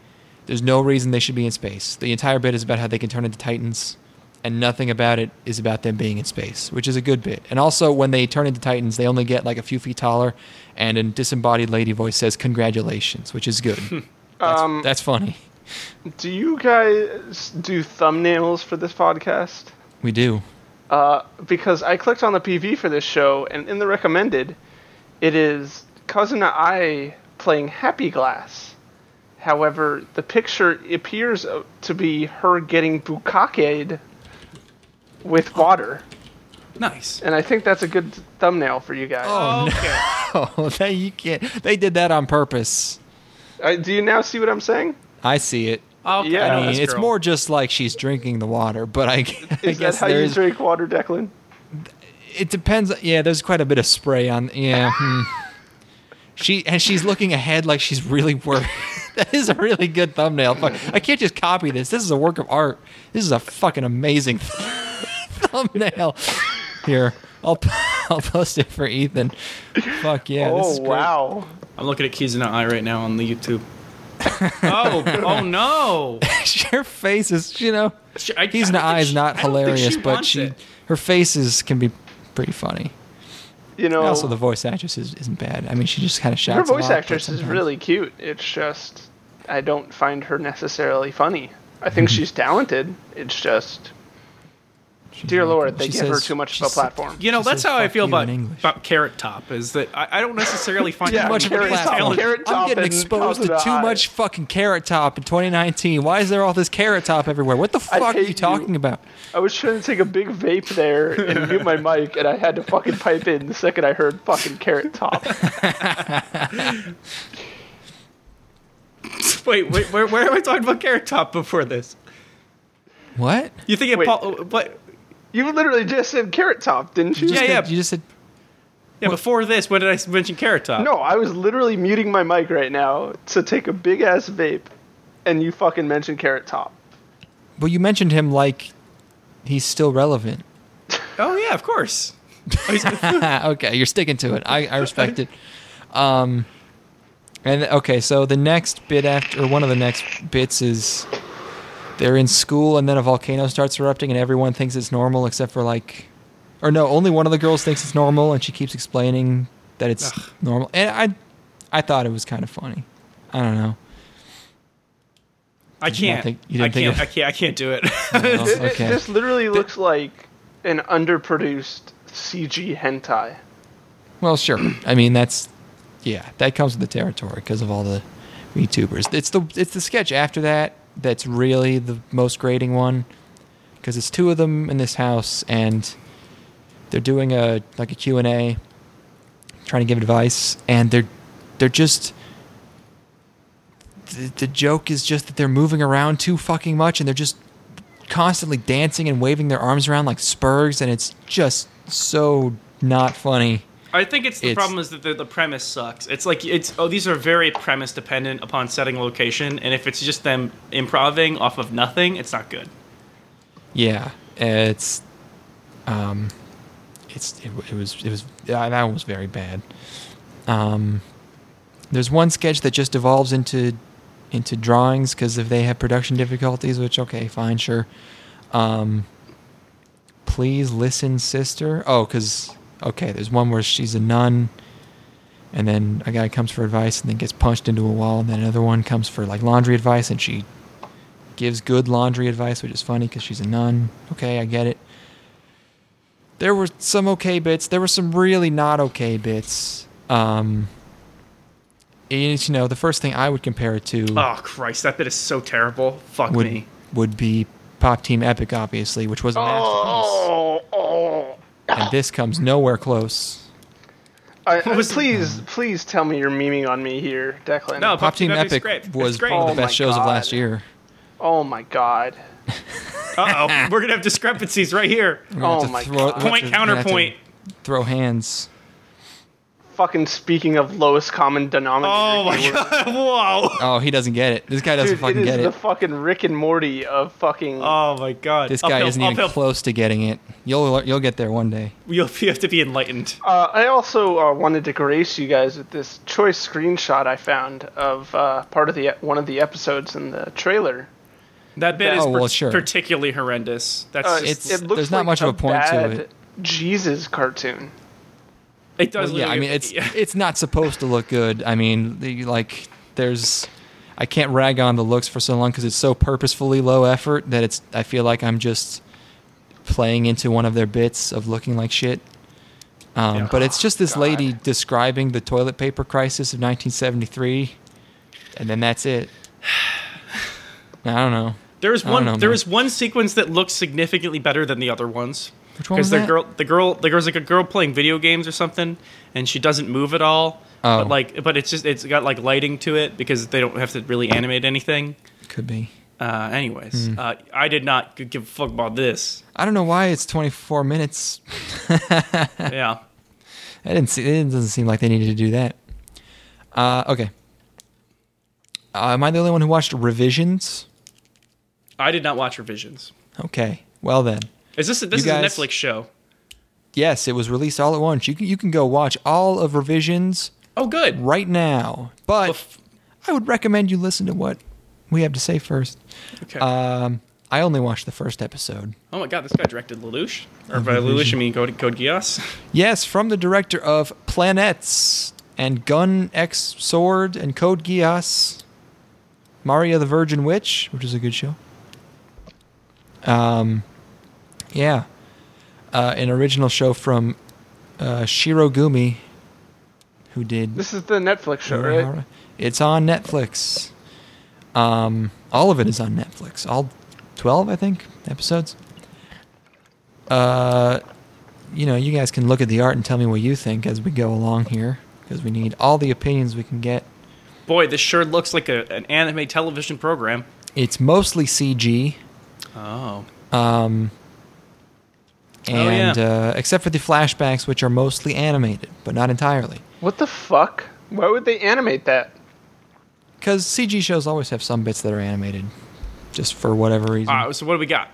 [SPEAKER 2] There's no reason they should be in space. The entire bit is about how they can turn into titans, and nothing about it is about them being in space, which is a good bit. And also, when they turn into titans, they only get like a few feet taller, and a disembodied lady voice says "Congratulations," which is good. that's, that's funny.
[SPEAKER 3] Do you guys do thumbnails for this podcast?
[SPEAKER 2] We do.
[SPEAKER 3] Uh, because I clicked on the PV for this show, and in the recommended, it is Cousin I playing Happy Glass. However, the picture appears uh, to be her getting bukakeed
[SPEAKER 2] Oh.
[SPEAKER 3] with water,
[SPEAKER 1] Nice.
[SPEAKER 3] and I think that's a good thumbnail for you guys.
[SPEAKER 1] okay.
[SPEAKER 2] Oh, they you can't. They did that on purpose.
[SPEAKER 3] Uh, do you now see what I'm saying?
[SPEAKER 2] I see it.
[SPEAKER 1] okay.
[SPEAKER 3] Yeah.
[SPEAKER 1] I
[SPEAKER 2] I
[SPEAKER 1] know
[SPEAKER 2] mean,
[SPEAKER 1] this
[SPEAKER 2] it's
[SPEAKER 1] girl.
[SPEAKER 2] more just like she's drinking the water, but I, I
[SPEAKER 3] Oh, Is that
[SPEAKER 2] guess
[SPEAKER 3] how you
[SPEAKER 2] there's.
[SPEAKER 3] drink water, Declan?
[SPEAKER 2] It depends. Yeah, there's quite a bit of spray on. Yeah. hmm. She and she's looking ahead like she's really worried. that is a really good thumbnail. Fuck, I can't just copy this. This is a work of art. This is a fucking amazing thumbnail. Here, I'll I'll post it for Ethan. Fuck yeah! this
[SPEAKER 3] oh
[SPEAKER 2] is great.
[SPEAKER 3] wow!
[SPEAKER 1] I'm looking at Kizuna Eye right now on the YouTube. oh, oh no!
[SPEAKER 2] her face is, you know,
[SPEAKER 1] She- I-
[SPEAKER 2] he's
[SPEAKER 1] I
[SPEAKER 2] an
[SPEAKER 1] don't think
[SPEAKER 2] eye is
[SPEAKER 1] she-
[SPEAKER 2] not
[SPEAKER 1] I don't think she
[SPEAKER 2] hilarious, but
[SPEAKER 1] wants
[SPEAKER 2] she,
[SPEAKER 1] it.
[SPEAKER 2] her faces can be pretty funny.
[SPEAKER 3] You know,
[SPEAKER 2] And Also, the voice actress is, isn't bad. I mean, she just kind of shouts.
[SPEAKER 3] Her
[SPEAKER 2] a
[SPEAKER 3] voice
[SPEAKER 2] lot, but
[SPEAKER 3] actress is
[SPEAKER 2] sometimes-
[SPEAKER 3] really cute. It's just I don't find her necessarily funny. I think
[SPEAKER 2] Hmm.
[SPEAKER 3] she's talented. It's just
[SPEAKER 2] she's
[SPEAKER 3] dear
[SPEAKER 2] really
[SPEAKER 3] lord,
[SPEAKER 2] cool.
[SPEAKER 3] they
[SPEAKER 2] She
[SPEAKER 3] give her
[SPEAKER 2] says-
[SPEAKER 3] too much
[SPEAKER 2] she
[SPEAKER 3] of a
[SPEAKER 2] sa-
[SPEAKER 3] platform.
[SPEAKER 1] You know,
[SPEAKER 2] She
[SPEAKER 1] that's
[SPEAKER 2] says,
[SPEAKER 1] how I
[SPEAKER 2] "Fuck
[SPEAKER 1] feel
[SPEAKER 2] you"
[SPEAKER 1] about,
[SPEAKER 2] in English.
[SPEAKER 1] about Carrot Top. Is that I, I don't necessarily find
[SPEAKER 3] Yeah,
[SPEAKER 1] her
[SPEAKER 2] Too much of a
[SPEAKER 3] Carrot Top.
[SPEAKER 2] platform.
[SPEAKER 1] talented.
[SPEAKER 3] Carrot
[SPEAKER 2] I'm
[SPEAKER 3] Top
[SPEAKER 2] getting
[SPEAKER 3] and
[SPEAKER 2] exposed to
[SPEAKER 3] House of
[SPEAKER 2] too
[SPEAKER 3] the
[SPEAKER 2] much fucking carrot top in 2019. Why is there all this carrot top everywhere? What the
[SPEAKER 3] I
[SPEAKER 2] fuck are
[SPEAKER 3] hate
[SPEAKER 2] you
[SPEAKER 3] you.
[SPEAKER 2] talking about?
[SPEAKER 3] I was trying to take a big vape there and mute my mic and I had to fucking pipe in the second I heard fucking carrot top.
[SPEAKER 1] Wait, wait, where, where am I talking about Carrot Top before this?
[SPEAKER 2] What?
[SPEAKER 1] You think it?
[SPEAKER 3] Wait.
[SPEAKER 1] Paul, what?
[SPEAKER 3] You literally just said carrot top, didn't you?
[SPEAKER 1] Yeah,
[SPEAKER 2] You
[SPEAKER 1] yeah.
[SPEAKER 2] said- You just said
[SPEAKER 1] Yeah, before this, when did I mention Carrot Top?
[SPEAKER 3] No, I was literally muting my mic right now to take a big ass vape and you fucking mentioned carrot top.
[SPEAKER 2] well, you mentioned him like he's still relevant.
[SPEAKER 1] Oh yeah, of course. Oh, he's-
[SPEAKER 2] okay, you're sticking to it. I, I respect it. Um, and okay, so the next bit after, or one of the next bits is they're in school, and then a volcano starts erupting, and everyone thinks it's normal except for like, or no, only one of the girls thinks it's normal, and she keeps explaining that it's normal. And I, I thought it was kind of funny. I don't know.
[SPEAKER 1] I
[SPEAKER 2] you not
[SPEAKER 1] can't.
[SPEAKER 2] think- you
[SPEAKER 1] I
[SPEAKER 2] didn't think
[SPEAKER 1] can't.
[SPEAKER 2] of-
[SPEAKER 1] I can't. I can't do it.
[SPEAKER 2] No,
[SPEAKER 3] It- it-
[SPEAKER 2] okay.
[SPEAKER 3] This literally looks like an underproduced CG hentai.
[SPEAKER 2] Well, sure. I mean, that's yeah, that comes with the territory because of all the VTubers. It's the it's the sketch after that that's really the most grating one because it's two of them in this house and they're doing a like a Q&A trying to give advice and they're they're just the, the joke is just that they're moving around too fucking much and they're just constantly dancing and waving their arms around like spurs and it's just so not funny.
[SPEAKER 1] I think it's the
[SPEAKER 2] It's-
[SPEAKER 1] problem is that the, the premise sucks. It's like it's oh these are very premise dependent upon setting and location, and if it's just them improving off of nothing, it's not good.
[SPEAKER 2] Yeah, it's um, it's it, wa- it was it was yeah, that one was very bad. Um, there's one sketch that just evolves into into drawings because if they have production difficulties, which okay, fine, sure. Um, please listen, sister. Oh, because okay, there's one where she's a nun. And then a guy comes for advice and then gets punched into a wall. And then another one comes for like laundry advice and she gives good laundry advice, which is funny because she's a nun. Okay, I get it. There were some okay bits. There were some really not okay bits. Um, and, you know, the first thing I would compare it to
[SPEAKER 1] Oh Christ, that bit is so terrible. Fuck
[SPEAKER 2] would
[SPEAKER 1] me.
[SPEAKER 2] would be Pop Team Epic, obviously, which was a masterpiece,
[SPEAKER 3] Oh, oh.
[SPEAKER 2] and this comes nowhere close.
[SPEAKER 3] I, I- please, please tell me you're memeing on me here, Declan.
[SPEAKER 1] No,
[SPEAKER 2] Pop Team
[SPEAKER 1] Epic's
[SPEAKER 2] Epic
[SPEAKER 1] great. It's
[SPEAKER 2] was
[SPEAKER 1] great.
[SPEAKER 2] one
[SPEAKER 3] Oh
[SPEAKER 2] of the
[SPEAKER 3] my
[SPEAKER 2] best shows of last
[SPEAKER 3] God.
[SPEAKER 2] year.
[SPEAKER 3] Oh my god.
[SPEAKER 1] Uh oh, we're gonna have discrepancies right here.
[SPEAKER 2] We're gonna have
[SPEAKER 3] Oh
[SPEAKER 2] to
[SPEAKER 3] my
[SPEAKER 2] throw-
[SPEAKER 3] God.
[SPEAKER 2] we're gonna
[SPEAKER 1] Point
[SPEAKER 2] have to- we're gonna have to
[SPEAKER 1] counterpoint.
[SPEAKER 2] Throw hands.
[SPEAKER 3] Fucking speaking of lowest common denominator.
[SPEAKER 1] Oh my
[SPEAKER 3] keyword.
[SPEAKER 1] god! Whoa!
[SPEAKER 2] Oh, he doesn't get it. This guy doesn't
[SPEAKER 3] Dude, it
[SPEAKER 2] fucking
[SPEAKER 3] is
[SPEAKER 2] get
[SPEAKER 3] the
[SPEAKER 2] it.
[SPEAKER 3] fucking Rick and Morty of fucking.
[SPEAKER 1] Oh my god!
[SPEAKER 2] This guy
[SPEAKER 1] Uphill-
[SPEAKER 2] isn't even
[SPEAKER 1] uphill-
[SPEAKER 2] close to getting it. You'll you'll get there one day.
[SPEAKER 1] You'll you have to be enlightened.
[SPEAKER 3] Uh, I also uh, wanted to grace you guys with this choice screenshot I found of uh, part of the one of the episodes in the trailer.
[SPEAKER 1] That bit is
[SPEAKER 2] Oh,
[SPEAKER 1] par-
[SPEAKER 2] well, sure.
[SPEAKER 1] particularly horrendous. That's
[SPEAKER 3] Uh,
[SPEAKER 1] just,
[SPEAKER 2] It's- there's not much of a point to
[SPEAKER 3] bad
[SPEAKER 2] it.
[SPEAKER 3] Jesus cartoon.
[SPEAKER 1] it does.
[SPEAKER 2] Well, yeah, I
[SPEAKER 1] look-
[SPEAKER 2] mean it's
[SPEAKER 1] yeah.
[SPEAKER 2] it's not supposed to look good. I mean, the, like there's I can't rag on the looks for so long because it's so purposefully low effort that it's I feel like I'm just playing into one of their bits of looking like shit. Um,
[SPEAKER 1] Yeah.
[SPEAKER 2] But it's just this
[SPEAKER 3] God.
[SPEAKER 2] lady describing the toilet paper crisis of 1973, and then that's it. I don't know.
[SPEAKER 1] There was
[SPEAKER 2] I don't
[SPEAKER 1] one.
[SPEAKER 2] know,
[SPEAKER 1] there
[SPEAKER 2] man.
[SPEAKER 1] was one sequence that looked significantly better than the other ones.
[SPEAKER 2] Which one was
[SPEAKER 1] the
[SPEAKER 2] that?
[SPEAKER 1] girl, the girl, the girl's like a girl playing video games or something, and she doesn't move at all.
[SPEAKER 2] Oh.
[SPEAKER 1] But like, but it's just it's got like lighting to it because they don't have to really animate anything.
[SPEAKER 2] Could be.
[SPEAKER 1] Uh, anyways,
[SPEAKER 2] Hmm.
[SPEAKER 1] uh, I did not g- give a fuck about this.
[SPEAKER 2] I don't know why it's 24 minutes.
[SPEAKER 1] yeah,
[SPEAKER 2] I didn't see. It doesn't seem like they needed to do that. Uh, okay. Uh, am I the only one who watched revisions?
[SPEAKER 1] I did not watch revisions.
[SPEAKER 2] Okay. Well then,
[SPEAKER 1] Is this this
[SPEAKER 2] You
[SPEAKER 1] is a
[SPEAKER 2] guys-
[SPEAKER 1] Netflix show?
[SPEAKER 2] yes, it was released all at once. You can, you can go watch all of revisions
[SPEAKER 1] Oh, good.
[SPEAKER 2] right now. But
[SPEAKER 1] Oof.
[SPEAKER 2] I would recommend you listen to what we have to say first.
[SPEAKER 1] Okay.
[SPEAKER 2] Um, I only watched the first episode.
[SPEAKER 1] oh my god, this guy directed Lelouch. Or by Lelouch, I mean Code, Code Geass.
[SPEAKER 2] Yes, from the director of Planets and Gun X Sword and Code Geass, Maria the Virgin Witch, which is a good show. Um, yeah, uh, an original show from uh, Shiro Gumi, who did.
[SPEAKER 3] This is the Netflix show, right?
[SPEAKER 2] It's on Netflix. Um, all of it is on Netflix. All twelve, I think, episodes. Uh, you know, you guys can look at the art and tell me what you think as we go along here, because we need all the opinions we can get.
[SPEAKER 1] Boy, this sure looks like a, an anime television program.
[SPEAKER 2] It's mostly CG,
[SPEAKER 1] Oh.
[SPEAKER 2] um, and uh, except for the flashbacks, which are mostly animated, but not entirely.
[SPEAKER 3] What the fuck? Why would they animate that?
[SPEAKER 2] Because CG shows always have some bits that are animated, just for whatever reason.
[SPEAKER 1] Uh, so what do we got?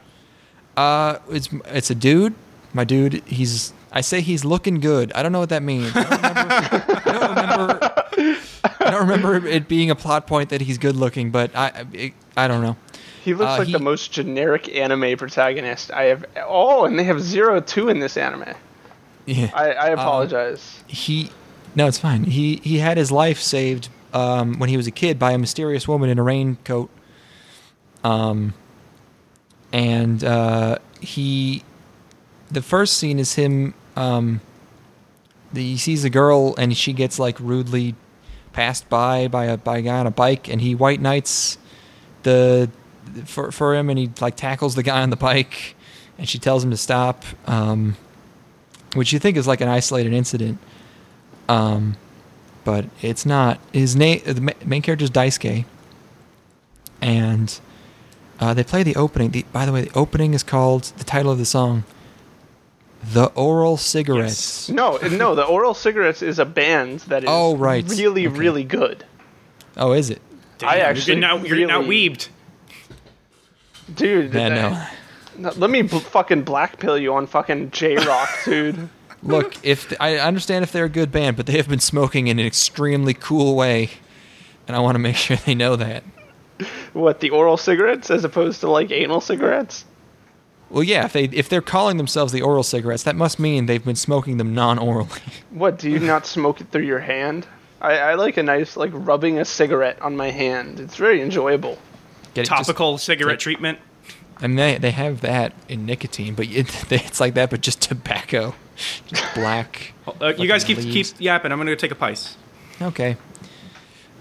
[SPEAKER 2] Uh, it's it's a dude. My dude, he's. I say he's looking good. I don't know what that means. I don't remember. I don't remember, I don't remember it being a plot point that he's good looking, but I it, I don't know.
[SPEAKER 3] He looks
[SPEAKER 2] Uh,
[SPEAKER 3] like the
[SPEAKER 2] he-
[SPEAKER 3] most generic anime protagonist I have. Oh, and they have zero two in this anime.
[SPEAKER 2] Yeah.
[SPEAKER 3] I, I apologize.
[SPEAKER 2] he no it's fine he he had his life saved um, when he was a kid by a mysterious woman in a raincoat um and uh he the first scene is him um the, he sees a girl and she gets like rudely passed by by a by a guy on a bike and he white knights the for for him, and he like tackles the guy on the bike, and she tells him to stop, um, which you think is like an isolated incident, um, but it's not. His name, the ma- main character is Daisuke, and uh, they play the opening. The, by the way, the opening is called the title of the song, "The Oral Cigarettes."
[SPEAKER 3] No, no, the Oral Cigarettes is a band that is
[SPEAKER 2] Oh, right.
[SPEAKER 3] really,
[SPEAKER 2] Okay.
[SPEAKER 3] really good.
[SPEAKER 2] Oh, is it?
[SPEAKER 3] I
[SPEAKER 1] You're
[SPEAKER 3] actually
[SPEAKER 1] now you're now
[SPEAKER 3] really-
[SPEAKER 1] weebed.
[SPEAKER 3] dude.
[SPEAKER 2] Yeah, no.
[SPEAKER 3] no, Let me bl- fucking blackpill you on fucking J Rock, dude.
[SPEAKER 2] Look, if I understand if they're a good band, but they have been smoking in an extremely cool way, and I want to make sure they know that.
[SPEAKER 3] what the oral cigarettes as opposed to like anal cigarettes?
[SPEAKER 2] Well, yeah, if they if they're calling themselves the oral cigarettes, that must mean they've been smoking them non-orally.
[SPEAKER 3] What do you not smoke it through your hand? I, I like a nice like rubbing a cigarette on my hand. It's very enjoyable.
[SPEAKER 2] Get it? Just-
[SPEAKER 1] Topical cigarette treatment.
[SPEAKER 2] I mean, they, they have that in nicotine, but it, it's like that, but just tobacco, just black.
[SPEAKER 1] Uh, you guys
[SPEAKER 2] Oh, fucking
[SPEAKER 1] keep
[SPEAKER 2] leaves.
[SPEAKER 1] keep yapping. I'm gonna go take a pice.
[SPEAKER 2] Okay.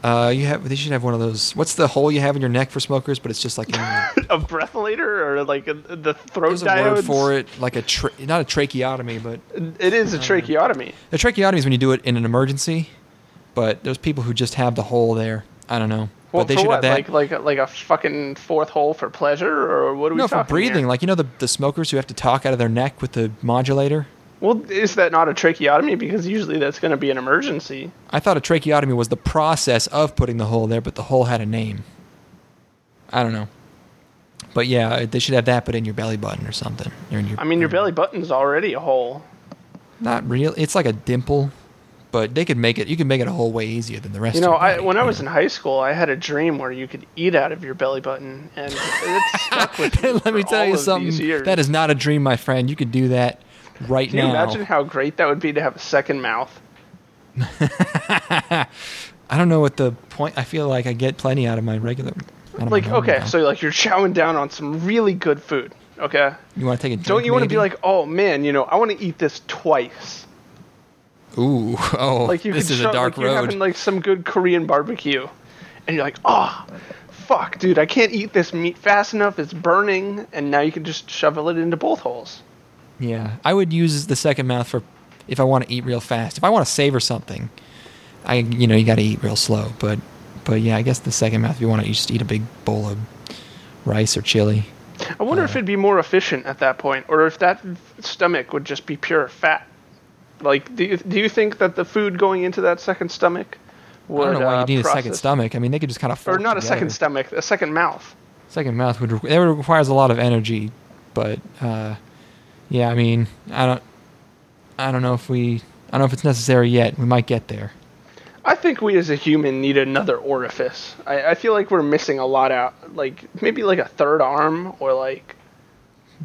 [SPEAKER 2] Uh, you have. They should have one of those. What's the hole you have in your neck for smokers? But it's just like in your,
[SPEAKER 3] A breathalyter or like a, the throat
[SPEAKER 2] there's a
[SPEAKER 3] diodes.
[SPEAKER 2] word for it, Um, like a tra- not a tracheotomy, but
[SPEAKER 3] It is a tracheotomy.
[SPEAKER 2] The tracheotomy is when you do it in an emergency, but there's people who just have the hole there. I don't know.
[SPEAKER 3] Well,
[SPEAKER 2] but they
[SPEAKER 3] for
[SPEAKER 2] should have
[SPEAKER 3] what?
[SPEAKER 2] that.
[SPEAKER 3] Like like a, like a fucking fourth hole for pleasure or what are we
[SPEAKER 2] no,
[SPEAKER 3] talking
[SPEAKER 2] for breathing.
[SPEAKER 3] here?
[SPEAKER 2] Like, you know, the, the smokers who have to talk out of their neck with the modulator?
[SPEAKER 3] Well, is that not a tracheotomy because usually that's going to be an emergency.
[SPEAKER 2] I thought a tracheotomy was the process of putting the hole there, but the hole had a name. I don't know. But yeah, they should have that, but in your belly button or something. Or in your,
[SPEAKER 3] I mean, your belly button's already a hole.
[SPEAKER 2] Not real. It's like a dimple, but they could make it. You could make it a whole way easier than the rest
[SPEAKER 3] You
[SPEAKER 2] of
[SPEAKER 3] know,
[SPEAKER 2] your
[SPEAKER 3] I,
[SPEAKER 2] body,
[SPEAKER 3] when I
[SPEAKER 2] you
[SPEAKER 3] was
[SPEAKER 2] know?
[SPEAKER 3] in high school, I had a dream where you could eat out of your belly button, and it stuck with me.
[SPEAKER 2] Let me
[SPEAKER 3] for
[SPEAKER 2] tell
[SPEAKER 3] all
[SPEAKER 2] you
[SPEAKER 3] of
[SPEAKER 2] something.
[SPEAKER 3] these years.
[SPEAKER 2] That is not a dream, my friend. You could do that right
[SPEAKER 3] Can you
[SPEAKER 2] now.
[SPEAKER 3] imagine how great that would be to have a second mouth?
[SPEAKER 2] I don't know what the point. I feel like I get plenty out of my regular. out of my
[SPEAKER 3] Like,
[SPEAKER 2] normal
[SPEAKER 3] okay,
[SPEAKER 2] diet.
[SPEAKER 3] so like you're chowing down on some really good food. Okay,
[SPEAKER 2] you want to take a drink?
[SPEAKER 3] don't you want to be
[SPEAKER 2] maybe?
[SPEAKER 3] like, oh man, you know, I want to eat this twice.
[SPEAKER 2] ooh, oh,
[SPEAKER 3] Like you
[SPEAKER 2] this
[SPEAKER 3] could
[SPEAKER 2] is
[SPEAKER 3] show-
[SPEAKER 2] a dark
[SPEAKER 3] like You're
[SPEAKER 2] road.
[SPEAKER 3] having like some good Korean barbecue, and you're like, oh, fuck, dude, I can't eat this meat fast enough. It's burning, and now you can just shovel it into both holes.
[SPEAKER 2] yeah, I would use the second mouth for if I want to eat real fast. If I want to savor something, I you know you got to eat real slow. But but yeah, I guess the second mouth if you want to you just eat a big bowl of rice or chili.
[SPEAKER 3] I wonder if it'd be more efficient at that point, or if that stomach would just be pure fat. Like, do you, do you think that the food going into that second stomach would
[SPEAKER 2] I don't know why
[SPEAKER 3] uh,
[SPEAKER 2] you need
[SPEAKER 3] process,
[SPEAKER 2] a second stomach. I mean, they could just kind of
[SPEAKER 3] or not a second
[SPEAKER 2] stomach.
[SPEAKER 3] stomach, a second mouth?
[SPEAKER 2] second mouth would requ- that would- requires a lot of energy, but uh, yeah, I mean, I don't, I don't know if we, I don't know if it's necessary yet. We might get there.
[SPEAKER 3] I think we as a human need another orifice. I, I feel like we're missing a lot out. Like maybe like a third arm or like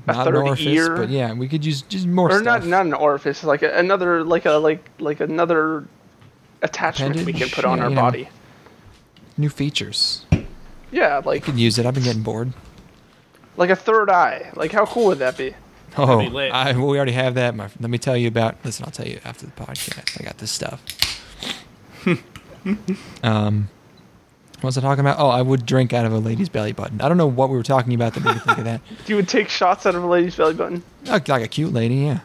[SPEAKER 3] a
[SPEAKER 2] Not an
[SPEAKER 3] third
[SPEAKER 2] orifice,
[SPEAKER 3] ear,
[SPEAKER 2] but yeah, we could use just more
[SPEAKER 3] or
[SPEAKER 2] stuff.
[SPEAKER 3] not not an orifice, like a, another like a like like another attachment we can
[SPEAKER 2] Appendage?
[SPEAKER 3] put on
[SPEAKER 2] Yeah,
[SPEAKER 3] our
[SPEAKER 2] you know.
[SPEAKER 3] body.
[SPEAKER 2] New features.
[SPEAKER 3] Yeah, like
[SPEAKER 2] Could use it. I've been getting bored.
[SPEAKER 3] like a third eye. Like how cool would that be?
[SPEAKER 2] Oh,
[SPEAKER 1] be lit.
[SPEAKER 2] I, we already have that. My, let me tell you about. Listen, I'll tell you after the podcast. I got this stuff. um, what was I talking about? Oh, I would drink out of a lady's belly button. I don't know what we were talking about that made me think of that.
[SPEAKER 3] You would take shots out of a lady's belly button.
[SPEAKER 2] Like, like a cute lady, yeah.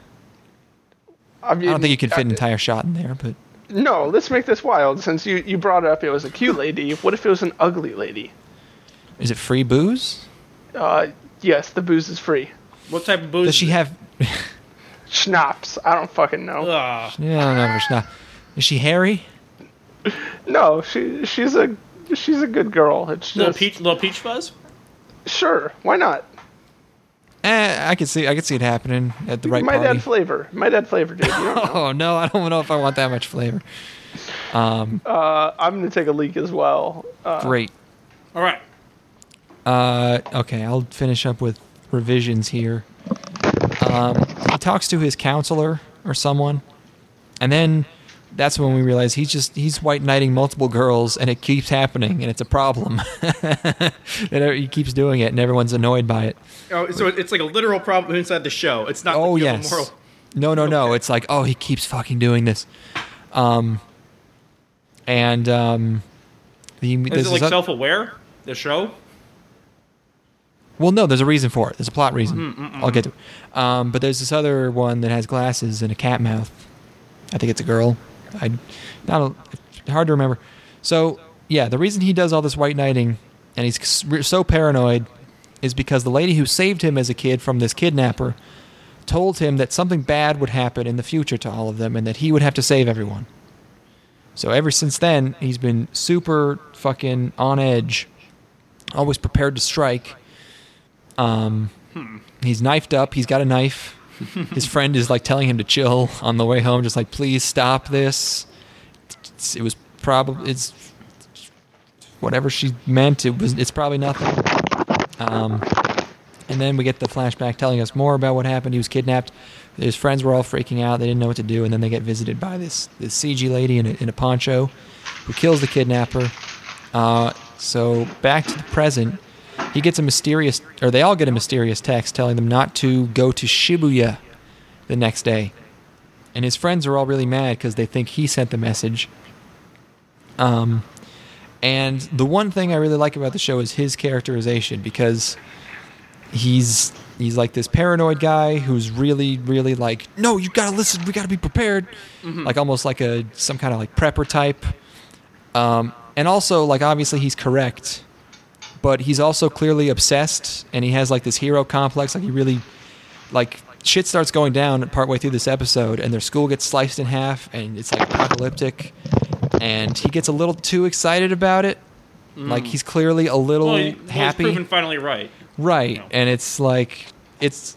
[SPEAKER 3] I, mean,
[SPEAKER 2] I don't think you can fit an
[SPEAKER 3] uh,
[SPEAKER 2] entire shot in there, but
[SPEAKER 3] No, let's make this wild. Since you you brought up it was a cute lady. What if it was an ugly lady?
[SPEAKER 2] is it free booze?
[SPEAKER 3] Uh, yes, the booze is free.
[SPEAKER 1] What type of booze?
[SPEAKER 2] Does she
[SPEAKER 1] is it?
[SPEAKER 2] have?
[SPEAKER 3] Schnapps. I don't fucking know.
[SPEAKER 1] Ugh.
[SPEAKER 2] Yeah, I don't know. if It's not. Is she hairy?
[SPEAKER 3] No, she she's a she's a good girl. It's
[SPEAKER 1] little
[SPEAKER 3] just,
[SPEAKER 1] peach, little peach fuzz.
[SPEAKER 3] Sure, why not?
[SPEAKER 2] Eh, I could see. I could see it happening at the right
[SPEAKER 3] might
[SPEAKER 2] party.
[SPEAKER 3] add flavor. Might add flavor, dude. You don't know.
[SPEAKER 2] oh no, I don't know if I want that much flavor.
[SPEAKER 3] uh, I'm gonna take a leak as well. Uh,
[SPEAKER 2] Great.
[SPEAKER 1] All right.
[SPEAKER 2] Uh, okay, I'll finish up with revisions here. Um, he talks to his counselor or someone, and then that's when we realize he's just he's white knighting multiple girls, and it keeps happening, and it's a problem. and he keeps doing it, and everyone's annoyed by it.
[SPEAKER 1] Oh, so it's like a literal problem inside the show. It's not.
[SPEAKER 2] Oh
[SPEAKER 1] you have a
[SPEAKER 2] yes.
[SPEAKER 1] moral-
[SPEAKER 2] No, no, no. It's like, oh, he keeps fucking doing this. Um, and um, the,
[SPEAKER 1] Is
[SPEAKER 2] there's
[SPEAKER 1] it like
[SPEAKER 2] this oth-
[SPEAKER 1] self-aware? The show.
[SPEAKER 2] Well, no, there's a reason for it. There's a plot reason. I'll get to it. Um, but there's this other one that has glasses and a cat mouth. I think it's a girl. I, not a, hard to remember. So yeah, the reason he does all this white knighting and he's s- so paranoid is because the lady who saved him as a kid from this kidnapper told him that something bad would happen in the future to all of them and that he would have to save everyone. So ever since then, he's been super fucking on edge, always prepared to strike. Um, he's knifed up. He's got a knife. His friend is like telling him to chill on the way home, just like, please stop this. It's- it was probably it's whatever she meant. It was it's probably nothing. Um, and then we get the flashback telling us more about what happened. He was kidnapped. His friends were all freaking out. They didn't know what to do. And then they get visited by this this CG lady in a, in a poncho, who kills the kidnapper. Uh, so back to the present, he gets a mysterious, or they all get a mysterious text telling them not to go to Shibuya the next day. And his friends are all really mad because they think he sent the message. Um, and the one thing I really like about the show is his characterization because he's he's like this paranoid guy who's really really like no you gotta listen we gotta be prepared
[SPEAKER 1] Mm-hmm.
[SPEAKER 2] like almost like a some kind of like prepper type um, and also like obviously he's correct but he's also clearly obsessed and he has like this hero complex like he really like shit starts going down partway through this episode and their school gets sliced in half and it's like apocalyptic and he gets a little too excited about it like he's clearly a little
[SPEAKER 1] Mm. Well, he- well, he's
[SPEAKER 2] happy
[SPEAKER 1] proven finally right.
[SPEAKER 2] Right,
[SPEAKER 1] No.
[SPEAKER 2] and it's like it's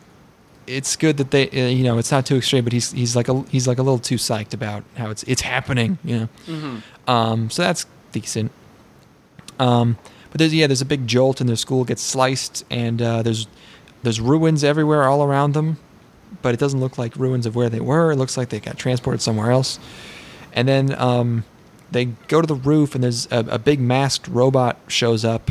[SPEAKER 2] it's good that they uh, you know it's not too extreme, but he's he's like a he's like a little too psyched about how it's it's happening, you know. Um, so that's decent. Um, but there's yeah, there's a big jolt, and their school gets sliced, and uh, there's there's ruins everywhere all around them, but it doesn't look like ruins of where they were. It looks like they got transported somewhere else, and then um, they go to the roof, and there's a, a big masked robot shows up,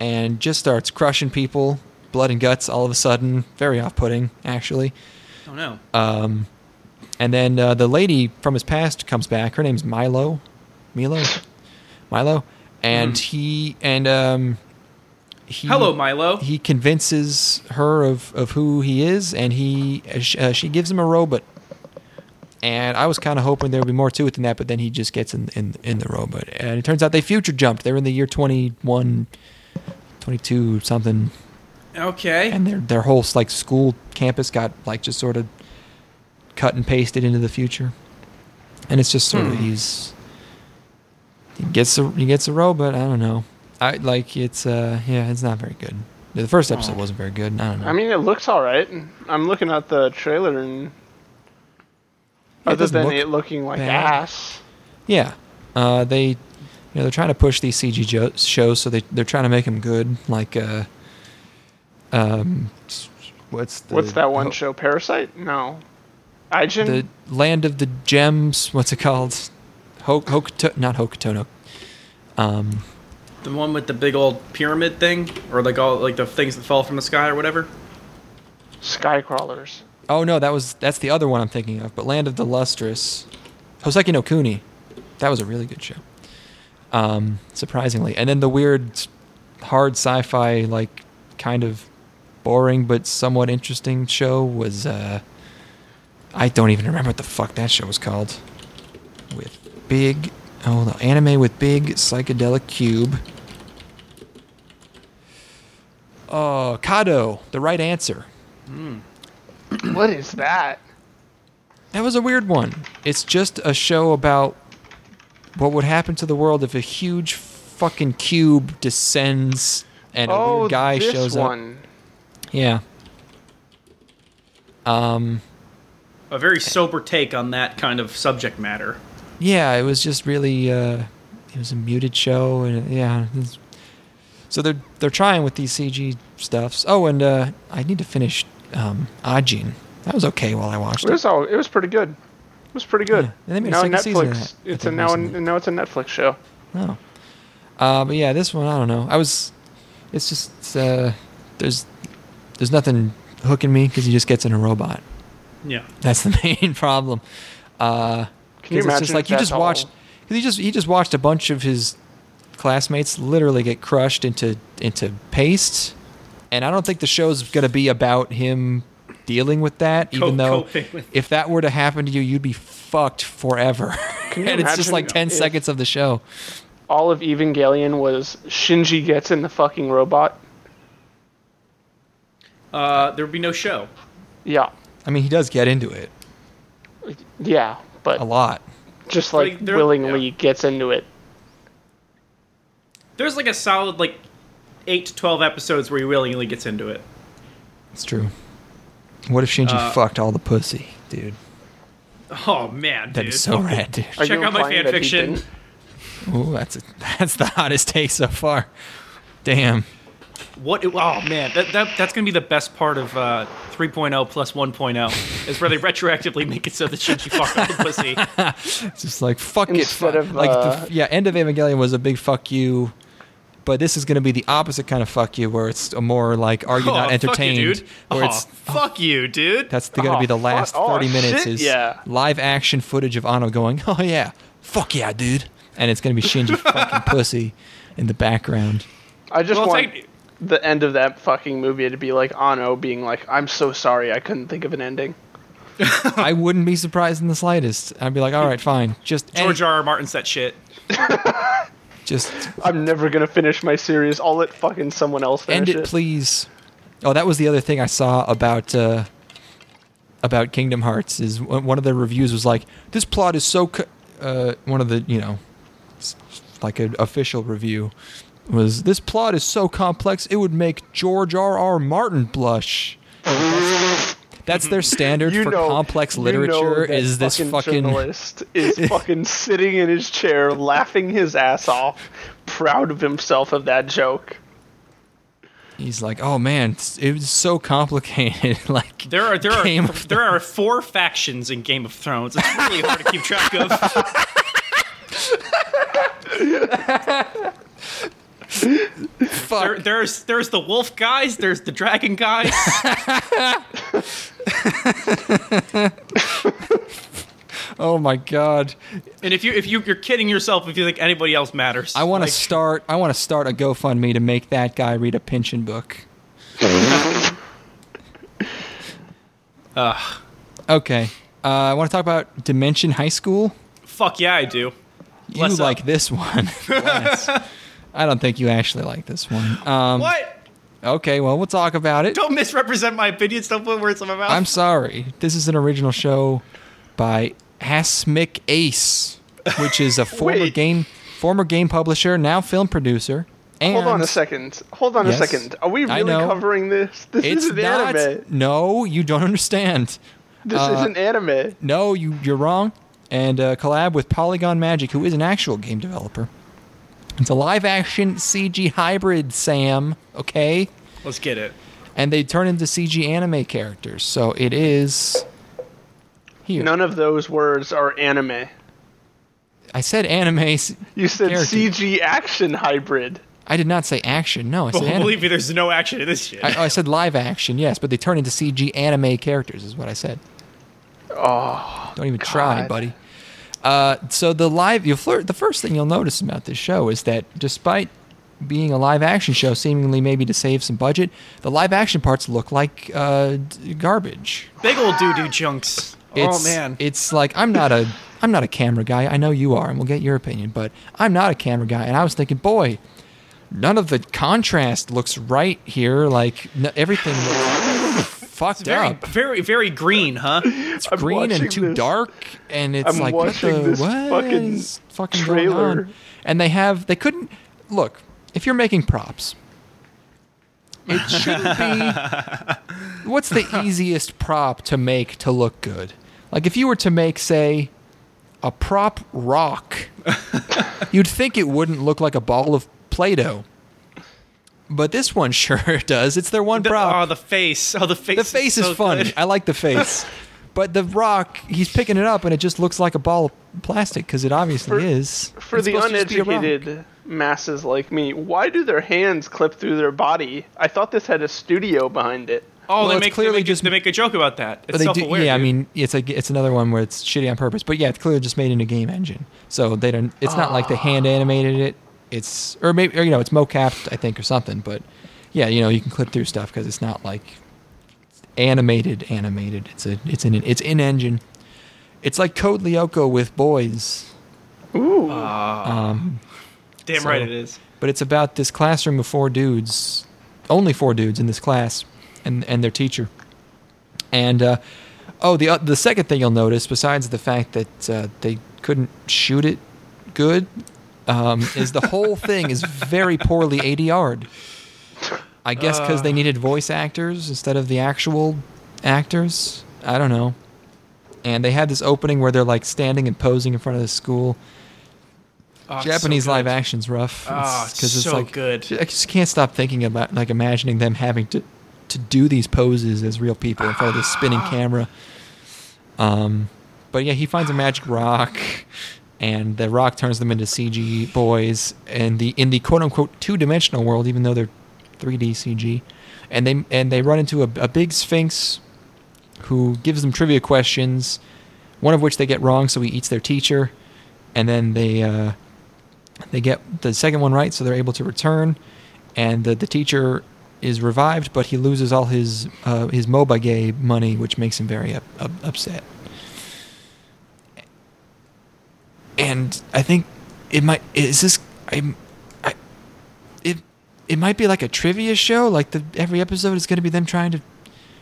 [SPEAKER 2] and just starts crushing people, blood and guts all of a sudden. Very off-putting, actually.
[SPEAKER 1] Oh no.
[SPEAKER 2] Um, and then uh, the lady from his past comes back. Her name's Milo, Milo, Milo, and he and um, he,
[SPEAKER 1] Hello, Milo.
[SPEAKER 2] He convinces her of of who he is, and he uh, sh- uh, she gives him a robot. And I was kind of hoping there would be more to it than that, but then he just gets in in, in the robot, and it turns out they future jumped. They're in the year 21, 22 something
[SPEAKER 1] okay.
[SPEAKER 2] and their their whole like school campus got like just sort of cut and pasted into the future, and it's just sort of
[SPEAKER 3] Hmm.
[SPEAKER 2] he's he gets a he gets a robot. I don't know. I like it's uh yeah it's not very good. The first episode wasn't very good. I don't know.
[SPEAKER 3] Oh. I mean, it looks all right. I'm looking at the trailer and other
[SPEAKER 2] doesn't
[SPEAKER 3] than
[SPEAKER 2] look
[SPEAKER 3] it looking like
[SPEAKER 2] bad.
[SPEAKER 3] ass,
[SPEAKER 2] yeah, uh, they you know they're trying to push these CG jo- shows, so they they're trying to make them good. Like uh um what's the,
[SPEAKER 3] what's that one
[SPEAKER 2] oh,
[SPEAKER 3] show? Parasite? No, Ijin.
[SPEAKER 2] the land of the gems. What's it called? Hok, Hokuto, not Hokuto no. Um,
[SPEAKER 1] The one with the big old pyramid thing, or like all like the things that fall from the sky or whatever.
[SPEAKER 3] Skycrawlers.
[SPEAKER 2] oh no, that was that's the other one I'm thinking of. But Land of the Lustrous, Hoseki no Kuni, that was a really good show. Um, surprisingly, and then the weird, hard sci-fi like kind of boring but somewhat interesting show was uh, I don't even remember what the fuck that show was called. With big, oh no, anime with big psychedelic cube. Oh, Kado, the right answer.
[SPEAKER 3] What is that?
[SPEAKER 2] That was a weird one. It's just a show about what would happen to the world if a huge fucking cube descends and a
[SPEAKER 3] oh,
[SPEAKER 2] weird guy
[SPEAKER 3] this
[SPEAKER 2] shows up.
[SPEAKER 3] one.
[SPEAKER 2] Yeah. Um
[SPEAKER 1] A very sober take on that kind of subject matter.
[SPEAKER 2] yeah, it was just really uh it was a muted show and uh, yeah. it's- So they're they're trying with these CG stuffs. Oh, and uh I need to finish um Ajin. That was okay while I watched
[SPEAKER 3] It
[SPEAKER 2] it.
[SPEAKER 3] was all. It was pretty good. It was pretty good.
[SPEAKER 2] Yeah, and they made a
[SPEAKER 3] now
[SPEAKER 2] second season of
[SPEAKER 3] Netflix.
[SPEAKER 2] that, I
[SPEAKER 3] it's a
[SPEAKER 2] think,
[SPEAKER 3] now.
[SPEAKER 2] recently.
[SPEAKER 3] Now it's a Netflix show.
[SPEAKER 2] No. Oh. Uh, but yeah, this one I don't know. I was, it's just it's, uh, there's there's nothing hooking me because he just gets in a robot.
[SPEAKER 1] Yeah.
[SPEAKER 2] That's the main problem. Uh,
[SPEAKER 3] Can you
[SPEAKER 2] 'cause it's
[SPEAKER 3] imagine
[SPEAKER 2] just like
[SPEAKER 3] if
[SPEAKER 2] you just
[SPEAKER 3] that's
[SPEAKER 2] watched
[SPEAKER 3] all-
[SPEAKER 2] because he just he just watched a bunch of his classmates literally get crushed into into paste, And I don't think the show's going to be about him dealing with that, even though
[SPEAKER 1] coping with-
[SPEAKER 2] if that were to happen to you, you'd be fucked forever.
[SPEAKER 3] you
[SPEAKER 2] and it's just
[SPEAKER 3] imagine
[SPEAKER 2] like 10
[SPEAKER 3] if-
[SPEAKER 2] seconds of the show.
[SPEAKER 3] All of Evangelion was Shinji gets in the fucking robot.
[SPEAKER 1] Uh, there would be no show.
[SPEAKER 3] Yeah,
[SPEAKER 2] I mean, he does get into it
[SPEAKER 3] yeah,
[SPEAKER 2] a
[SPEAKER 3] but
[SPEAKER 2] lot.
[SPEAKER 3] just like,
[SPEAKER 1] Like, they're-
[SPEAKER 3] willingly gets into it.
[SPEAKER 1] There's like a solid like eight to twelve episodes where he willingly gets into it.
[SPEAKER 2] It's true. What if Shinji
[SPEAKER 1] Uh,
[SPEAKER 2] fucked all the pussy, dude?
[SPEAKER 1] Oh man,
[SPEAKER 2] That'd be
[SPEAKER 1] dude.
[SPEAKER 2] so rad, dude.
[SPEAKER 3] Are
[SPEAKER 1] Check
[SPEAKER 3] you
[SPEAKER 1] out my
[SPEAKER 3] implying that he
[SPEAKER 1] fanfiction.
[SPEAKER 3] didn't?
[SPEAKER 2] Ooh, that's a, that's the hottest take so far. Damn.
[SPEAKER 1] What? Oh man, that, that that's gonna be the best part of uh, 3.0 plus 1.0 is where they retroactively make it so that Shinji fucked all the pussy.
[SPEAKER 2] It's just like fuck
[SPEAKER 3] Instead
[SPEAKER 2] it. fuck-
[SPEAKER 3] of,
[SPEAKER 2] like
[SPEAKER 3] uh,
[SPEAKER 2] the, yeah, end of Evangelion was a big fuck you, but this is going to be the opposite kind of fuck you, where it's a more like are you
[SPEAKER 1] Oh, Fuck
[SPEAKER 2] not
[SPEAKER 1] you,
[SPEAKER 2] entertained?
[SPEAKER 1] dude.
[SPEAKER 2] Where
[SPEAKER 1] oh,
[SPEAKER 2] it's
[SPEAKER 1] fuck you, dude.
[SPEAKER 2] that's going to be
[SPEAKER 3] Oh,
[SPEAKER 2] the
[SPEAKER 3] fuck-
[SPEAKER 2] last
[SPEAKER 3] oh,
[SPEAKER 2] thirty minutes
[SPEAKER 3] shit,
[SPEAKER 2] is
[SPEAKER 3] yeah.
[SPEAKER 2] live action footage of Ano going, oh yeah, fuck yeah, dude, and it's going to be Shinji fucking pussy in the background.
[SPEAKER 3] I just
[SPEAKER 1] Well, it's
[SPEAKER 3] want
[SPEAKER 1] like-
[SPEAKER 3] the end of that fucking movie to be like Ano being like, "I'm so sorry, I couldn't think of an ending."
[SPEAKER 2] I wouldn't be surprised in the slightest. I'd be like, all right, fine, just any-
[SPEAKER 1] George R. R. Martin's that shit.
[SPEAKER 2] just
[SPEAKER 3] I'm never gonna finish my series. I'll let fucking someone else
[SPEAKER 2] end
[SPEAKER 3] finish
[SPEAKER 2] it, please. Oh, that was the other thing I saw about uh, about Kingdom Hearts is one one of their reviews was like this plot is so co-, uh, one of the you know s- like an official review was this plot is so complex it would make George R R Martin blush. That's their standard
[SPEAKER 3] You
[SPEAKER 2] for
[SPEAKER 3] know,
[SPEAKER 2] complex
[SPEAKER 3] you know
[SPEAKER 2] literature.
[SPEAKER 3] that
[SPEAKER 2] Is this fucking
[SPEAKER 3] journalist is fucking sitting in his chair, laughing his ass off, proud of himself of that joke.
[SPEAKER 2] he's like, oh man, it's- it was so complicated. like
[SPEAKER 1] There are there are
[SPEAKER 2] Game of
[SPEAKER 1] there are four factions in Game of Thrones. It's really hard to keep track of.
[SPEAKER 2] fuck.
[SPEAKER 1] There, there's there's the wolf guys. There's the dragon guys.
[SPEAKER 2] oh my god.
[SPEAKER 1] And if you if you you're kidding yourself if you think anybody else matters.
[SPEAKER 2] I want to
[SPEAKER 1] Like,
[SPEAKER 2] start. I want to start a GoFundMe to make that guy read a pension book. Okay. Uh, I want to talk about Dimension High School.
[SPEAKER 1] fuck yeah, I do.
[SPEAKER 2] You
[SPEAKER 1] Bless up.
[SPEAKER 2] like this one? Bless. I don't think you actually like this one. Um,
[SPEAKER 1] What?
[SPEAKER 2] Okay. Well, we'll talk about it.
[SPEAKER 1] Don't misrepresent my opinions. Don't put words in my mouth.
[SPEAKER 2] I'm sorry. This is an original show by Asmic Ace, which is a former
[SPEAKER 3] Wait.
[SPEAKER 2] game former game publisher, now film producer. And
[SPEAKER 3] Hold on a second. Hold on
[SPEAKER 2] Yes.
[SPEAKER 3] a second. Are we
[SPEAKER 2] I
[SPEAKER 3] really
[SPEAKER 2] know.
[SPEAKER 3] covering this? This
[SPEAKER 2] It's
[SPEAKER 3] isn't
[SPEAKER 2] not. uh,
[SPEAKER 3] anime.
[SPEAKER 2] No, you don't understand.
[SPEAKER 3] This isn't anime.
[SPEAKER 2] No, you you're wrong. And uh, collab with Polygon Magic, who is an actual game developer. It's a live action CG hybrid, Sam. Okay,
[SPEAKER 1] Let's get it.
[SPEAKER 2] and they turn into CG anime characters. So it is here.
[SPEAKER 3] None of those words are anime.
[SPEAKER 2] I said anime. s-
[SPEAKER 3] You said
[SPEAKER 2] Character.
[SPEAKER 3] CG action hybrid.
[SPEAKER 2] I did not say action. No, I said
[SPEAKER 1] Well,
[SPEAKER 2] anime.
[SPEAKER 1] believe me, there's no action in this shit.
[SPEAKER 2] I, I said live action. Yes, but they turn into CG anime characters. Is what I said.
[SPEAKER 3] Oh,
[SPEAKER 2] Don't even try,
[SPEAKER 3] God.
[SPEAKER 2] buddy. Uh, so the live, you flirt. The first thing you'll notice about this show is that despite being a live action show, seemingly maybe to save some budget, the live action parts look like uh, d- garbage.
[SPEAKER 1] Big old doo doo chunks.
[SPEAKER 2] It's,
[SPEAKER 1] oh man.
[SPEAKER 2] it's like I'm not a I'm not a camera guy. I know you are, and we'll get your opinion, but I'm not a camera guy. And I was thinking, boy, none of the contrast looks right here. Like n- everything looks fucked
[SPEAKER 1] very,
[SPEAKER 2] up.
[SPEAKER 1] very, very green, huh?
[SPEAKER 2] It's
[SPEAKER 3] I'm
[SPEAKER 2] green and
[SPEAKER 3] watching
[SPEAKER 2] too
[SPEAKER 3] this-
[SPEAKER 2] dark, and it's
[SPEAKER 3] I'm
[SPEAKER 2] like
[SPEAKER 3] watching
[SPEAKER 2] what the,
[SPEAKER 3] this
[SPEAKER 2] what
[SPEAKER 3] fucking
[SPEAKER 2] is fucking going
[SPEAKER 3] trailer.
[SPEAKER 2] on? And they have they couldn't look if you're making props. It shouldn't be. What's the easiest prop to make to look good? Like if you were to make say a prop rock, you'd think it wouldn't look like a ball of play-doh. But this one sure does. It's their one
[SPEAKER 1] The,
[SPEAKER 2] prop
[SPEAKER 1] oh, the face. Oh, the face.
[SPEAKER 2] the face is,
[SPEAKER 1] so
[SPEAKER 2] funny.
[SPEAKER 1] good.
[SPEAKER 2] I like the face. but the rock, he's picking it up and it just looks like a ball of plastic because it obviously
[SPEAKER 3] For-
[SPEAKER 2] is.
[SPEAKER 3] for
[SPEAKER 2] It's
[SPEAKER 3] the
[SPEAKER 2] supposed to just be a rock.
[SPEAKER 3] uneducated masses like me, why do their hands clip through their body? I thought this had a studio behind it.
[SPEAKER 1] Oh,
[SPEAKER 2] Well,
[SPEAKER 1] they
[SPEAKER 2] it's
[SPEAKER 1] make
[SPEAKER 2] clearly
[SPEAKER 1] they make,
[SPEAKER 2] just-
[SPEAKER 1] they make a joke about that. It's
[SPEAKER 2] But they do,
[SPEAKER 1] self-aware.
[SPEAKER 2] yeah, I
[SPEAKER 1] dude.
[SPEAKER 2] mean, it's a, it's another one where it's shitty on purpose. But yeah, it's clearly just made in a game engine, so they don't. It's not like they hand animated it. It's or maybe or, you know it's mocapped, I think, or something. But yeah, you know, you can clip through stuff because it's not like it's animated, animated. It's a, it's in, it's in engine. It's like Code Lyoko with boys,
[SPEAKER 3] Ooh.
[SPEAKER 1] Damn
[SPEAKER 2] So-
[SPEAKER 1] right it is.
[SPEAKER 2] but it's about this classroom of four dudes, only four dudes in this class, and and their teacher. And uh, oh, the uh, the second thing you'll notice, besides the fact that uh, they couldn't shoot it good, um, is the whole thing is very poorly ADR'd. I guess because they needed voice actors instead of the actual actors. I don't know. And they had this opening where they're like standing and posing in front of the school.
[SPEAKER 1] Oh, it's so
[SPEAKER 2] Japanese
[SPEAKER 1] good.
[SPEAKER 2] live action's rough.
[SPEAKER 1] Ah,
[SPEAKER 2] It's- 'cause it's
[SPEAKER 1] so
[SPEAKER 2] like-
[SPEAKER 1] good.
[SPEAKER 2] I just can't stop thinking about like imagining them having to to do these poses as real people in front of this spinning
[SPEAKER 1] Ah.
[SPEAKER 2] camera. Um, but yeah, he finds a magic rock, and the rock turns them into CG boys. And the in the quote unquote two dimensional world, even though they're 3D CG, and they and they run into a, a big sphinx who gives them trivia questions, one of which they get wrong, so he eats their teacher, and then they. Uh, they get the second one right, so they're able to return, and the, the teacher is revived, but he loses all his uh, his mobage money, which makes him very up, up, upset. And I think it might is this I'm, I it it might be like a trivia show, like the every episode is going to be them trying to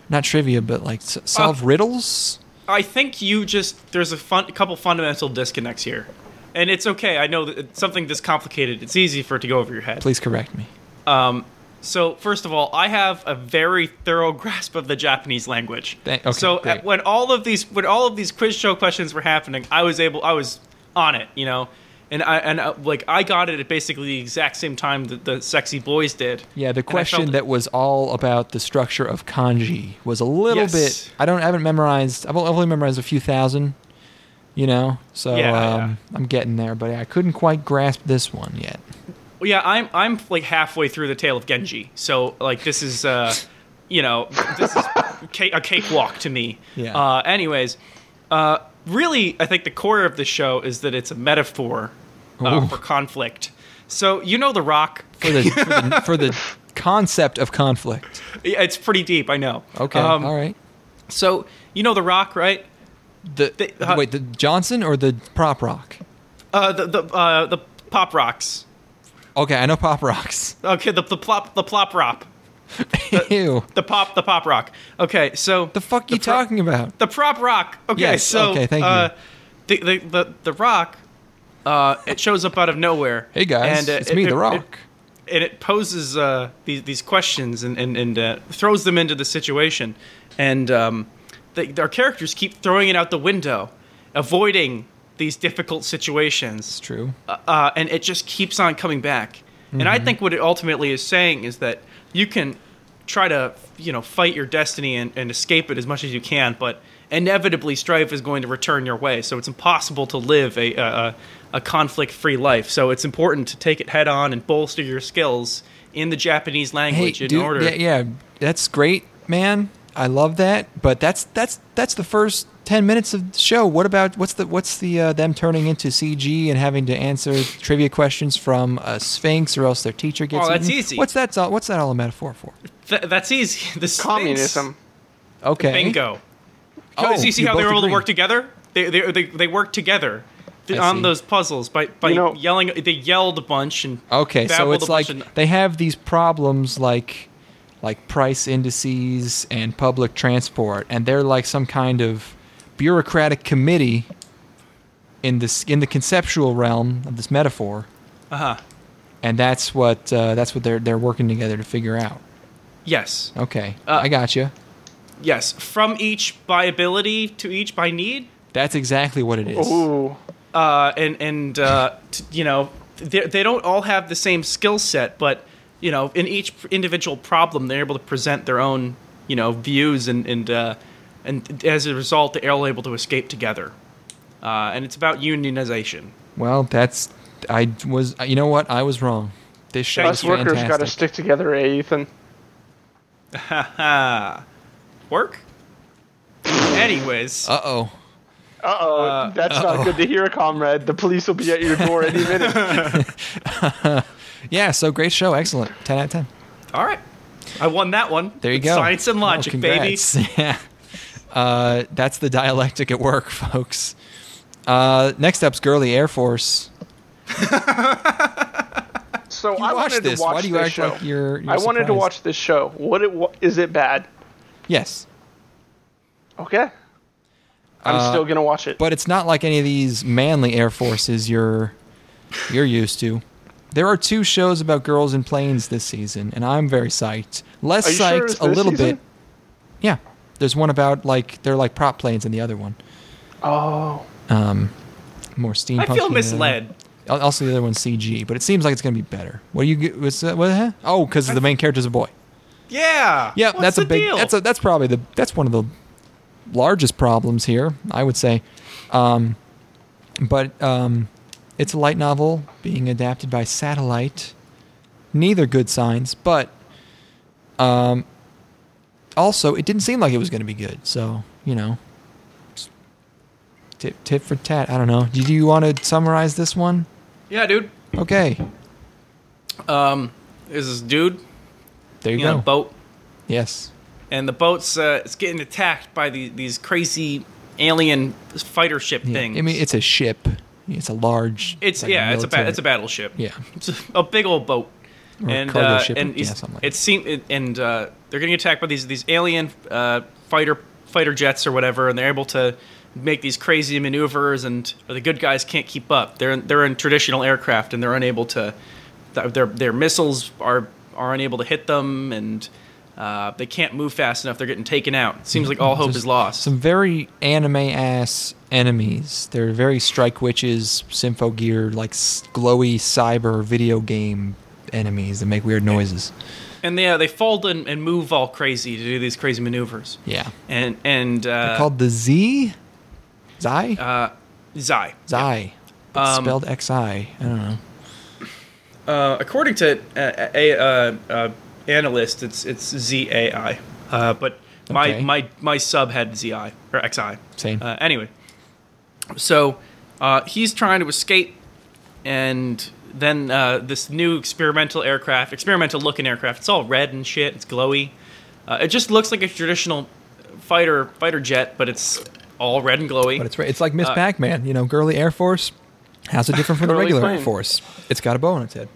[SPEAKER 2] not trivia, but like s- solve riddles.
[SPEAKER 1] I think you just there's a fun, a couple fundamental disconnects here, and it's okay. I know that it's something this complicated. It's easy for it to go over your head.
[SPEAKER 2] Please correct me.
[SPEAKER 1] Um, so first of all, I have a very thorough grasp of the Japanese language.
[SPEAKER 2] Thank- okay,
[SPEAKER 1] so
[SPEAKER 2] great.
[SPEAKER 1] at- when all of these when all of these quiz show questions were happening, I was able I was on it, you know, and I and uh, like I got it at basically the exact same time that the sexy boys did.
[SPEAKER 2] Yeah,
[SPEAKER 1] And
[SPEAKER 2] the
[SPEAKER 1] I felt-
[SPEAKER 2] question that was all about the structure of kanji was a little
[SPEAKER 1] Yes.
[SPEAKER 2] bit. I don't I haven't memorized. I've only memorized a few thousand. You know, so
[SPEAKER 1] Yeah,
[SPEAKER 2] um,
[SPEAKER 1] yeah.
[SPEAKER 2] I'm getting there, but I couldn't quite grasp this one yet.
[SPEAKER 1] Well, yeah, I'm I'm like halfway through the tale of Genji, so like this is uh, you know, this is cake, a cakewalk to me.
[SPEAKER 2] Yeah.
[SPEAKER 1] Uh, anyways, uh, really, I think the core of this show is that it's a metaphor uh,
[SPEAKER 2] Ooh.
[SPEAKER 1] for conflict. So you know, The Rock,
[SPEAKER 2] For the, for, the, for the concept of conflict.
[SPEAKER 1] Yeah, it's pretty deep. I know.
[SPEAKER 2] Okay,
[SPEAKER 1] Um,
[SPEAKER 2] all right.
[SPEAKER 1] So you know, The Rock, right?
[SPEAKER 2] The,
[SPEAKER 1] the- uh,
[SPEAKER 2] wait, the Johnson or the prop rock?
[SPEAKER 1] Uh, the the uh, the pop rocks.
[SPEAKER 2] Okay, I know pop rocks.
[SPEAKER 1] Okay, the the plop the plop rock,
[SPEAKER 2] Ew,
[SPEAKER 1] the pop the pop rock. Okay, so
[SPEAKER 2] the fuck you
[SPEAKER 1] pro-
[SPEAKER 2] talking about?
[SPEAKER 1] The prop rock. Okay,
[SPEAKER 2] Yes,
[SPEAKER 1] so
[SPEAKER 2] okay, thank you.
[SPEAKER 1] Uh, the, the the the rock. Uh, it shows up out of nowhere.
[SPEAKER 2] Hey guys,
[SPEAKER 1] uh,
[SPEAKER 2] it's
[SPEAKER 1] it-
[SPEAKER 2] me,
[SPEAKER 1] it-
[SPEAKER 2] the
[SPEAKER 1] it-
[SPEAKER 2] Rock.
[SPEAKER 1] and it poses uh, these these questions and and, and uh, throws them into the situation, and um, the, our characters keep throwing it out the window, avoiding these difficult situations
[SPEAKER 2] it's true.
[SPEAKER 1] uh, and it just keeps on coming back. And
[SPEAKER 2] Mm-hmm.
[SPEAKER 1] I think what it ultimately is saying is that you can try to, you know, fight your destiny and, and escape it as much as you can, but inevitably strife is going to return your way. So it's impossible to live a a, a- a conflict-free life. So it's important to take it head on and bolster your skills in the Japanese
[SPEAKER 2] Hey,
[SPEAKER 1] language in
[SPEAKER 2] dude,
[SPEAKER 1] order.
[SPEAKER 2] Yeah, yeah, that's great, man. I love that. But that's that's that's the first ten minutes of the show. What about what's the what's the uh, them turning into CG and having to answer trivia questions from a Sphinx or else their teacher gets.
[SPEAKER 1] Oh, that's
[SPEAKER 2] eaten?
[SPEAKER 1] easy.
[SPEAKER 2] What's that? all- What's that all a metaphor for?
[SPEAKER 1] Th- that's easy. The Sphinx-
[SPEAKER 3] Communism.
[SPEAKER 2] Okay.
[SPEAKER 1] Bingo.
[SPEAKER 2] Oh,
[SPEAKER 1] Because you see how
[SPEAKER 2] both
[SPEAKER 1] they were able
[SPEAKER 2] agree.
[SPEAKER 1] to work together? They they they, they worked together th-
[SPEAKER 2] I
[SPEAKER 1] on
[SPEAKER 2] see.
[SPEAKER 1] those puzzles by by
[SPEAKER 3] You know-
[SPEAKER 1] yelling. They yelled a bunch and
[SPEAKER 2] Okay, so
[SPEAKER 1] babbled
[SPEAKER 2] it's
[SPEAKER 1] a bunch
[SPEAKER 2] like
[SPEAKER 1] and-
[SPEAKER 2] they have these problems like like price indices and public transport, and they're like some kind of bureaucratic committee in this in the conceptual realm of this metaphor,
[SPEAKER 1] uh-huh.
[SPEAKER 2] and that's what uh, that's what they're they're working together to figure out.
[SPEAKER 1] Yes,
[SPEAKER 2] Okay,
[SPEAKER 1] Uh,
[SPEAKER 2] I got you.
[SPEAKER 1] yes. From each by ability to each by need,
[SPEAKER 2] That's exactly what it is.
[SPEAKER 3] Ooh.
[SPEAKER 1] uh, and and uh, t- you know they they don't all have the same skill set, but you know in each individual problem they're able to present their own you know views and and uh, and as a result they're all able to escape together, uh, and it's about unionization.
[SPEAKER 2] Well, that's I was you know what I was wrong. This show is
[SPEAKER 3] Us workers got to
[SPEAKER 2] fantastic.
[SPEAKER 3] stick together, eh, Ethan?
[SPEAKER 1] Ah, work. Anyways,
[SPEAKER 2] Uh oh.
[SPEAKER 3] Uh-oh.
[SPEAKER 2] Uh,
[SPEAKER 3] That's not good to hear, comrade. The police will be at your door any minute.
[SPEAKER 2] Yeah. So great show. Excellent. Ten out of ten.
[SPEAKER 1] all right. I won that one.
[SPEAKER 2] There you go.
[SPEAKER 1] Science and
[SPEAKER 2] Oh,
[SPEAKER 1] logic, baby.
[SPEAKER 2] congrats. Yeah. Uh, that's the dialectic at work, folks. Uh, next up's Gurley Air Force. You
[SPEAKER 3] So I
[SPEAKER 2] watched
[SPEAKER 3] wanted
[SPEAKER 2] this.
[SPEAKER 3] to watch
[SPEAKER 2] Why do you
[SPEAKER 3] this
[SPEAKER 2] act
[SPEAKER 3] show.
[SPEAKER 2] like you're- you're
[SPEAKER 3] I wanted to
[SPEAKER 2] surprised?
[SPEAKER 3] watch this show. What it what, is it bad?
[SPEAKER 2] Yes.
[SPEAKER 3] Okay. I'm still gonna watch it.
[SPEAKER 2] Uh, But it's not like any of these manly air forces you're you're used to. There are two shows about girls in planes this season, and I'm very psyched. Less
[SPEAKER 3] Are you sure
[SPEAKER 2] psyched
[SPEAKER 3] it's
[SPEAKER 2] a
[SPEAKER 3] this
[SPEAKER 2] little
[SPEAKER 3] season?
[SPEAKER 2] bit. Yeah. There's one about like they're like prop planes and the other one.
[SPEAKER 3] oh,
[SPEAKER 2] More steampunk.
[SPEAKER 1] I
[SPEAKER 2] than the
[SPEAKER 1] feel
[SPEAKER 2] other.
[SPEAKER 1] misled.
[SPEAKER 2] Al- Also, the other one's CG, but it seems like it's going to be better. What do you? g- What's that? What? the heck? Oh, because the main character's a boy.
[SPEAKER 1] Yeah.
[SPEAKER 2] Yeah,
[SPEAKER 1] What's
[SPEAKER 2] that's
[SPEAKER 1] the
[SPEAKER 2] a big.
[SPEAKER 1] Deal?
[SPEAKER 2] That's a, that's probably the that's one of the largest problems here, I would say. Um, but um, it's a light novel being adapted by Satellite. Neither good signs, but um, also it didn't seem like it was going to be good. So you know, tip tip for tat. I don't know. Do you want to summarize this one?
[SPEAKER 1] yeah, dude.
[SPEAKER 2] Okay,
[SPEAKER 1] Um, there's this dude
[SPEAKER 2] there you
[SPEAKER 1] in a
[SPEAKER 2] go.
[SPEAKER 1] boat,
[SPEAKER 2] Yes.
[SPEAKER 1] and the boat's uh, it's getting attacked by the, these crazy alien fighter ship
[SPEAKER 2] Yeah.
[SPEAKER 1] things.
[SPEAKER 2] I mean, it's a ship. It's a large.
[SPEAKER 1] it's
[SPEAKER 2] like
[SPEAKER 1] yeah, it's a ba-
[SPEAKER 2] military-
[SPEAKER 1] it's a battleship.
[SPEAKER 2] Yeah.
[SPEAKER 1] It's a, a big old boat.
[SPEAKER 2] Or a
[SPEAKER 1] and
[SPEAKER 2] cargo
[SPEAKER 1] uh,
[SPEAKER 2] ship,
[SPEAKER 1] and
[SPEAKER 2] yeah,
[SPEAKER 1] it's-
[SPEAKER 2] something like
[SPEAKER 1] it seem- it- and uh, they're getting attacked by these these alien uh, fighter fighter jets or whatever, and they're able to make these crazy maneuvers, and the good guys can't keep up. They're in, they're in traditional aircraft, and they're unable to. th- Their their missiles are are unable to hit them, and uh, they can't move fast enough. They're getting taken out. Seems like all hope
[SPEAKER 2] Just
[SPEAKER 1] is lost.
[SPEAKER 2] Some very anime ass enemies. They're very Strike Witches, Sympho Gear, like s- glowy cyber video game enemies that make weird noises.
[SPEAKER 1] and they uh, they fold and, and move all crazy to do these crazy maneuvers.
[SPEAKER 2] Yeah.
[SPEAKER 1] And and uh,
[SPEAKER 2] Called the Z? Zai?
[SPEAKER 1] uh, Zai.
[SPEAKER 2] Zai. It's
[SPEAKER 1] Um,
[SPEAKER 2] spelled XI. I don't know.
[SPEAKER 1] Uh, according to uh, a, uh, uh, analyst, it's it's Z A I, uh, but my
[SPEAKER 2] Okay.
[SPEAKER 1] my my sub had Z I or X I.
[SPEAKER 2] Same.
[SPEAKER 1] Uh, anyway, so uh, he's trying to escape, and then uh, this new experimental aircraft, experimental looking aircraft. It's all red and shit. It's glowy. Uh, it just looks like a traditional fighter fighter jet, but it's all red and glowy.
[SPEAKER 2] But it's right. It's like
[SPEAKER 1] uh,
[SPEAKER 2] Miss Pac Man. You know, girly Air Force. How's it different from the
[SPEAKER 3] Girly
[SPEAKER 2] regular
[SPEAKER 3] plane.
[SPEAKER 2] Air Force? It's got a bow on its head.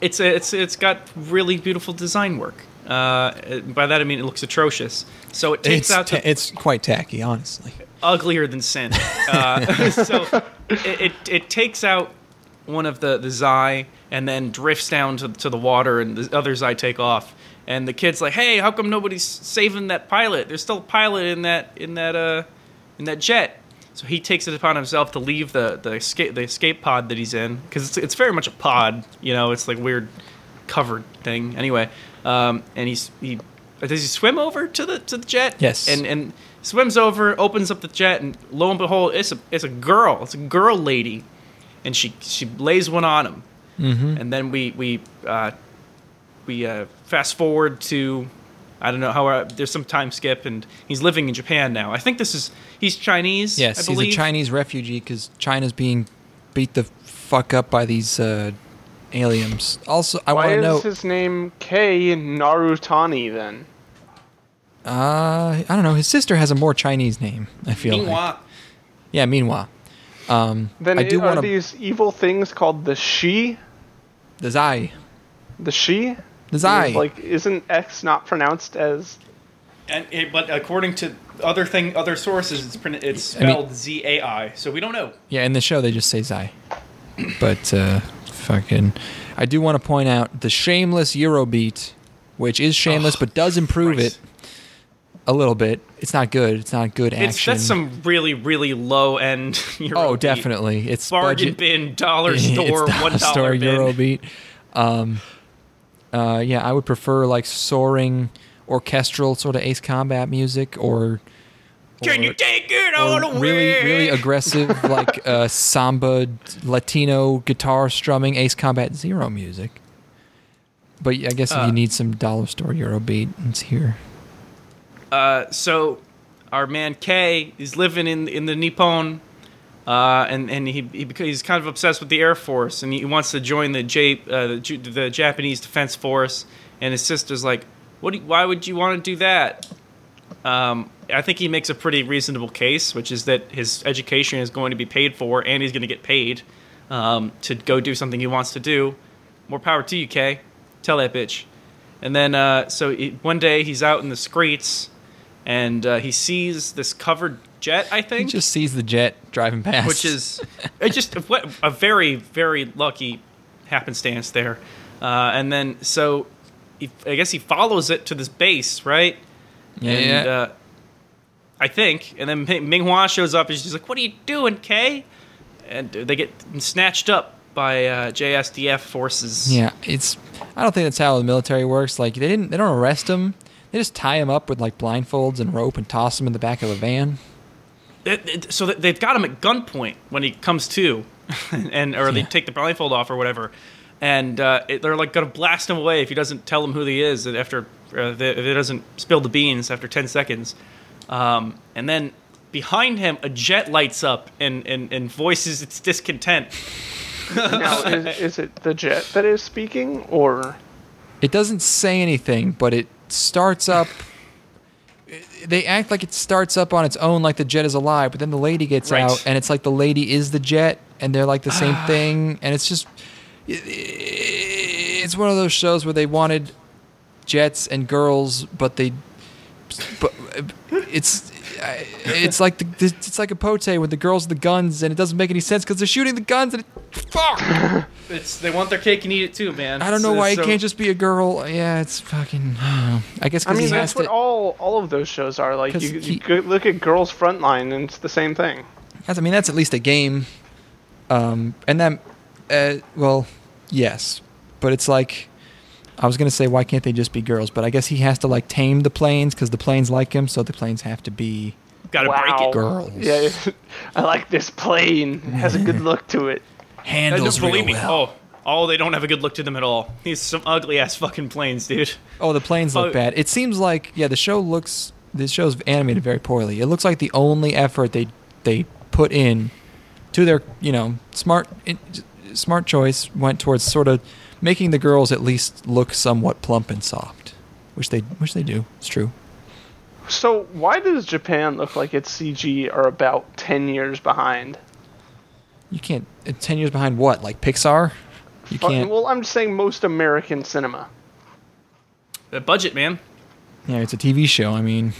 [SPEAKER 1] it's it's it's got really beautiful design work. Uh, by that I mean it looks atrocious. So it takes
[SPEAKER 2] It's,
[SPEAKER 1] out
[SPEAKER 2] ta-
[SPEAKER 1] the
[SPEAKER 2] it's quite tacky, honestly.
[SPEAKER 1] uglier than sin. Uh, so it, it it takes out one of the the Zai and then drifts down to to the water, and the other Zai take off. And the kid's like, "Hey, how come nobody's saving that pilot? There's still a pilot in that in that uh in that jet." So he takes it upon himself to leave the the escape the escape pod that he's in because it's it's very much a pod, you know, it's like weird covered thing. Anyway, um, and he's he does he swim over to the to the jet?
[SPEAKER 2] Yes.
[SPEAKER 1] and and swims over, opens up the jet, and lo and behold, it's a it's a girl. It's a girl lady, and she she lays one on him. Mm-hmm. And then we we uh, we uh, fast forward to I don't know how uh, there's some time skip, and he's living in Japan now. I think this is he's Chinese. I
[SPEAKER 2] Yes, he's a
[SPEAKER 1] believe.
[SPEAKER 2] Chinese refugee because China's being beat the fuck up by these uh, aliens. Also, I want
[SPEAKER 3] why
[SPEAKER 2] to
[SPEAKER 3] is
[SPEAKER 2] know.
[SPEAKER 3] his name K Narutani then?
[SPEAKER 2] uh, I don't know. His sister has a more Chinese name. I feel. Like.
[SPEAKER 1] Meanwhile,
[SPEAKER 2] Yeah, meanwhile. Um,
[SPEAKER 3] Then
[SPEAKER 2] I do
[SPEAKER 3] i- are
[SPEAKER 2] want to.
[SPEAKER 3] these evil things called the She?
[SPEAKER 2] The Zai.
[SPEAKER 3] The She?
[SPEAKER 2] The Zai.
[SPEAKER 3] Like, isn't X not pronounced as?
[SPEAKER 1] And it, but according to other thing, other sources, it's pron- it's
[SPEAKER 2] I mean-
[SPEAKER 1] spelled Z A I. So we don't know.
[SPEAKER 2] Yeah, in the show they just say Zai. But uh, fucking, I do want to point out the shameless Eurobeat, which is shameless but does improve
[SPEAKER 1] Christ.
[SPEAKER 2] it a little bit. It's not good. It's not good
[SPEAKER 1] It's
[SPEAKER 2] action.
[SPEAKER 1] that's some really really low end. Euro
[SPEAKER 2] oh,
[SPEAKER 1] beat.
[SPEAKER 2] definitely. It's
[SPEAKER 1] Bargain
[SPEAKER 2] budget.
[SPEAKER 1] bin, dollar
[SPEAKER 2] It's
[SPEAKER 1] store,
[SPEAKER 2] the
[SPEAKER 1] one dollar
[SPEAKER 2] store
[SPEAKER 1] bin.
[SPEAKER 2] Eurobeat. Um, uh, yeah, I would prefer like soaring orchestral sort of Ace Combat music or.
[SPEAKER 1] Can
[SPEAKER 2] or-
[SPEAKER 1] you take it
[SPEAKER 2] or
[SPEAKER 1] all away?
[SPEAKER 2] really, really aggressive, like uh, samba, d- Latino guitar strumming, Ace Combat Zero music. But I guess if you need some dollar store Eurobeat, it's here.
[SPEAKER 1] Uh, so our man K is living in in the Nippon, uh, and and he, he beca- he's kind of obsessed with the Air Force, and he wants to join the J uh, the, Ju- the Japanese Defense Force. And his sister's like, What? Do you, why would you want to do that? Um, I think he makes a pretty reasonable case, which is that his education is going to be paid for, and he's going to get paid um, to go do something he wants to do. More power to you, Kay. Tell that bitch. And then, uh, so he, one day he's out in the streets, and uh, he sees this covered jet. I
[SPEAKER 2] He
[SPEAKER 1] think
[SPEAKER 2] just sees the jet driving past.
[SPEAKER 1] which is it just what a very very lucky happenstance there uh, and then so he, i guess he follows it to this base right
[SPEAKER 2] yeah,
[SPEAKER 1] and
[SPEAKER 2] yeah.
[SPEAKER 1] Uh, i think and then Ming- Ming Hua shows up and she's like what are you doing kay and they get snatched up by uh, JSDF forces
[SPEAKER 2] Yeah, it's. I don't think that's how the military works. Like they didn't. They don't arrest him. They just tie him up with like blindfolds and rope and toss him in the back of a van.
[SPEAKER 1] It- it- so that- they've got him at gunpoint when he comes to, and or they
[SPEAKER 2] Yeah.
[SPEAKER 1] take the blindfold off or whatever, and uh, it, they're like gonna blast him away if he doesn't tell them who he is and after uh, the, if he doesn't spill the beans after ten seconds, um, and then behind him a jet lights up and and, and voices its discontent.
[SPEAKER 3] Now, is, is it the jet that is speaking, or
[SPEAKER 2] It doesn't say anything, but it starts up. They act like it starts up on its own, like the jet is alive. But then the lady gets
[SPEAKER 1] Right.
[SPEAKER 2] out, and it's like the lady is the jet, and they're like the same thing. And it's just, it's one of those shows where they wanted jets and girls, but they, but it's. I- It's like the, it's like a pote with the girls with the guns, and it doesn't make any sense because they're shooting the guns, and it, fuck.
[SPEAKER 1] It's they want their cake and eat it too, man.
[SPEAKER 2] I don't know
[SPEAKER 1] So-
[SPEAKER 2] why it
[SPEAKER 1] so-
[SPEAKER 2] can't just be a girl. Yeah, it's fucking. I don't know. I guess
[SPEAKER 3] I
[SPEAKER 2] because
[SPEAKER 3] mean,
[SPEAKER 2] he has
[SPEAKER 3] that's what
[SPEAKER 2] to.
[SPEAKER 3] all all of those shows are like.
[SPEAKER 2] 'Cause
[SPEAKER 3] You,
[SPEAKER 2] he-
[SPEAKER 3] you could look at Girls Frontline, and it's the same thing.
[SPEAKER 2] that's, I mean, that's at least a game. Um, and then, uh, well, yes, but it's like, I was gonna say why can't they just be girls? But I guess he has to like tame the planes because the planes like him, so the planes have to be
[SPEAKER 1] gotta break it.
[SPEAKER 2] Girls.
[SPEAKER 3] Yeah, I like this plane. It has a good look to it.
[SPEAKER 1] And
[SPEAKER 2] handles
[SPEAKER 1] just believe
[SPEAKER 2] real
[SPEAKER 1] me.
[SPEAKER 2] well.
[SPEAKER 1] Oh, oh, they don't have a good look to them at all. These some ugly ass fucking planes, dude.
[SPEAKER 2] Oh, the planes look
[SPEAKER 1] Oh.
[SPEAKER 2] bad. It seems like yeah, the show looks this show's animated very poorly. It looks like the only effort they they put in to their you know smart in, smart choice went towards sort of making the girls at least look somewhat plump and soft, which they which they do. It's true.
[SPEAKER 3] So, why does Japan look like its CG are about ten years behind?
[SPEAKER 2] You can't uh, ten years behind what like Pixar. You
[SPEAKER 3] But-
[SPEAKER 2] can't.
[SPEAKER 3] Uh, Well, I'm just saying most American cinema.
[SPEAKER 1] The budget, man.
[SPEAKER 2] Yeah, it's a TV show. I mean,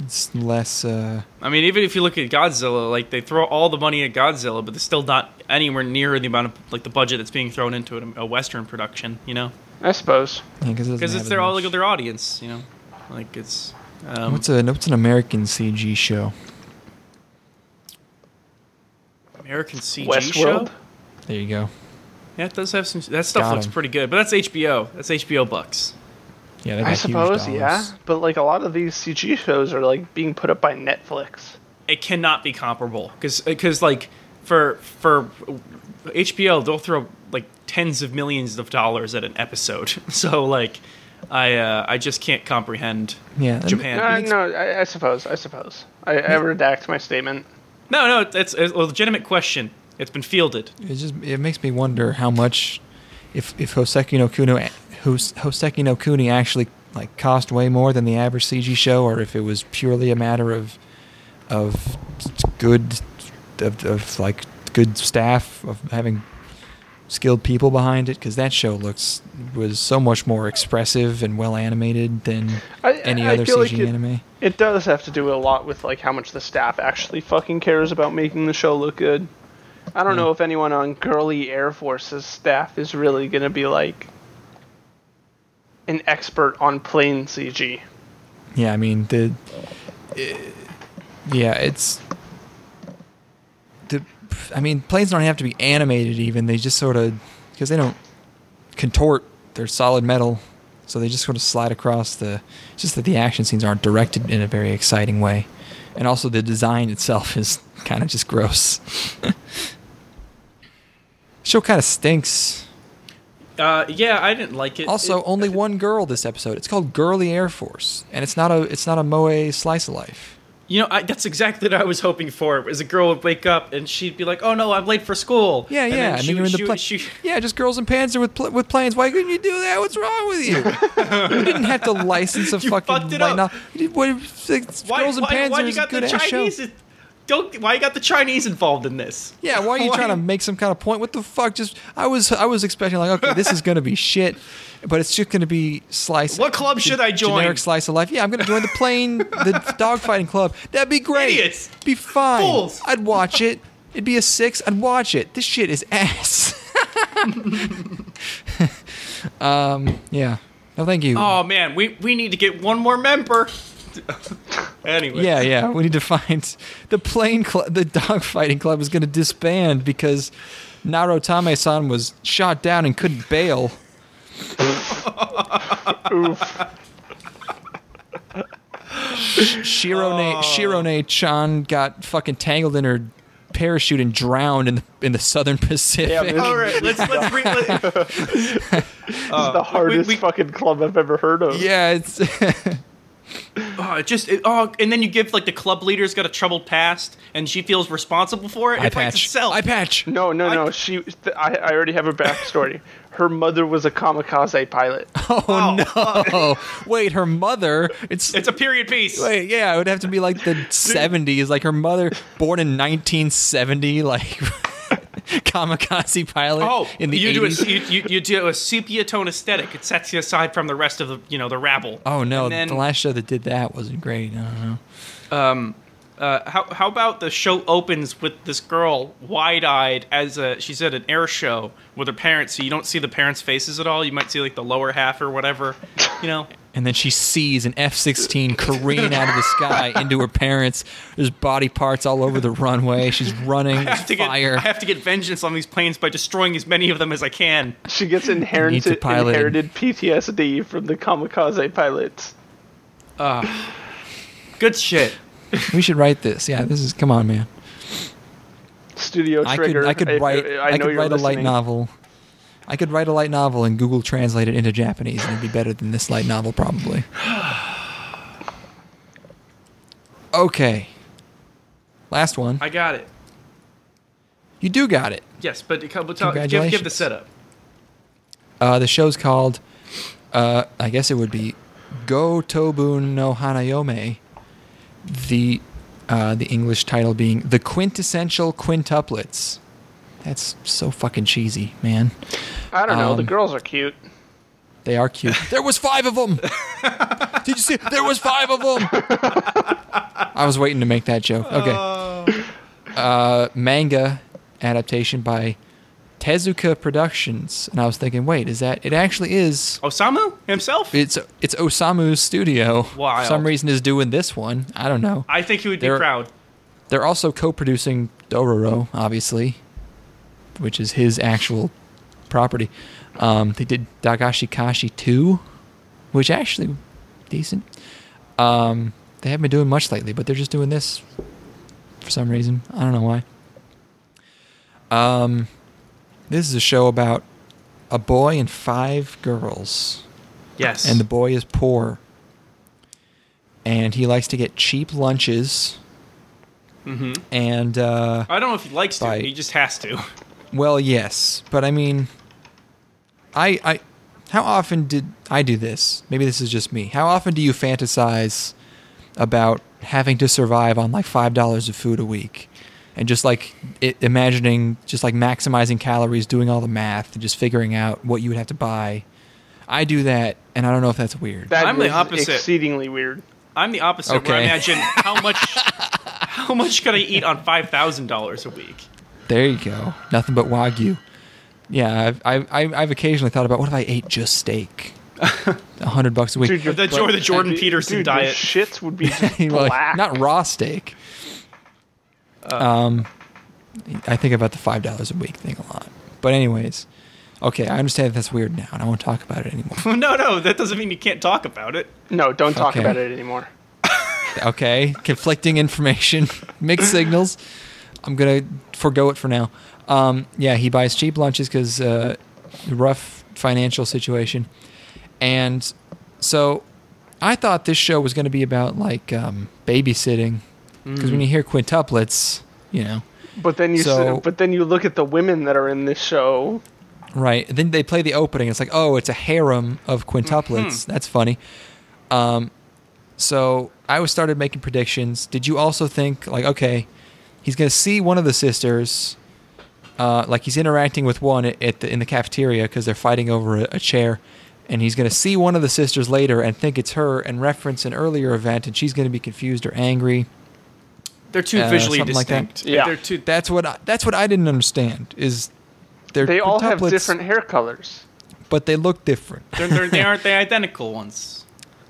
[SPEAKER 2] it's less. Uh,
[SPEAKER 1] I mean, even if you look at Godzilla, like they throw all the money at Godzilla, but it's still not anywhere near the amount of like the budget that's being thrown into it, a Western production, you know,
[SPEAKER 3] I suppose.
[SPEAKER 2] because
[SPEAKER 1] because it's their all like, their audience, you know, like it's um,
[SPEAKER 2] What's a what's an American CG show?
[SPEAKER 1] American CG
[SPEAKER 3] Westworld.
[SPEAKER 1] show.
[SPEAKER 2] There you go.
[SPEAKER 1] Yeah, it does have some. That stuff
[SPEAKER 2] Got
[SPEAKER 1] looks
[SPEAKER 2] 'em.
[SPEAKER 1] pretty good, but that's HBO. That's HBO bucks.
[SPEAKER 2] Yeah, they got
[SPEAKER 3] I
[SPEAKER 2] huge
[SPEAKER 3] suppose, yeah.
[SPEAKER 2] dollars.
[SPEAKER 3] But like a lot of these CG shows are like being put up by Netflix.
[SPEAKER 1] It cannot be comparable because like for for HBO they'll throw like tens of millions of dollars at an episode. So like I uh, I just can't comprehend
[SPEAKER 2] Yeah, and-
[SPEAKER 1] Japan.
[SPEAKER 3] Uh, no, I, I suppose. I suppose. I, I redact my statement.
[SPEAKER 1] No, no, it's, it's a legitimate question. It's been fielded.
[SPEAKER 2] It just it makes me wonder how much if if Hoseki no Kuno Hos- Hoseki no Kuni actually like cost way more than the average CG show, or if it was purely a matter of of good of, of like good staff of having skilled people behind it because that show looks was so much more expressive and well animated than
[SPEAKER 3] I,
[SPEAKER 2] any
[SPEAKER 3] I- I
[SPEAKER 2] other
[SPEAKER 3] feel
[SPEAKER 2] CG
[SPEAKER 3] like it,
[SPEAKER 2] anime.
[SPEAKER 3] It does have to do a lot with like how much the staff actually fucking cares about making the show look good. I
[SPEAKER 2] Hmm.
[SPEAKER 3] don't know if anyone on Girly Air Force's staff is really gonna be like an expert on plain CG.
[SPEAKER 2] Yeah, I mean the. yeah, it's the. I mean, planes don't have to be animated. Even they just sort of because they don't contort. They're solid metal, so they just sort of slide across the. It's just that the action scenes aren't directed in a very exciting way, and also the design itself is kind of just gross. Show kind of stinks.
[SPEAKER 1] Uh, yeah, I didn't like it.
[SPEAKER 2] Also,
[SPEAKER 1] It-
[SPEAKER 2] only one girl this episode. It's called Girly Air Force, and it's not a it's not a moe slice of life.
[SPEAKER 1] You know, I, that's exactly what I was hoping for. Was a girl would wake up and she'd be like, "Oh no, I'm late for school."
[SPEAKER 2] Yeah,
[SPEAKER 1] and
[SPEAKER 2] yeah.
[SPEAKER 1] Then
[SPEAKER 2] and
[SPEAKER 1] she,
[SPEAKER 2] then you're in the
[SPEAKER 1] she-
[SPEAKER 2] pla-
[SPEAKER 1] she-
[SPEAKER 2] yeah, just girls in pants with pl- with planes. Why couldn't you do that? What's wrong with you? you didn't have to license a
[SPEAKER 1] You
[SPEAKER 2] fucking
[SPEAKER 1] fucked it
[SPEAKER 2] light
[SPEAKER 1] up.
[SPEAKER 2] novel. You did- what- it's-
[SPEAKER 1] why,
[SPEAKER 2] girls in
[SPEAKER 1] why,
[SPEAKER 2] pants
[SPEAKER 1] why
[SPEAKER 2] are
[SPEAKER 1] you
[SPEAKER 2] a
[SPEAKER 1] got the
[SPEAKER 2] good ass show.
[SPEAKER 1] Chinese? in- Don't. Why you got the Chinese involved in this?
[SPEAKER 2] Yeah, why are you
[SPEAKER 1] Why-
[SPEAKER 2] trying to make some kind of point? What the fuck? Just I was I was expecting like okay, this is gonna be shit, but it's just gonna be slice.
[SPEAKER 1] What club
[SPEAKER 2] ge-
[SPEAKER 1] should I join?
[SPEAKER 2] Generic slice of life. Yeah, I'm gonna join the plane, the dogfighting club. That'd be great.
[SPEAKER 1] Idiots.
[SPEAKER 2] Be fine.
[SPEAKER 1] Fools.
[SPEAKER 2] I'd watch it. It'd be a six. I'd watch it. This shit is ass. um. Yeah. No, thank you.
[SPEAKER 1] Oh man, we we need to get one more member. anyway.
[SPEAKER 2] Yeah, yeah. We need to find the plane club. The dogfighting club is going to disband because Narutame-san was shot down and couldn't bail. Shirone Shirone Chan got fucking tangled in her parachute and drowned in the, in the southern Pacific.
[SPEAKER 3] man.
[SPEAKER 1] All right, let's let's re- let,
[SPEAKER 3] This is the hardest
[SPEAKER 1] we-
[SPEAKER 3] fucking club I've ever heard of.
[SPEAKER 2] yeah, it's
[SPEAKER 1] oh, it just it, oh, and then you give like the club leader's got a troubled past, and she feels responsible for it.
[SPEAKER 2] eye
[SPEAKER 1] it fights
[SPEAKER 2] patch.
[SPEAKER 1] itself.
[SPEAKER 2] Eye patch.
[SPEAKER 3] No, no, no. She. Th- I, I already have a backstory. Her mother was a kamikaze pilot.
[SPEAKER 2] Oh, no! Wait, her mother. It's
[SPEAKER 1] It's a period piece.
[SPEAKER 2] Wait, yeah, it would have to be like the seventies, like her mother, born in nineteen seventy, like kamikaze pilot.
[SPEAKER 1] Oh,
[SPEAKER 2] in the
[SPEAKER 1] you do a,
[SPEAKER 2] 80s.
[SPEAKER 1] you, you, you do a sepia tone aesthetic. It sets you aside from the rest of the you know the rabble.
[SPEAKER 2] Oh no,
[SPEAKER 1] And then,
[SPEAKER 2] the last show that did that wasn't great. I don't know.
[SPEAKER 1] uh, how how about the show opens with this girl wide eyed as a she's at an air show with her parents, so you don't see the parents' faces at all. You might see like the lower half or whatever, you know.
[SPEAKER 2] And then she sees an F sixteen careen out of the sky into her parents. There's body parts all over the runway. She's running.
[SPEAKER 1] I have to
[SPEAKER 2] There's
[SPEAKER 1] get
[SPEAKER 2] fire.
[SPEAKER 1] I have to get vengeance on these planes by destroying as many of them as I can.
[SPEAKER 3] She gets
[SPEAKER 2] Needs a
[SPEAKER 3] inherited
[SPEAKER 2] pilot.
[SPEAKER 3] inherited PTSD from the kamikaze pilots.
[SPEAKER 1] Good shit.
[SPEAKER 2] we should write this. Yeah, this is. Come on, man.
[SPEAKER 3] Studio
[SPEAKER 2] I could.
[SPEAKER 3] Trigger.
[SPEAKER 2] I could write.
[SPEAKER 3] I,
[SPEAKER 2] I,
[SPEAKER 3] know
[SPEAKER 2] could
[SPEAKER 3] you're
[SPEAKER 2] write a light
[SPEAKER 3] listening.
[SPEAKER 2] novel. I could write a light novel and Google translate it into Japanese, and it'd be better than this light novel, probably. Okay. Last one.
[SPEAKER 1] I got it.
[SPEAKER 2] You do got it.
[SPEAKER 1] Yes, but it- but tell, give, give the
[SPEAKER 2] Congratulations.
[SPEAKER 1] setup.
[SPEAKER 2] Uh, the show's called, uh, I guess it would be Go Tobun no Hanayome. The uh, the English title being The Quintessential Quintuplets. That's so fucking cheesy, man.
[SPEAKER 3] I don't know. the
[SPEAKER 2] Um,
[SPEAKER 3] girls are cute.
[SPEAKER 2] They are cute. There was five of them. Did you see? There was five of them. I was waiting to make that joke. Okay. Uh, manga adaptation by Tezuka Productions, and I was thinking, wait, is that? It actually is.
[SPEAKER 1] Osamu himself.
[SPEAKER 2] It's it's Osamu's studio.
[SPEAKER 1] Wild.
[SPEAKER 2] For some reason, is doing this one. I don't know.
[SPEAKER 1] I think he would be
[SPEAKER 2] There-
[SPEAKER 1] proud.
[SPEAKER 2] They're also co-producing Dororo, obviously, which is his actual property. Um, they did Dagashi Kashi 2, which actually decent. Um, they haven't been doing much lately, but they're just doing this for some reason. I don't know why. Um, this is a show about a boy and five girls
[SPEAKER 1] Yes.
[SPEAKER 2] and the boy is poor and he likes to get cheap lunches mm-hmm. and uh,
[SPEAKER 1] I don't know if he likes to.
[SPEAKER 2] By-
[SPEAKER 1] He just has to.
[SPEAKER 2] well yes but i mean i i how often did i do this maybe this is just me how often do you fantasize about having to survive on like five dollars of food a week and just like it, imagining just like maximizing calories doing all the math and just figuring out what you would have to buy i do that and i don't know if that's weird
[SPEAKER 3] That
[SPEAKER 1] I'm the
[SPEAKER 3] is
[SPEAKER 1] opposite.
[SPEAKER 3] Exceedingly weird.
[SPEAKER 1] I'm the opposite. Where I
[SPEAKER 2] Okay.
[SPEAKER 1] imagine how much how much could I eat on five thousand dollars a week?
[SPEAKER 2] There you go. Nothing but wagyu. Yeah, I've, I've, I've I've occasionally thought about what if I ate just steak? A hundred bucks a week.
[SPEAKER 3] Dude, your
[SPEAKER 1] The, or the Jordan
[SPEAKER 3] Dude,
[SPEAKER 1] Peterson
[SPEAKER 3] dude, your
[SPEAKER 1] diet.
[SPEAKER 3] shits would be just
[SPEAKER 2] Well,
[SPEAKER 3] black. Uh.
[SPEAKER 2] not raw steak. um, I think about the five dollars a week thing a lot. But anyways, okay, I understand that that's weird now, and I won't talk about it anymore.
[SPEAKER 1] Well, no, no, that doesn't mean you can't talk about it.
[SPEAKER 3] no, don't talk
[SPEAKER 2] Okay.
[SPEAKER 3] about it anymore.
[SPEAKER 2] okay, conflicting information, mixed signals. I'm gonna forego it for now. Um, yeah, he buys cheap lunches because uh, rough financial situation, and so I thought this show was gonna be about like um, babysitting Because when you hear quintuplets, you know,
[SPEAKER 3] But then you
[SPEAKER 2] So-
[SPEAKER 3] but then you look at the women that are in this show.
[SPEAKER 2] right? Then they play the opening. It's like, oh, it's a harem of quintuplets.
[SPEAKER 3] Mm-hmm.
[SPEAKER 2] That's funny. Um, so I was started making predictions. Did you also think like, okay, he's gonna see one of the sisters? Uh, like he's interacting with one at at the, in the cafeteria because they're fighting over a, a chair, and he's gonna see one of the sisters later and think it's her and reference an earlier event, and she's gonna be confused or angry.
[SPEAKER 1] They're too
[SPEAKER 2] Uh,
[SPEAKER 1] visually
[SPEAKER 2] something like that.
[SPEAKER 1] distinct.
[SPEAKER 3] Yeah.
[SPEAKER 1] They're too.
[SPEAKER 2] That's what I, that's what I didn't understand is they're
[SPEAKER 3] They all have
[SPEAKER 2] quintuplets,
[SPEAKER 3] different hair colors.
[SPEAKER 2] but they look different.
[SPEAKER 1] They're, they're, they aren't the identical ones.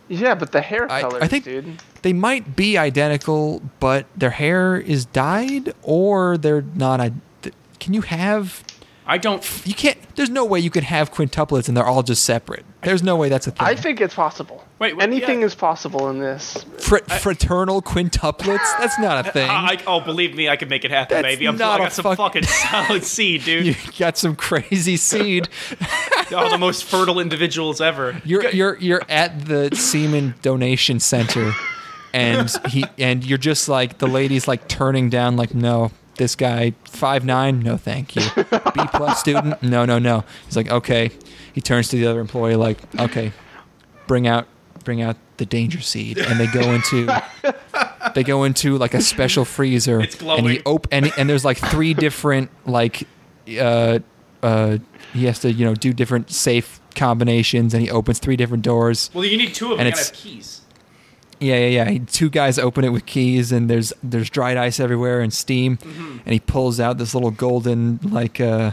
[SPEAKER 3] Yeah, but the hair
[SPEAKER 2] I- I
[SPEAKER 3] colors,
[SPEAKER 2] think-
[SPEAKER 3] dude.
[SPEAKER 2] They might be identical, but their hair is dyed, or they're not. I- th- Can you have?
[SPEAKER 1] I don't.
[SPEAKER 2] You can't. There's no way you could have quintuplets and they're all just separate. There's no way that's a thing.
[SPEAKER 3] I think it's possible.
[SPEAKER 1] Wait, wait,
[SPEAKER 3] anything
[SPEAKER 1] yeah.
[SPEAKER 3] is possible in this.
[SPEAKER 2] Fr- fraternal quintuplets. That's not a thing.
[SPEAKER 1] I, I- oh, believe me, I could make it happen,
[SPEAKER 2] That's
[SPEAKER 1] baby. I'm, I
[SPEAKER 2] not a
[SPEAKER 1] got some
[SPEAKER 2] fuck-
[SPEAKER 1] fucking solid seed, dude.
[SPEAKER 2] you got some crazy seed.
[SPEAKER 1] All the most fertile individuals ever.
[SPEAKER 2] You're you're you're at the semen donation center, and he and you're just like the lady's like turning down like no this guy five nine no thank you B plus student no no no he's like okay he turns to the other employee like okay bring out bring out the danger seed and they go into they go into like a special freezer
[SPEAKER 1] It's
[SPEAKER 2] and he
[SPEAKER 1] glowing.
[SPEAKER 2] op- and, and there's like three different like uh uh he has to you know do different safe combinations and he opens three different doors
[SPEAKER 1] Well, you need two of them.
[SPEAKER 2] And
[SPEAKER 1] you gotta
[SPEAKER 2] it's-
[SPEAKER 1] have keys.
[SPEAKER 2] yeah yeah yeah He- two guys open it with keys and there's there's dried ice everywhere and steam
[SPEAKER 1] Mm-hmm.
[SPEAKER 2] and he pulls out this little golden like uh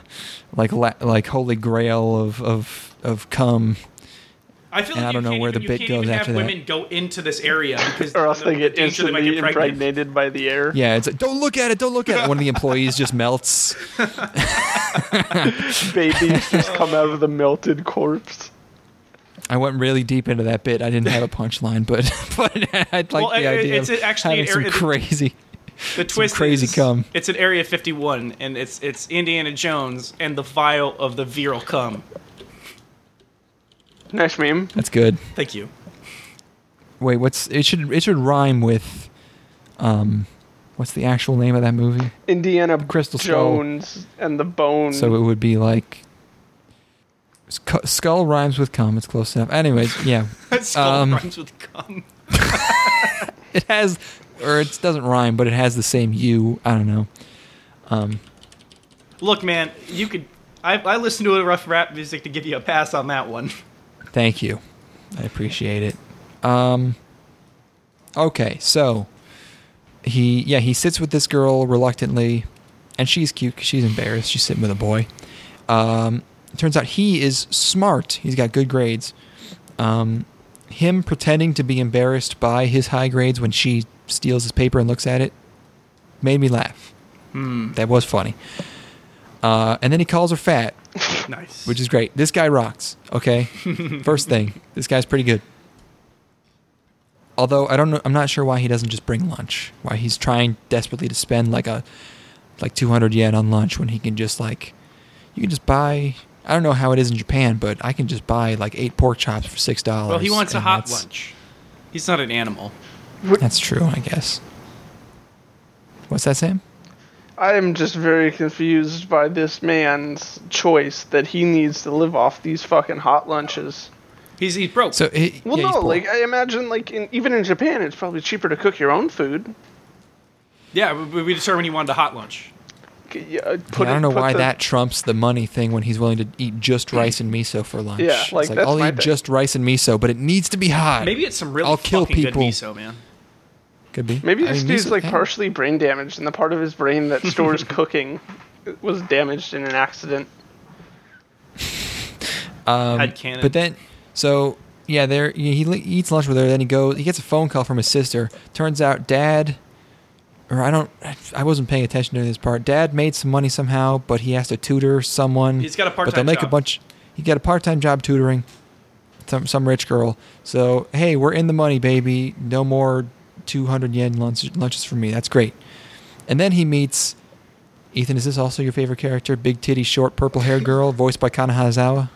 [SPEAKER 2] like la- like holy grail of of of cum
[SPEAKER 1] I feel
[SPEAKER 2] And
[SPEAKER 1] like
[SPEAKER 2] I
[SPEAKER 1] you
[SPEAKER 2] don't know
[SPEAKER 1] can't
[SPEAKER 2] where
[SPEAKER 1] even-
[SPEAKER 2] the
[SPEAKER 1] you
[SPEAKER 2] bit
[SPEAKER 1] can't
[SPEAKER 2] goes
[SPEAKER 1] even
[SPEAKER 2] after
[SPEAKER 1] have
[SPEAKER 2] that.
[SPEAKER 1] women go into this area because
[SPEAKER 3] Or else
[SPEAKER 1] the-
[SPEAKER 3] they get
[SPEAKER 1] the danger they might
[SPEAKER 3] instantly
[SPEAKER 1] get pregnant.
[SPEAKER 3] impregnated by the air.
[SPEAKER 2] yeah it's like don't look at it don't look at it one of the employees just melts
[SPEAKER 3] Babies just come out of the melted corpse.
[SPEAKER 2] I went really deep into that bit. I didn't have a punchline, but but I'd like
[SPEAKER 1] Well,
[SPEAKER 2] the
[SPEAKER 1] it-
[SPEAKER 2] idea
[SPEAKER 1] it's
[SPEAKER 2] of
[SPEAKER 1] actually
[SPEAKER 2] having
[SPEAKER 1] an
[SPEAKER 2] some
[SPEAKER 1] area that-
[SPEAKER 2] crazy.
[SPEAKER 1] The twist
[SPEAKER 2] crazy
[SPEAKER 1] is,
[SPEAKER 2] cum.
[SPEAKER 1] It's an Area 51, and it's it's Indiana Jones and the vial of the virile cum.
[SPEAKER 3] Nice meme.
[SPEAKER 2] That's good.
[SPEAKER 1] Thank you.
[SPEAKER 2] Wait, what's it should it should rhyme with, um, what's the actual name of that movie?
[SPEAKER 3] Indiana
[SPEAKER 2] Crystal Skull.
[SPEAKER 3] Jones and the bone.
[SPEAKER 2] So it would be like. Sc- Skull rhymes with cum. It's close enough. Anyways, yeah,
[SPEAKER 1] That skull
[SPEAKER 2] Um,
[SPEAKER 1] rhymes with cum.
[SPEAKER 2] it has, or it doesn't rhyme, but it has the same U. I don't know. Um,
[SPEAKER 1] Look, man, you could. I, I listened to a rough rap music to give you a pass on that one.
[SPEAKER 2] Thank you. I appreciate it. Um Okay, so he yeah, he sits with this girl reluctantly and she's cute 'cause she's embarrassed. She's sitting with a boy. Um it turns out he is smart. He's got good grades. Um him pretending to be embarrassed by his high grades when she steals his paper and looks at it made me laugh. That was funny. Uh, and then he calls her fat
[SPEAKER 1] Nice.
[SPEAKER 2] which is great. This guy rocks. Okay, first thing, this guy's pretty good. Although I don't know, I'm not sure why he doesn't just bring lunch. Why he's trying desperately to spend like a like 200 yen on lunch when he can just like you can just buy. I don't know how it is in Japan, but I can just buy like eight pork chops for six dollars.
[SPEAKER 1] well, he wants a
[SPEAKER 2] and
[SPEAKER 1] hot
[SPEAKER 2] that's-
[SPEAKER 1] lunch. He's not an animal.
[SPEAKER 2] That's true, I guess. What's that, Sam?
[SPEAKER 3] I am just very confused by this man's choice that he needs to live off these fucking hot lunches.
[SPEAKER 1] He's he's broke.
[SPEAKER 2] So he,
[SPEAKER 3] Well,
[SPEAKER 2] yeah, he's
[SPEAKER 3] no,
[SPEAKER 2] poor.
[SPEAKER 3] like I imagine, like in, even in Japan, it's probably cheaper to cook your own food.
[SPEAKER 1] yeah, we, we determined he wanted a hot lunch.
[SPEAKER 3] G- yeah, uh,
[SPEAKER 2] Yeah,
[SPEAKER 3] Put
[SPEAKER 2] I
[SPEAKER 3] it-
[SPEAKER 2] don't know
[SPEAKER 3] put
[SPEAKER 2] why
[SPEAKER 3] the-
[SPEAKER 2] that trumps the money thing when he's willing to eat just rice and miso for lunch.
[SPEAKER 3] Yeah,
[SPEAKER 2] It's
[SPEAKER 3] like, that's
[SPEAKER 2] I'll
[SPEAKER 3] my
[SPEAKER 2] eat
[SPEAKER 3] thing.
[SPEAKER 2] just rice and miso, but it needs to be hot.
[SPEAKER 1] Maybe it's some really
[SPEAKER 2] I'll kill
[SPEAKER 1] fucking
[SPEAKER 2] people.
[SPEAKER 1] good miso, man.
[SPEAKER 2] could be.
[SPEAKER 3] Maybe
[SPEAKER 2] I
[SPEAKER 3] this
[SPEAKER 2] mean,
[SPEAKER 3] dude's
[SPEAKER 2] miso-
[SPEAKER 3] like
[SPEAKER 2] eh,
[SPEAKER 3] partially brain damaged, and the part of his brain that stores cooking was damaged in an accident.
[SPEAKER 2] um,
[SPEAKER 1] Head cannon.
[SPEAKER 2] But then, so yeah, there he he li- eats lunch with her. Then he goes. He gets a phone call from his sister. Turns out, dad, or I don't, I wasn't paying attention to this part. Dad made some money somehow, but he has to tutor someone.
[SPEAKER 1] He's got a
[SPEAKER 2] But they'll
[SPEAKER 1] part-time
[SPEAKER 2] make a
[SPEAKER 1] job.
[SPEAKER 2] bunch. He got a part-time job tutoring. some some rich girl. So hey, we're in the money, baby. No more two hundred yen lunch, lunches for me. That's great. And then he meets Ethan. Is this also your favorite character? Big titty, short, purple-haired girl, voiced by Kana Hanazawa.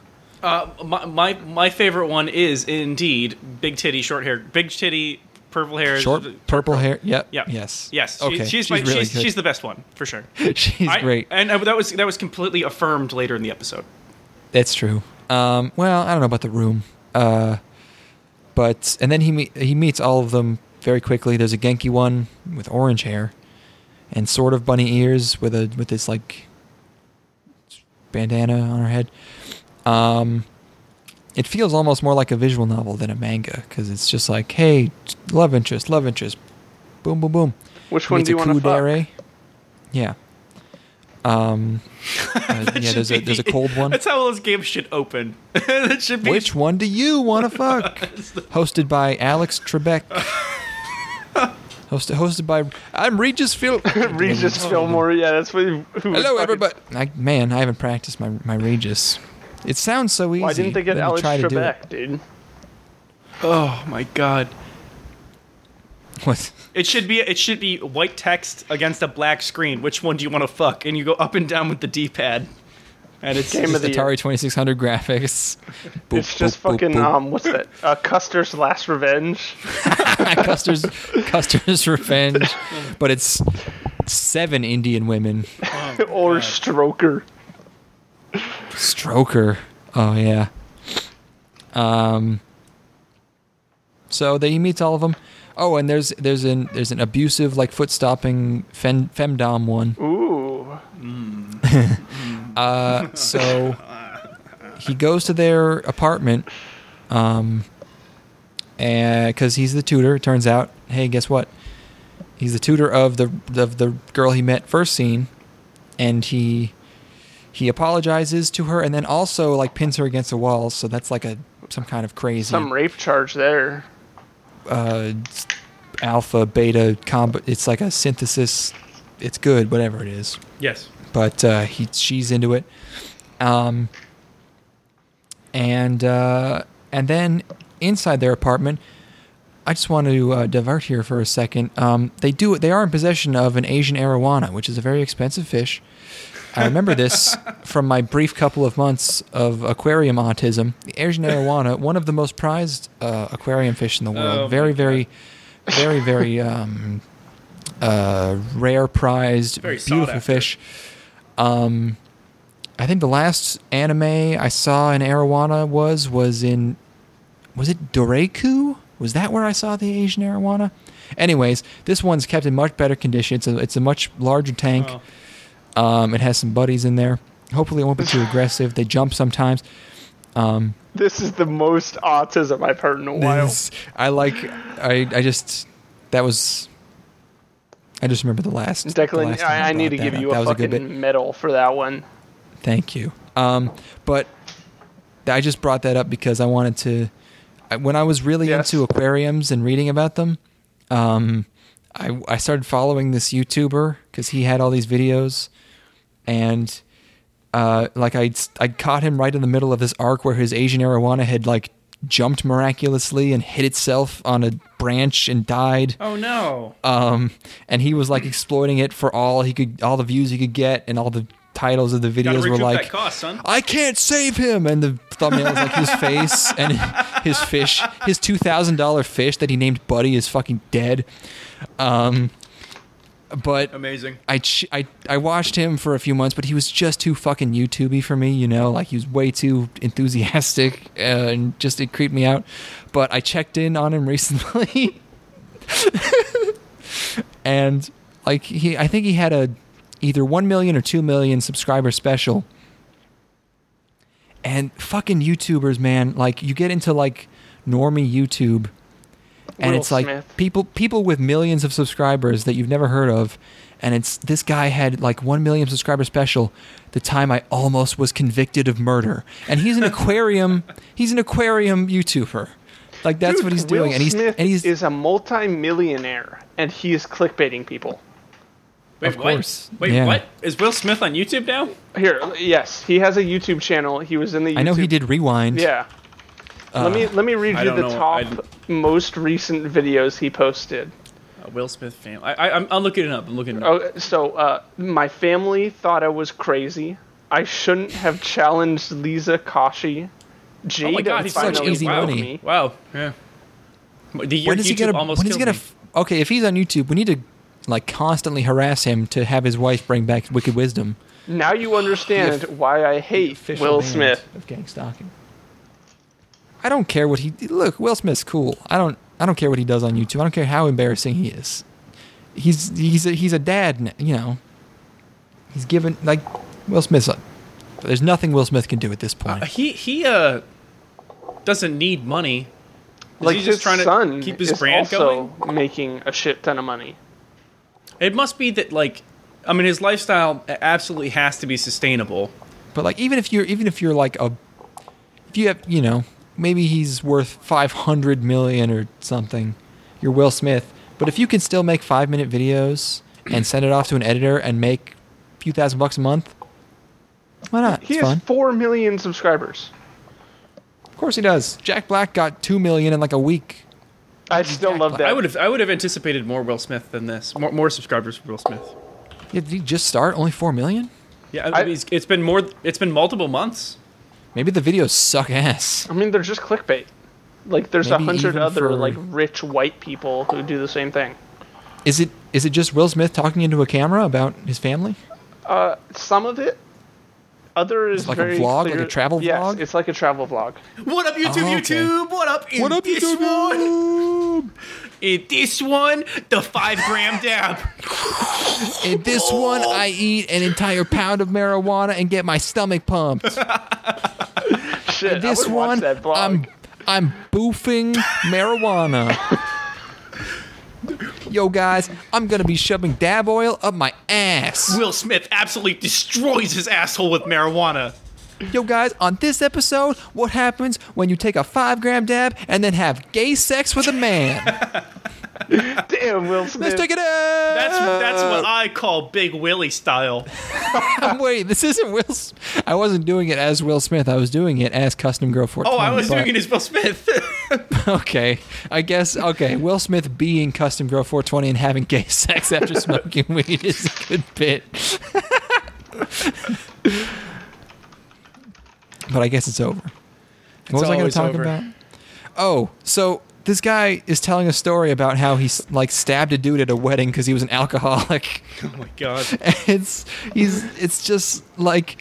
[SPEAKER 1] Uh, my, my my favorite one is indeed big titty, short hair, big titty, purple hair.
[SPEAKER 2] Short, purple hair. Yep.
[SPEAKER 1] Yeah.
[SPEAKER 2] Yes.
[SPEAKER 1] Yes. She,
[SPEAKER 2] Okay.
[SPEAKER 1] She's my,
[SPEAKER 2] really
[SPEAKER 1] she's,
[SPEAKER 2] good.
[SPEAKER 1] she's the best one for sure.
[SPEAKER 2] she's
[SPEAKER 1] I-
[SPEAKER 2] great.
[SPEAKER 1] And uh, that was that was completely affirmed later in the episode.
[SPEAKER 2] That's true. Um, well, I don't know about the room, uh, but and then he me- he meets all of them very quickly. There's a Genki one with orange hair and sort of bunny ears with a with this like bandana on her head. Um, it feels almost more like a visual novel than a manga because it's just like, hey, love interest, love interest, boom, boom, boom.
[SPEAKER 3] Which one
[SPEAKER 2] Meets
[SPEAKER 3] do you
[SPEAKER 2] a
[SPEAKER 3] want to fuck?
[SPEAKER 2] kudere. Yeah. Um, uh, yeah, there's a there's a cold one.
[SPEAKER 1] That's how all those games should open. that should be.
[SPEAKER 2] Which one do you want to fuck? Hosted by Alex Trebek. hosted, hosted by I'm Regis Phil.
[SPEAKER 3] Regis Fillmore. Yeah, that's what. Who was
[SPEAKER 2] Hello,
[SPEAKER 3] fucking-
[SPEAKER 2] everybody. I, man, I haven't practiced my my Regis. It sounds so easy.
[SPEAKER 3] Why didn't they get
[SPEAKER 2] Let me
[SPEAKER 3] Alex
[SPEAKER 2] try to do it.
[SPEAKER 3] Trebek, dude?
[SPEAKER 1] Oh my god.
[SPEAKER 2] What?
[SPEAKER 1] It should be it should be white text against a black screen. Which one do you want to fuck? And you go up and down with the D-pad. And it's
[SPEAKER 3] Game of
[SPEAKER 2] Just
[SPEAKER 3] the year.
[SPEAKER 2] Atari 2600 graphics. Boop,
[SPEAKER 3] It's just
[SPEAKER 2] boop, boop,
[SPEAKER 3] fucking
[SPEAKER 2] boop.
[SPEAKER 3] um, what's that? Uh, Custer's Last Revenge.
[SPEAKER 2] Custer's Custer's Revenge, but it's seven Indian women. Oh,
[SPEAKER 3] or Stroker.
[SPEAKER 2] Stroker. Oh yeah. Um. So they he meets all of them. Oh, and there's there's an there's an abusive like foot stomping fem, femdom one.
[SPEAKER 3] Ooh.
[SPEAKER 2] Uh, so he goes to their apartment, um, and because he's the tutor, it turns out. Hey, guess what? He's the tutor of the of the girl he met first scene, and he he apologizes to her, and then also like pins her against a wall. So that's like a some kind of crazy
[SPEAKER 3] Some rape charge there.
[SPEAKER 2] uh, s- alpha beta combo. It's like a synthesis. It's good, whatever it is
[SPEAKER 1] yes.
[SPEAKER 2] but uh, he she's into it. Um, and uh, and then inside their apartment, I just want to uh, divert here for a second. Um, they do they are in possession of an Asian arowana, which is a very expensive fish. I remember this from my brief couple of months of aquarium autism. The Asian arowana, one of the most prized uh, aquarium fish in the world,
[SPEAKER 1] Oh my
[SPEAKER 2] very, very, very, very um, uh, rare, prized,
[SPEAKER 1] Very sought
[SPEAKER 2] beautiful
[SPEAKER 1] after.
[SPEAKER 2] fish. Um, I think the last anime I saw in arowana was was in was it Doreku? Was that where I saw the Asian arowana? Anyways, this one's kept in much better condition. It's a it's a much larger tank. Um, it has some buddies in there. Hopefully, it won't be too aggressive. They jump sometimes. Um,
[SPEAKER 3] This is the most autism I've heard in a while.
[SPEAKER 2] this- I like. I I just that was. I just remember the last. the
[SPEAKER 3] Declan,
[SPEAKER 2] last time
[SPEAKER 3] I, I need to
[SPEAKER 2] brought
[SPEAKER 3] give
[SPEAKER 2] that
[SPEAKER 3] you
[SPEAKER 2] up.
[SPEAKER 3] a
[SPEAKER 2] That was good
[SPEAKER 3] fucking
[SPEAKER 2] bit.
[SPEAKER 3] medal for that one.
[SPEAKER 2] Thank you. Um, but I just brought that up because I wanted to. I, when I was really
[SPEAKER 3] Yes.
[SPEAKER 2] into aquariums and reading about them, um, I I started following this YouTuber because he had all these videos, and uh, like I I caught him right in the middle of this arc where his Asian arowana had like jumped miraculously and hit itself on a branch and died
[SPEAKER 1] Oh no.
[SPEAKER 2] um, and he was like exploiting it for all he could, all the views he could get, and all the titles of the videos were
[SPEAKER 1] recoup that
[SPEAKER 2] like,
[SPEAKER 1] cost, son.
[SPEAKER 2] "I can't save him," and the thumbnails like his face and his fish, his two thousand dollar fish that he named Buddy is fucking dead. Um, but
[SPEAKER 1] Amazing.
[SPEAKER 2] I, ch- I I watched him for a few months, but he was just too fucking YouTubey for me, you know. Like he was way too enthusiastic, uh, and just it creeped me out. But I checked in on him recently, and like he, I think he had a either one million or two million subscriber special. And fucking YouTubers, man, like you get into like normie YouTube, and
[SPEAKER 3] Will
[SPEAKER 2] it's like
[SPEAKER 3] Smith.
[SPEAKER 2] people people with millions of subscribers that you've never heard of and it's this guy had like 1 million subscriber special the time i almost was convicted of murder and he's an aquarium he's an aquarium youtuber like that's
[SPEAKER 3] Dude,
[SPEAKER 2] what he's
[SPEAKER 3] Will
[SPEAKER 2] doing and he's
[SPEAKER 3] Smith
[SPEAKER 2] and he's
[SPEAKER 3] is a multi-millionaire, and he is clickbaiting people.
[SPEAKER 1] Wait,
[SPEAKER 2] of
[SPEAKER 1] what?
[SPEAKER 2] course.
[SPEAKER 1] Wait,
[SPEAKER 2] Yeah.
[SPEAKER 1] what? Is Will Smith on YouTube now?
[SPEAKER 3] Here, yes, he has a YouTube channel. He was in the. YouTube
[SPEAKER 2] i know he did rewind
[SPEAKER 3] Yeah. let me let me read
[SPEAKER 1] Uh, I
[SPEAKER 3] you
[SPEAKER 1] don't
[SPEAKER 3] the
[SPEAKER 1] know,
[SPEAKER 3] top
[SPEAKER 1] I-
[SPEAKER 3] most recent videos he posted.
[SPEAKER 1] Uh, Will Smith family. I, I, I'm, I'm looking it up. I'm looking it up.
[SPEAKER 3] Oh, so uh, my family thought I was crazy. I shouldn't have challenged Lisa Kashi. Jada
[SPEAKER 1] Oh God, he's
[SPEAKER 2] such
[SPEAKER 3] finally
[SPEAKER 2] easy
[SPEAKER 3] wowed
[SPEAKER 2] money.
[SPEAKER 3] me.
[SPEAKER 1] Wow. Yeah. The year
[SPEAKER 2] When does
[SPEAKER 1] YouTube
[SPEAKER 2] he get a?
[SPEAKER 1] almost
[SPEAKER 2] when does he
[SPEAKER 1] killed
[SPEAKER 2] get a?
[SPEAKER 1] me.
[SPEAKER 2] f- Okay, if he's on YouTube, we need to like constantly harass him to have his wife bring back Wicked Wisdom.
[SPEAKER 3] Now you understand
[SPEAKER 2] The off-
[SPEAKER 3] why I hate
[SPEAKER 2] Official
[SPEAKER 3] Will
[SPEAKER 2] band
[SPEAKER 3] Smith.
[SPEAKER 2] of gang stalking. I don't care what he look. Will Smith's cool. I don't. I don't care what he does on YouTube. I don't care how embarrassing he is. He's he's a, he's a dad. n- You know. He's given like Will Smith's. a- there's nothing Will Smith can do at this point.
[SPEAKER 1] Uh, he he uh doesn't need money. Is
[SPEAKER 3] like
[SPEAKER 1] he
[SPEAKER 3] his
[SPEAKER 1] just trying
[SPEAKER 3] son
[SPEAKER 1] to keep his
[SPEAKER 3] is
[SPEAKER 1] brand
[SPEAKER 3] also
[SPEAKER 1] going?
[SPEAKER 3] making a shit ton of money.
[SPEAKER 1] It must be that like I mean his lifestyle absolutely has to be sustainable.
[SPEAKER 2] But like, even if you're, even if you're like a, if you have, you know, maybe he's worth five hundred million or something. You're Will Smith, but if you can still make five minute videos and send it off to an editor and make a few thousand bucks a month, why not?
[SPEAKER 3] He
[SPEAKER 2] it's
[SPEAKER 3] has
[SPEAKER 2] fun.
[SPEAKER 3] four million subscribers.
[SPEAKER 2] Of course he does. Jack Black got two million in like a week.
[SPEAKER 3] I still love that.
[SPEAKER 1] I would have I would have anticipated more Will Smith than this. More, more subscribers for Will Smith.
[SPEAKER 2] Yeah, did he just start only four million?
[SPEAKER 1] Yeah,
[SPEAKER 3] I-
[SPEAKER 1] I, mean, it's- it's been more. It's been multiple months.
[SPEAKER 2] Maybe the videos suck ass.
[SPEAKER 3] I mean, they're just clickbait. Like there's a
[SPEAKER 2] Maybe
[SPEAKER 3] hundred
[SPEAKER 2] even
[SPEAKER 3] other
[SPEAKER 2] for-
[SPEAKER 3] like rich white people who do the same thing.
[SPEAKER 2] Is it is it just Will Smith talking into a camera about his family?
[SPEAKER 3] Uh, some of it. Other is
[SPEAKER 2] like a
[SPEAKER 3] very
[SPEAKER 2] vlog, like
[SPEAKER 3] clear.
[SPEAKER 2] a travel
[SPEAKER 3] yes,
[SPEAKER 2] vlog?
[SPEAKER 3] It's like a travel vlog.
[SPEAKER 1] What up, YouTube?
[SPEAKER 2] Oh, okay.
[SPEAKER 1] YouTube. What up? In
[SPEAKER 2] What up,
[SPEAKER 1] this
[SPEAKER 2] YouTube?
[SPEAKER 1] One, in this one, the five gram dab.
[SPEAKER 2] In this one,
[SPEAKER 1] Oh.
[SPEAKER 2] I eat an entire pound of marijuana and get my stomach pumped.
[SPEAKER 3] Shit, I
[SPEAKER 2] this
[SPEAKER 3] would watch
[SPEAKER 2] one,
[SPEAKER 3] that vlog.
[SPEAKER 2] I'm I'm boofing marijuana. Yo, guys, I'm gonna be shoving dab oil up my ass.
[SPEAKER 1] Will Smith absolutely destroys his asshole with marijuana.
[SPEAKER 2] Yo, guys, on this episode, what happens when you take a five gram dab and then have gay sex with a man?
[SPEAKER 3] Damn, Will Smith.
[SPEAKER 2] Let's take it out.
[SPEAKER 1] That's that's what I call Big Willie style.
[SPEAKER 2] Wait, this isn't Will. S- I wasn't doing it as Will Smith. I was doing it as Custom Girl 420.
[SPEAKER 1] Oh, I was
[SPEAKER 2] but- Oh
[SPEAKER 1] doing it as Will Smith.
[SPEAKER 2] Okay, I guess. Okay, Will Smith being Custom Girl 420 and having gay sex after smoking weed is a good bit. but I guess it's over. what was I going to
[SPEAKER 1] always
[SPEAKER 2] talk
[SPEAKER 1] over.
[SPEAKER 2] about? Oh, so this guy is telling a story about how he s- like stabbed a dude at a wedding because he was an alcoholic.
[SPEAKER 1] oh my god.
[SPEAKER 2] it's he's it's just like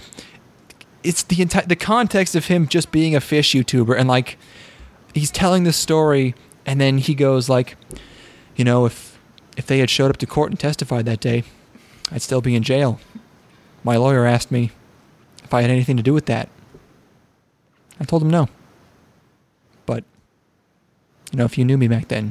[SPEAKER 2] it's the entire the context of him just being a fish YouTuber and like he's telling this story and then he goes like you know if if they had showed up to court and testified that day I'd still be in jail. My lawyer asked me if I had anything to do with that. I told him no. But you know if you knew me back then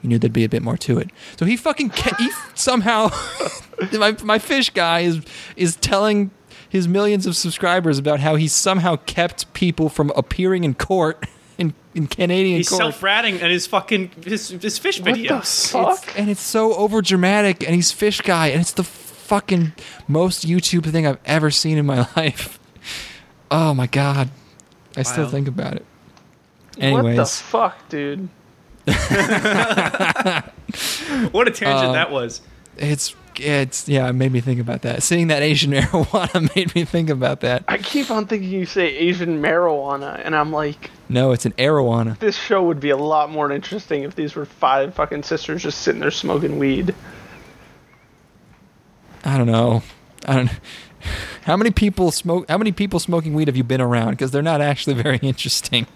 [SPEAKER 2] you knew there'd be a bit more to it. So he fucking ca- he f- somehow my my fish guy is is telling his millions of subscribers about how he somehow kept people from appearing in court in in Canadian
[SPEAKER 1] He's
[SPEAKER 2] court.
[SPEAKER 1] self-ratting and his fucking his, his fish
[SPEAKER 3] what the
[SPEAKER 1] videos.
[SPEAKER 3] fuck?
[SPEAKER 2] and it's so over dramatic and he's fish guy and it's the fucking most YouTube thing I've ever seen in my life. Oh my god. I still
[SPEAKER 1] Wow.
[SPEAKER 2] think about it.
[SPEAKER 3] What the
[SPEAKER 2] Anyways,
[SPEAKER 3] fuck, dude?
[SPEAKER 1] What a tangent
[SPEAKER 2] Uh,
[SPEAKER 1] that was.
[SPEAKER 2] it's it's yeah, it made me think about that. Seeing that Asian marijuana made me think about that.
[SPEAKER 3] I keep on thinking you say Asian marijuana, and I'm like,
[SPEAKER 2] No, it's an arowana.
[SPEAKER 3] this show would be a lot more interesting if these were five fucking sisters just sitting there smoking weed.
[SPEAKER 2] I don't know. I don't. How many people smoke? How many people smoking weed have you been around? Because they're not actually very interesting.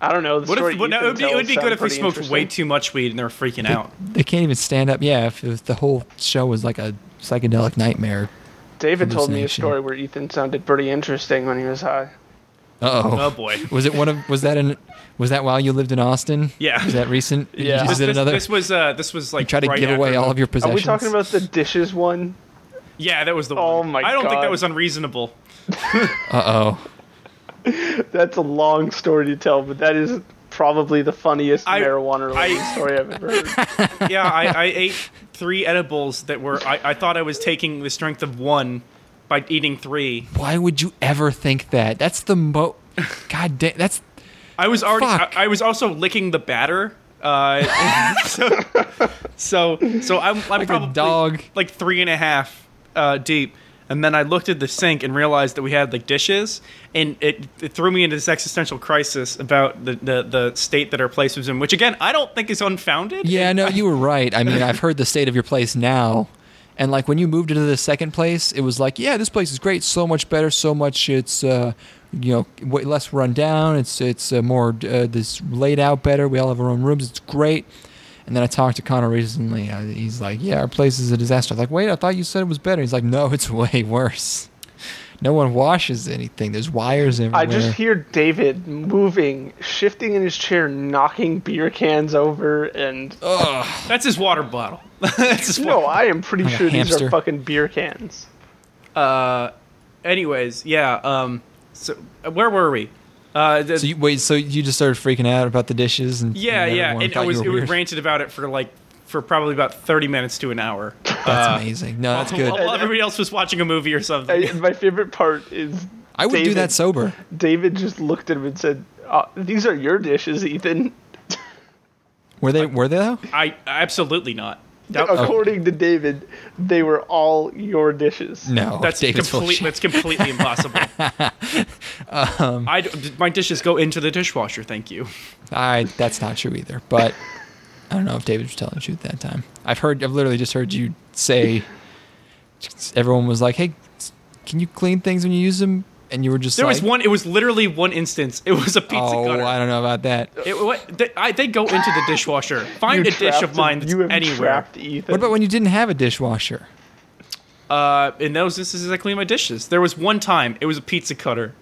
[SPEAKER 3] I don't know. The
[SPEAKER 1] What
[SPEAKER 3] story
[SPEAKER 1] if, what, no,
[SPEAKER 3] Ethan
[SPEAKER 1] it would be, it would
[SPEAKER 3] tells
[SPEAKER 1] be good
[SPEAKER 3] sound
[SPEAKER 1] if we
[SPEAKER 3] pretty
[SPEAKER 1] smoked way
[SPEAKER 3] interesting.
[SPEAKER 1] too much weed and they were freaking out.
[SPEAKER 2] They can't even stand up. Yeah, if, if the whole show was like a psychedelic nightmare.
[SPEAKER 3] David told me a
[SPEAKER 2] hallucination.
[SPEAKER 3] story where Ethan sounded pretty interesting when he was high.
[SPEAKER 2] Uh
[SPEAKER 1] Oh
[SPEAKER 2] oh.
[SPEAKER 1] boy.
[SPEAKER 2] Was it one of? Was that in? Was that while you lived in Austin?
[SPEAKER 1] Yeah.
[SPEAKER 2] Is that recent?
[SPEAKER 3] Yeah.
[SPEAKER 2] Is
[SPEAKER 1] This,
[SPEAKER 2] it
[SPEAKER 1] this-
[SPEAKER 2] another?
[SPEAKER 1] this was uh, this was like
[SPEAKER 2] try to
[SPEAKER 1] right
[SPEAKER 2] give away
[SPEAKER 1] after-
[SPEAKER 2] all of your
[SPEAKER 3] Are
[SPEAKER 2] possessions.
[SPEAKER 3] we talking about the dishes one?
[SPEAKER 1] Yeah, that was the one.
[SPEAKER 3] Oh my
[SPEAKER 1] I don't think
[SPEAKER 3] God.
[SPEAKER 1] that was unreasonable.
[SPEAKER 2] Uh oh.
[SPEAKER 3] That's a long story to tell, but that is probably the funniest
[SPEAKER 1] I-
[SPEAKER 3] marijuana related
[SPEAKER 1] I-
[SPEAKER 3] story I've ever heard.
[SPEAKER 1] Yeah, I, I ate three edibles that were I, I thought I was taking the strength of one by eating three.
[SPEAKER 2] Why would you ever think that? That's the mo. God damn. That's
[SPEAKER 1] I was already. I,
[SPEAKER 2] Fuck.
[SPEAKER 1] I was also licking the batter. Uh, so, so, so I'm, I'm
[SPEAKER 2] like
[SPEAKER 1] probably
[SPEAKER 2] a dog.
[SPEAKER 1] like three and a half uh, deep. And then I looked at the sink and realized that we had like dishes, and it, it threw me into this existential crisis about the, the the state that our place was in, which again I don't think is unfounded.
[SPEAKER 2] Yeah, no, you were right. I mean, I've heard the state of your place now. And like when you moved into the second place, it was like, yeah, this place is great, so much better, so much it's uh, you know, way less run down, it's it's uh, more uh, this laid out better. We all have our own rooms, it's great. And then I talked to Connor recently. uh, He's like, "Yeah, our place is a disaster." I'm like, "Wait, I thought you said it was better." He's like, "No, it's way worse. No one washes anything. There's wires everywhere."
[SPEAKER 3] I just hear David moving, shifting in his chair, knocking beer cans over, and
[SPEAKER 1] Oh. That's his water bottle. That's his
[SPEAKER 3] no, I am pretty
[SPEAKER 2] a
[SPEAKER 3] sure these
[SPEAKER 2] hamster.
[SPEAKER 3] are fucking beer cans.
[SPEAKER 1] Anyways, yeah. Um, so uh, where were we? Uh, the-
[SPEAKER 2] So you, wait, so you just started freaking out about the dishes and
[SPEAKER 1] yeah,
[SPEAKER 2] and
[SPEAKER 1] yeah.
[SPEAKER 2] everyone
[SPEAKER 1] And I
[SPEAKER 2] thought you
[SPEAKER 1] was
[SPEAKER 2] were
[SPEAKER 1] it was
[SPEAKER 2] weird?
[SPEAKER 1] ranted about it for like for probably about thirty minutes to an hour.
[SPEAKER 2] That's
[SPEAKER 1] Uh,
[SPEAKER 2] amazing. No, that's good.
[SPEAKER 1] While everybody else was watching a movie or something.
[SPEAKER 3] I, my favorite part is
[SPEAKER 2] I would do
[SPEAKER 3] David-
[SPEAKER 2] that sober.
[SPEAKER 3] David just looked at him and said, uh, "These are your dishes, Ethan."
[SPEAKER 2] Were they? Were they though?
[SPEAKER 1] I absolutely not.
[SPEAKER 3] According to David, they were all your dishes.
[SPEAKER 2] No,
[SPEAKER 1] That's
[SPEAKER 2] David's full of
[SPEAKER 1] complete,
[SPEAKER 2] shit.
[SPEAKER 1] that's completely impossible.
[SPEAKER 2] Um,
[SPEAKER 1] I d- my dishes go into the dishwasher. Thank you.
[SPEAKER 2] I, that's not true either. But I don't know if David was telling the truth that time. I've heard. I've literally just heard you say. Everyone was like, "Hey, can you clean things when you use them?" And you were just
[SPEAKER 1] There
[SPEAKER 2] like,
[SPEAKER 1] was one. It was literally one instance. It was a pizza
[SPEAKER 2] "Oh,
[SPEAKER 1] cutter. Uh,
[SPEAKER 2] I don't know about that."
[SPEAKER 1] It, what, they, I, they go into the dishwasher.
[SPEAKER 3] You
[SPEAKER 1] Find a dish of
[SPEAKER 3] trapped-
[SPEAKER 1] mine that's
[SPEAKER 3] you have
[SPEAKER 1] anywhere.
[SPEAKER 3] trapped Ethan.
[SPEAKER 2] What about when you didn't have a dishwasher?
[SPEAKER 1] Uh, in those instances, I clean my dishes. There was one time it was a pizza cutter,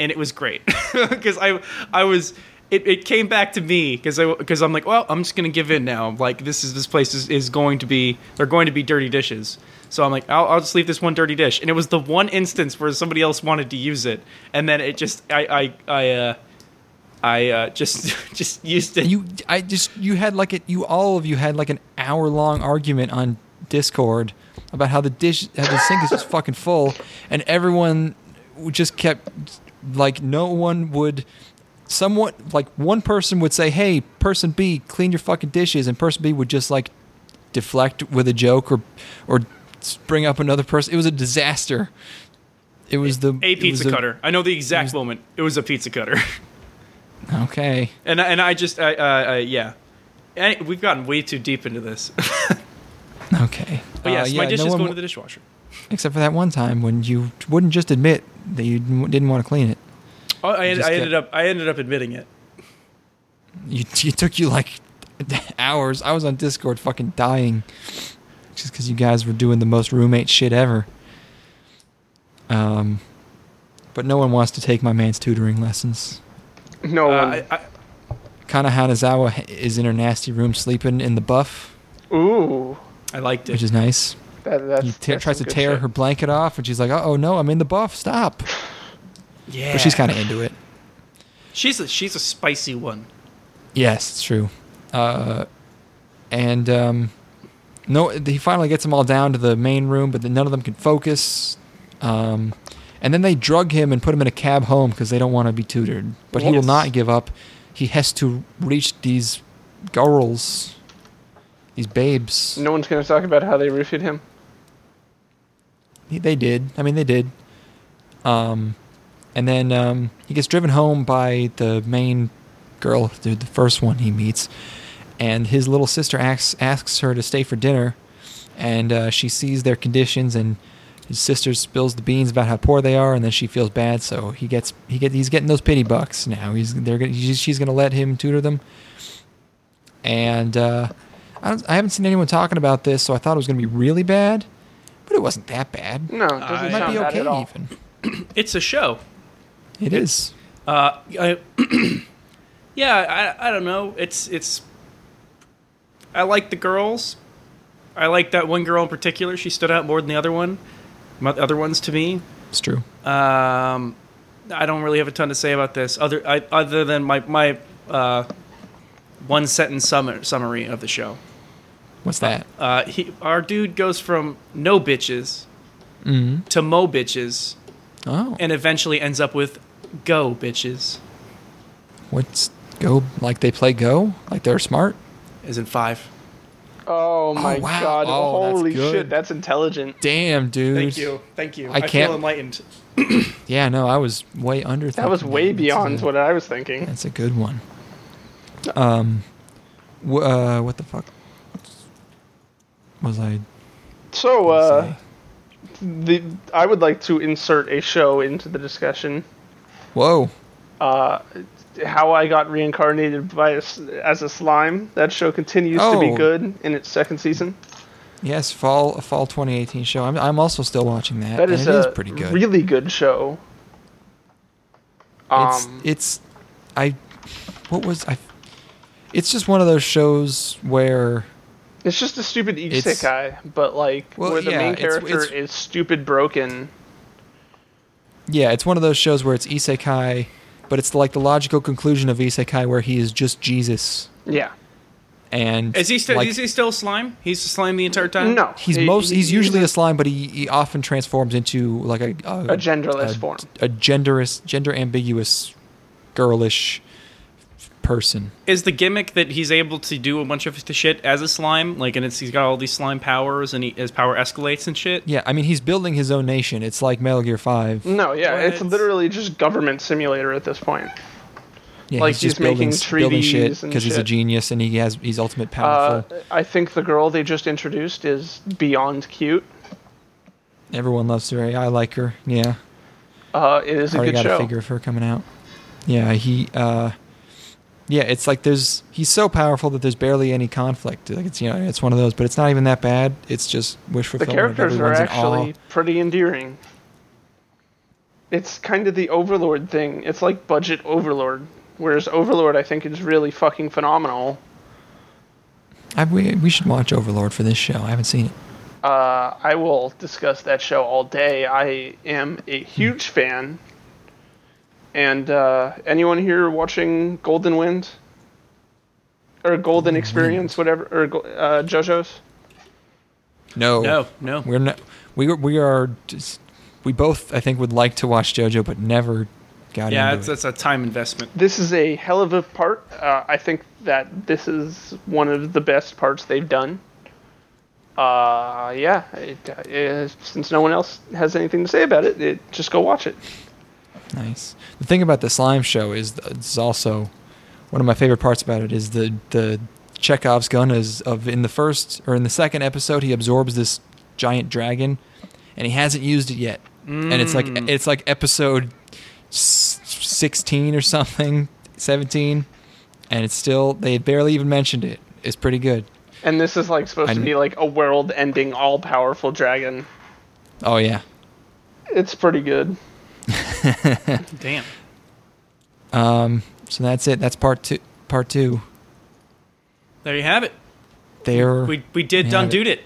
[SPEAKER 1] and it was great because I I was it, it came back to me because I because I'm like well I'm just gonna give in now like this is this place is, is going to be they're going to be dirty dishes so I'm like I'll, I'll just leave this one dirty dish and it was the one instance where somebody else wanted to use it and then it just I I I uh, I uh, just just used it.
[SPEAKER 2] You, I just you had like it. You all of you had like an hour long argument on Discord about how the dish, how the sink is just fucking full, and everyone w- just kept like no one would. Someone like one person would say, "Hey, person B, clean your fucking dishes," and person B would just like deflect with a joke or or s- bring up another person. It was a disaster. It was the
[SPEAKER 1] a
[SPEAKER 2] it was
[SPEAKER 1] pizza cutter. I know the exact moment. It was a pizza cutter.
[SPEAKER 2] Okay.
[SPEAKER 1] And I- and I just I, uh, uh, yeah, and we've gotten way too deep into this.
[SPEAKER 2] Okay.
[SPEAKER 1] But yes,
[SPEAKER 2] Uh,
[SPEAKER 1] my
[SPEAKER 2] yeah,
[SPEAKER 1] dishes
[SPEAKER 2] no one
[SPEAKER 1] go
[SPEAKER 2] w-
[SPEAKER 1] into the dishwasher.
[SPEAKER 2] except for that one time when you wouldn't just admit that you didn't didn't want to clean it.
[SPEAKER 1] Oh, I,
[SPEAKER 2] just
[SPEAKER 1] I ended
[SPEAKER 2] get-
[SPEAKER 1] up I ended up admitting it.
[SPEAKER 2] You, it took you like hours. I was on Discord fucking dying just because you guys were doing the most roommate shit ever. Um, but no one wants to take my man's tutoring lessons.
[SPEAKER 3] no
[SPEAKER 1] Uh,
[SPEAKER 3] one?
[SPEAKER 1] I, I,
[SPEAKER 2] Kana Hanazawa is in her nasty room sleeping in the buff,
[SPEAKER 3] Ooh,
[SPEAKER 1] I liked
[SPEAKER 2] which
[SPEAKER 1] it.
[SPEAKER 2] is nice.
[SPEAKER 3] that, that's,
[SPEAKER 2] He te-
[SPEAKER 3] that's
[SPEAKER 2] tries to
[SPEAKER 3] some good
[SPEAKER 2] tear
[SPEAKER 3] shit.
[SPEAKER 2] her blanket off, and she's like, "Oh no, I'm in the buff. Stop!"
[SPEAKER 1] Yeah,
[SPEAKER 2] But she's kind of into it.
[SPEAKER 1] she's a, she's a spicy one.
[SPEAKER 2] Yes, it's true. Uh, and um, no, he finally gets them all down to the main room, but then none of them can focus. Um, and then they drug him and put him in a cab home because they don't want to be tutored. But he will
[SPEAKER 3] Yes.
[SPEAKER 2] not give up. He has to reach these girls, these babes.
[SPEAKER 3] No one's gonna talk about how they roofied him.
[SPEAKER 2] He- They did. I mean, they did. Um, and then um, he gets driven home by the main girl, the, the first one he meets, and his little sister asks asks her to stay for dinner, and uh, she sees their conditions, and his sister spills the beans about how poor they are, and then she feels bad, so he gets he get he's getting those pity bucks now. He's they're gonna, she's she's gonna let him tutor them, and uh, I don't I haven't seen anyone talking about this, so I thought it was gonna be really bad, but it wasn't that bad.
[SPEAKER 3] No, it doesn't
[SPEAKER 1] I-
[SPEAKER 2] It
[SPEAKER 3] sound
[SPEAKER 2] might be
[SPEAKER 3] Mm, bad
[SPEAKER 2] okay
[SPEAKER 3] at all.
[SPEAKER 2] even.
[SPEAKER 1] It's a show.
[SPEAKER 2] It is.
[SPEAKER 1] Uh, I, yeah, I I don't know. It's it's. I like the girls. I like that one girl in particular. She stood out more than the other one. My other ones to me.
[SPEAKER 2] It's true.
[SPEAKER 1] Um, I don't really have a ton to say about this, other I, other than my my uh, one sentence summa- summary of the show.
[SPEAKER 2] What's that?
[SPEAKER 1] Uh, he, our dude goes from no bitches
[SPEAKER 2] Mm-hmm.
[SPEAKER 1] to mo bitches,
[SPEAKER 2] Oh,
[SPEAKER 1] and eventually ends up with go bitches,
[SPEAKER 2] what's go? Like they play go? Like they're smart?
[SPEAKER 1] as in five.
[SPEAKER 3] Oh my
[SPEAKER 2] wow.
[SPEAKER 3] god!
[SPEAKER 2] Oh, that's
[SPEAKER 3] Holy
[SPEAKER 2] good.
[SPEAKER 3] shit! That's intelligent.
[SPEAKER 2] Damn, dude.
[SPEAKER 1] Thank you. Thank you.
[SPEAKER 2] I can't-
[SPEAKER 1] feel enlightened.
[SPEAKER 2] Yeah, no, I was way under.
[SPEAKER 3] That was way beyond what I was thinking.
[SPEAKER 2] That's a good one. Um, wh- uh, what the fuck was I?
[SPEAKER 3] So,
[SPEAKER 2] gonna
[SPEAKER 3] uh,
[SPEAKER 2] say?
[SPEAKER 3] the I would like to insert a show into the discussion.
[SPEAKER 2] Whoa,
[SPEAKER 3] uh, How I got reincarnated by a s as a slime. That show continues to
[SPEAKER 2] Oh.
[SPEAKER 3] be good in its second season.
[SPEAKER 2] yes, fall fall 2018 show. I'm I'm also still watching that.
[SPEAKER 3] That
[SPEAKER 2] and
[SPEAKER 3] is
[SPEAKER 2] it
[SPEAKER 3] a
[SPEAKER 2] pretty good.
[SPEAKER 3] really good show.
[SPEAKER 2] it's
[SPEAKER 3] Um,
[SPEAKER 2] it's I what was I? It's just one of those shows where
[SPEAKER 3] It's just a stupid
[SPEAKER 2] It's-
[SPEAKER 3] isekai, but like
[SPEAKER 2] Well,
[SPEAKER 3] where the
[SPEAKER 2] yeah,
[SPEAKER 3] main
[SPEAKER 2] it's-
[SPEAKER 3] character
[SPEAKER 2] it's-
[SPEAKER 3] is stupid broken.
[SPEAKER 2] yeah, it's one of those shows where it's isekai, but it's like the logical conclusion of isekai where he is just Jesus
[SPEAKER 3] Yeah.
[SPEAKER 2] and
[SPEAKER 1] Is he still?
[SPEAKER 2] like,
[SPEAKER 1] is he still slime? He's a slime the entire time.
[SPEAKER 3] No.
[SPEAKER 2] He's
[SPEAKER 3] He-
[SPEAKER 2] most.
[SPEAKER 3] he-
[SPEAKER 2] He's usually a slime, but he, he often transforms into like a
[SPEAKER 3] a genderless form.
[SPEAKER 2] a genderous, gender ambiguous, girlish person.
[SPEAKER 1] Is the gimmick that he's able to do a bunch of the shit as a slime, like, and it's he's got all these slime powers, and he, his power escalates and shit.
[SPEAKER 2] Yeah, I mean, he's building his own nation. It's like Metal Gear Five.
[SPEAKER 3] No, yeah, it's
[SPEAKER 1] What?
[SPEAKER 3] literally just government simulator at this point.
[SPEAKER 2] Yeah,
[SPEAKER 3] Like,
[SPEAKER 2] he's just
[SPEAKER 3] he's making
[SPEAKER 2] building, building shit
[SPEAKER 3] treaties and
[SPEAKER 2] because he's a
[SPEAKER 3] shit.
[SPEAKER 2] genius and he has he's ultimate
[SPEAKER 3] Uh,
[SPEAKER 2] powerful.
[SPEAKER 3] I think the girl they just introduced is beyond cute.
[SPEAKER 2] Everyone loves her. I like her. Yeah,
[SPEAKER 3] Uh, it is
[SPEAKER 2] I
[SPEAKER 3] a
[SPEAKER 2] already
[SPEAKER 3] good
[SPEAKER 2] got a
[SPEAKER 3] show.
[SPEAKER 2] figure of her coming out. Yeah, he. uh yeah, it's like there's he's so powerful that there's barely any conflict. Like it's you know it's one of those, but it's not even that bad. It's just wish
[SPEAKER 3] The
[SPEAKER 2] fulfillment. of
[SPEAKER 3] characters are
[SPEAKER 2] everyone's in awe.
[SPEAKER 3] actually pretty endearing. It's kind of the Overlord thing. It's like budget Overlord, whereas Overlord I think is really fucking phenomenal.
[SPEAKER 2] I, we, we should watch Overlord for this show. I haven't seen it.
[SPEAKER 3] Uh, I will discuss that show all day. I am a huge fan. And uh, anyone here watching Golden Wind or Golden Experience, whatever, or Go- uh, JoJo's?
[SPEAKER 2] No,
[SPEAKER 1] No, no.
[SPEAKER 2] We're not. We are- we are. Just, we both, I think, would like to watch JoJo, but never got
[SPEAKER 1] Yeah,
[SPEAKER 2] into
[SPEAKER 1] it's,
[SPEAKER 2] it.
[SPEAKER 1] it's a time investment.
[SPEAKER 3] This is a hell of a part. Uh, I think that this is one of the best parts they've done. Uh, yeah, it, uh, since no one else has anything to say about it, it just go watch it.
[SPEAKER 2] nice. The thing about the slime show is th- it's also one of my favorite parts about it is the the Chekhov's gun is of in the first or in the second episode he absorbs this giant dragon, and he hasn't used it yet, and it's like
[SPEAKER 1] Mm.
[SPEAKER 2] it's like episode s- sixteen or something, seventeen, and it's still they barely even mentioned it. It's pretty good.
[SPEAKER 3] And this is like supposed to
[SPEAKER 2] I'm-
[SPEAKER 3] be like a world-ending, all-powerful dragon.
[SPEAKER 2] Oh yeah,
[SPEAKER 3] It's pretty good.
[SPEAKER 1] Damn.
[SPEAKER 2] So that's it. That's part two. Part two.
[SPEAKER 1] There you have it.
[SPEAKER 2] There.
[SPEAKER 1] We we did
[SPEAKER 2] Yeah,
[SPEAKER 1] done
[SPEAKER 2] but-
[SPEAKER 1] dude it.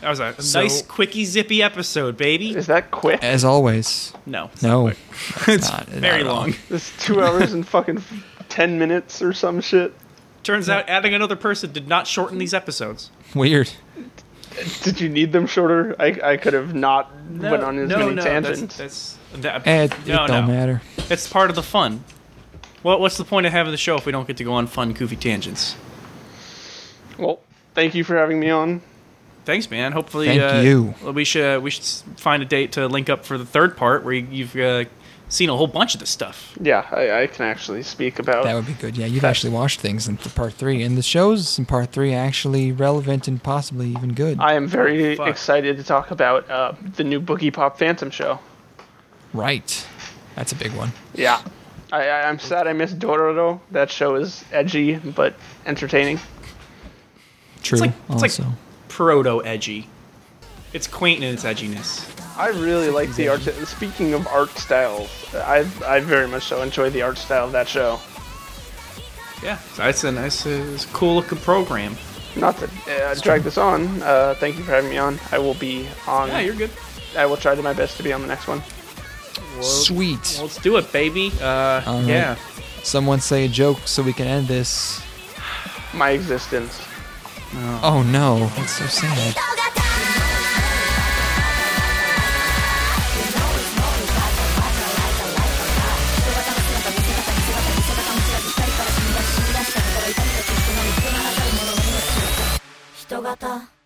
[SPEAKER 1] That was a
[SPEAKER 2] So-
[SPEAKER 1] nice, quickie, zippy episode, baby.
[SPEAKER 3] Is that quick?
[SPEAKER 2] as always.
[SPEAKER 1] No, it's not
[SPEAKER 2] No.
[SPEAKER 1] quick.
[SPEAKER 2] that's
[SPEAKER 1] it's
[SPEAKER 2] not- not
[SPEAKER 1] very
[SPEAKER 2] at all.
[SPEAKER 1] long.
[SPEAKER 3] It's two hours and fucking f- ten minutes or some shit.
[SPEAKER 1] Turns out adding another person did not shorten these episodes.
[SPEAKER 2] Weird.
[SPEAKER 3] Did you need them shorter? I, I could have not went on as
[SPEAKER 1] no,
[SPEAKER 3] many
[SPEAKER 1] no,
[SPEAKER 3] tangents.
[SPEAKER 1] That's, that's, that,
[SPEAKER 2] Eh, It,
[SPEAKER 1] no,
[SPEAKER 2] it don't
[SPEAKER 1] no.
[SPEAKER 2] matter.
[SPEAKER 1] It's part of the fun. What what's the point of having the show if we don't get to go on fun, goofy tangents?
[SPEAKER 3] Well, thank you for having me on.
[SPEAKER 1] Thanks, man. Hopefully,
[SPEAKER 2] Thank
[SPEAKER 1] uh,
[SPEAKER 2] you.
[SPEAKER 1] We should we should s- find a date to link up for the third part where you, you've uh, seen a whole bunch of this stuff.
[SPEAKER 3] Yeah, I, I can actually speak
[SPEAKER 1] Oh.
[SPEAKER 3] about.
[SPEAKER 2] That would be good. Yeah, you've actually watched things in th- part three, and the shows in part three actually relevant and possibly even good.
[SPEAKER 3] I am very
[SPEAKER 1] Fuck.
[SPEAKER 3] excited to talk about uh, the new Boogie Pop Phantom show.
[SPEAKER 2] right. That's a big one.
[SPEAKER 3] Yeah, I, I, I'm sad I missed Dororo. That show is edgy but entertaining.
[SPEAKER 2] True.
[SPEAKER 1] like- it's like-
[SPEAKER 2] also.
[SPEAKER 1] Proto edgy. It's quaint in its edginess.
[SPEAKER 3] I really like the art. Speaking of art styles, I I very much so enjoy the art style of that show.
[SPEAKER 1] Yeah, so it's a nice, uh, it's a cool looking program.
[SPEAKER 3] Not to uh, drag this on. Uh, thank you for having me on. I will be on.
[SPEAKER 1] Yeah, you're good.
[SPEAKER 3] I will try to my best to be on the next one.
[SPEAKER 2] Sweet.
[SPEAKER 1] Well, let's do it, baby. Uh,
[SPEAKER 2] All right.
[SPEAKER 1] yeah.
[SPEAKER 2] Someone say a joke so we can end this.
[SPEAKER 3] My existence.
[SPEAKER 2] Oh no, that's so sad.
[SPEAKER 7] 「人型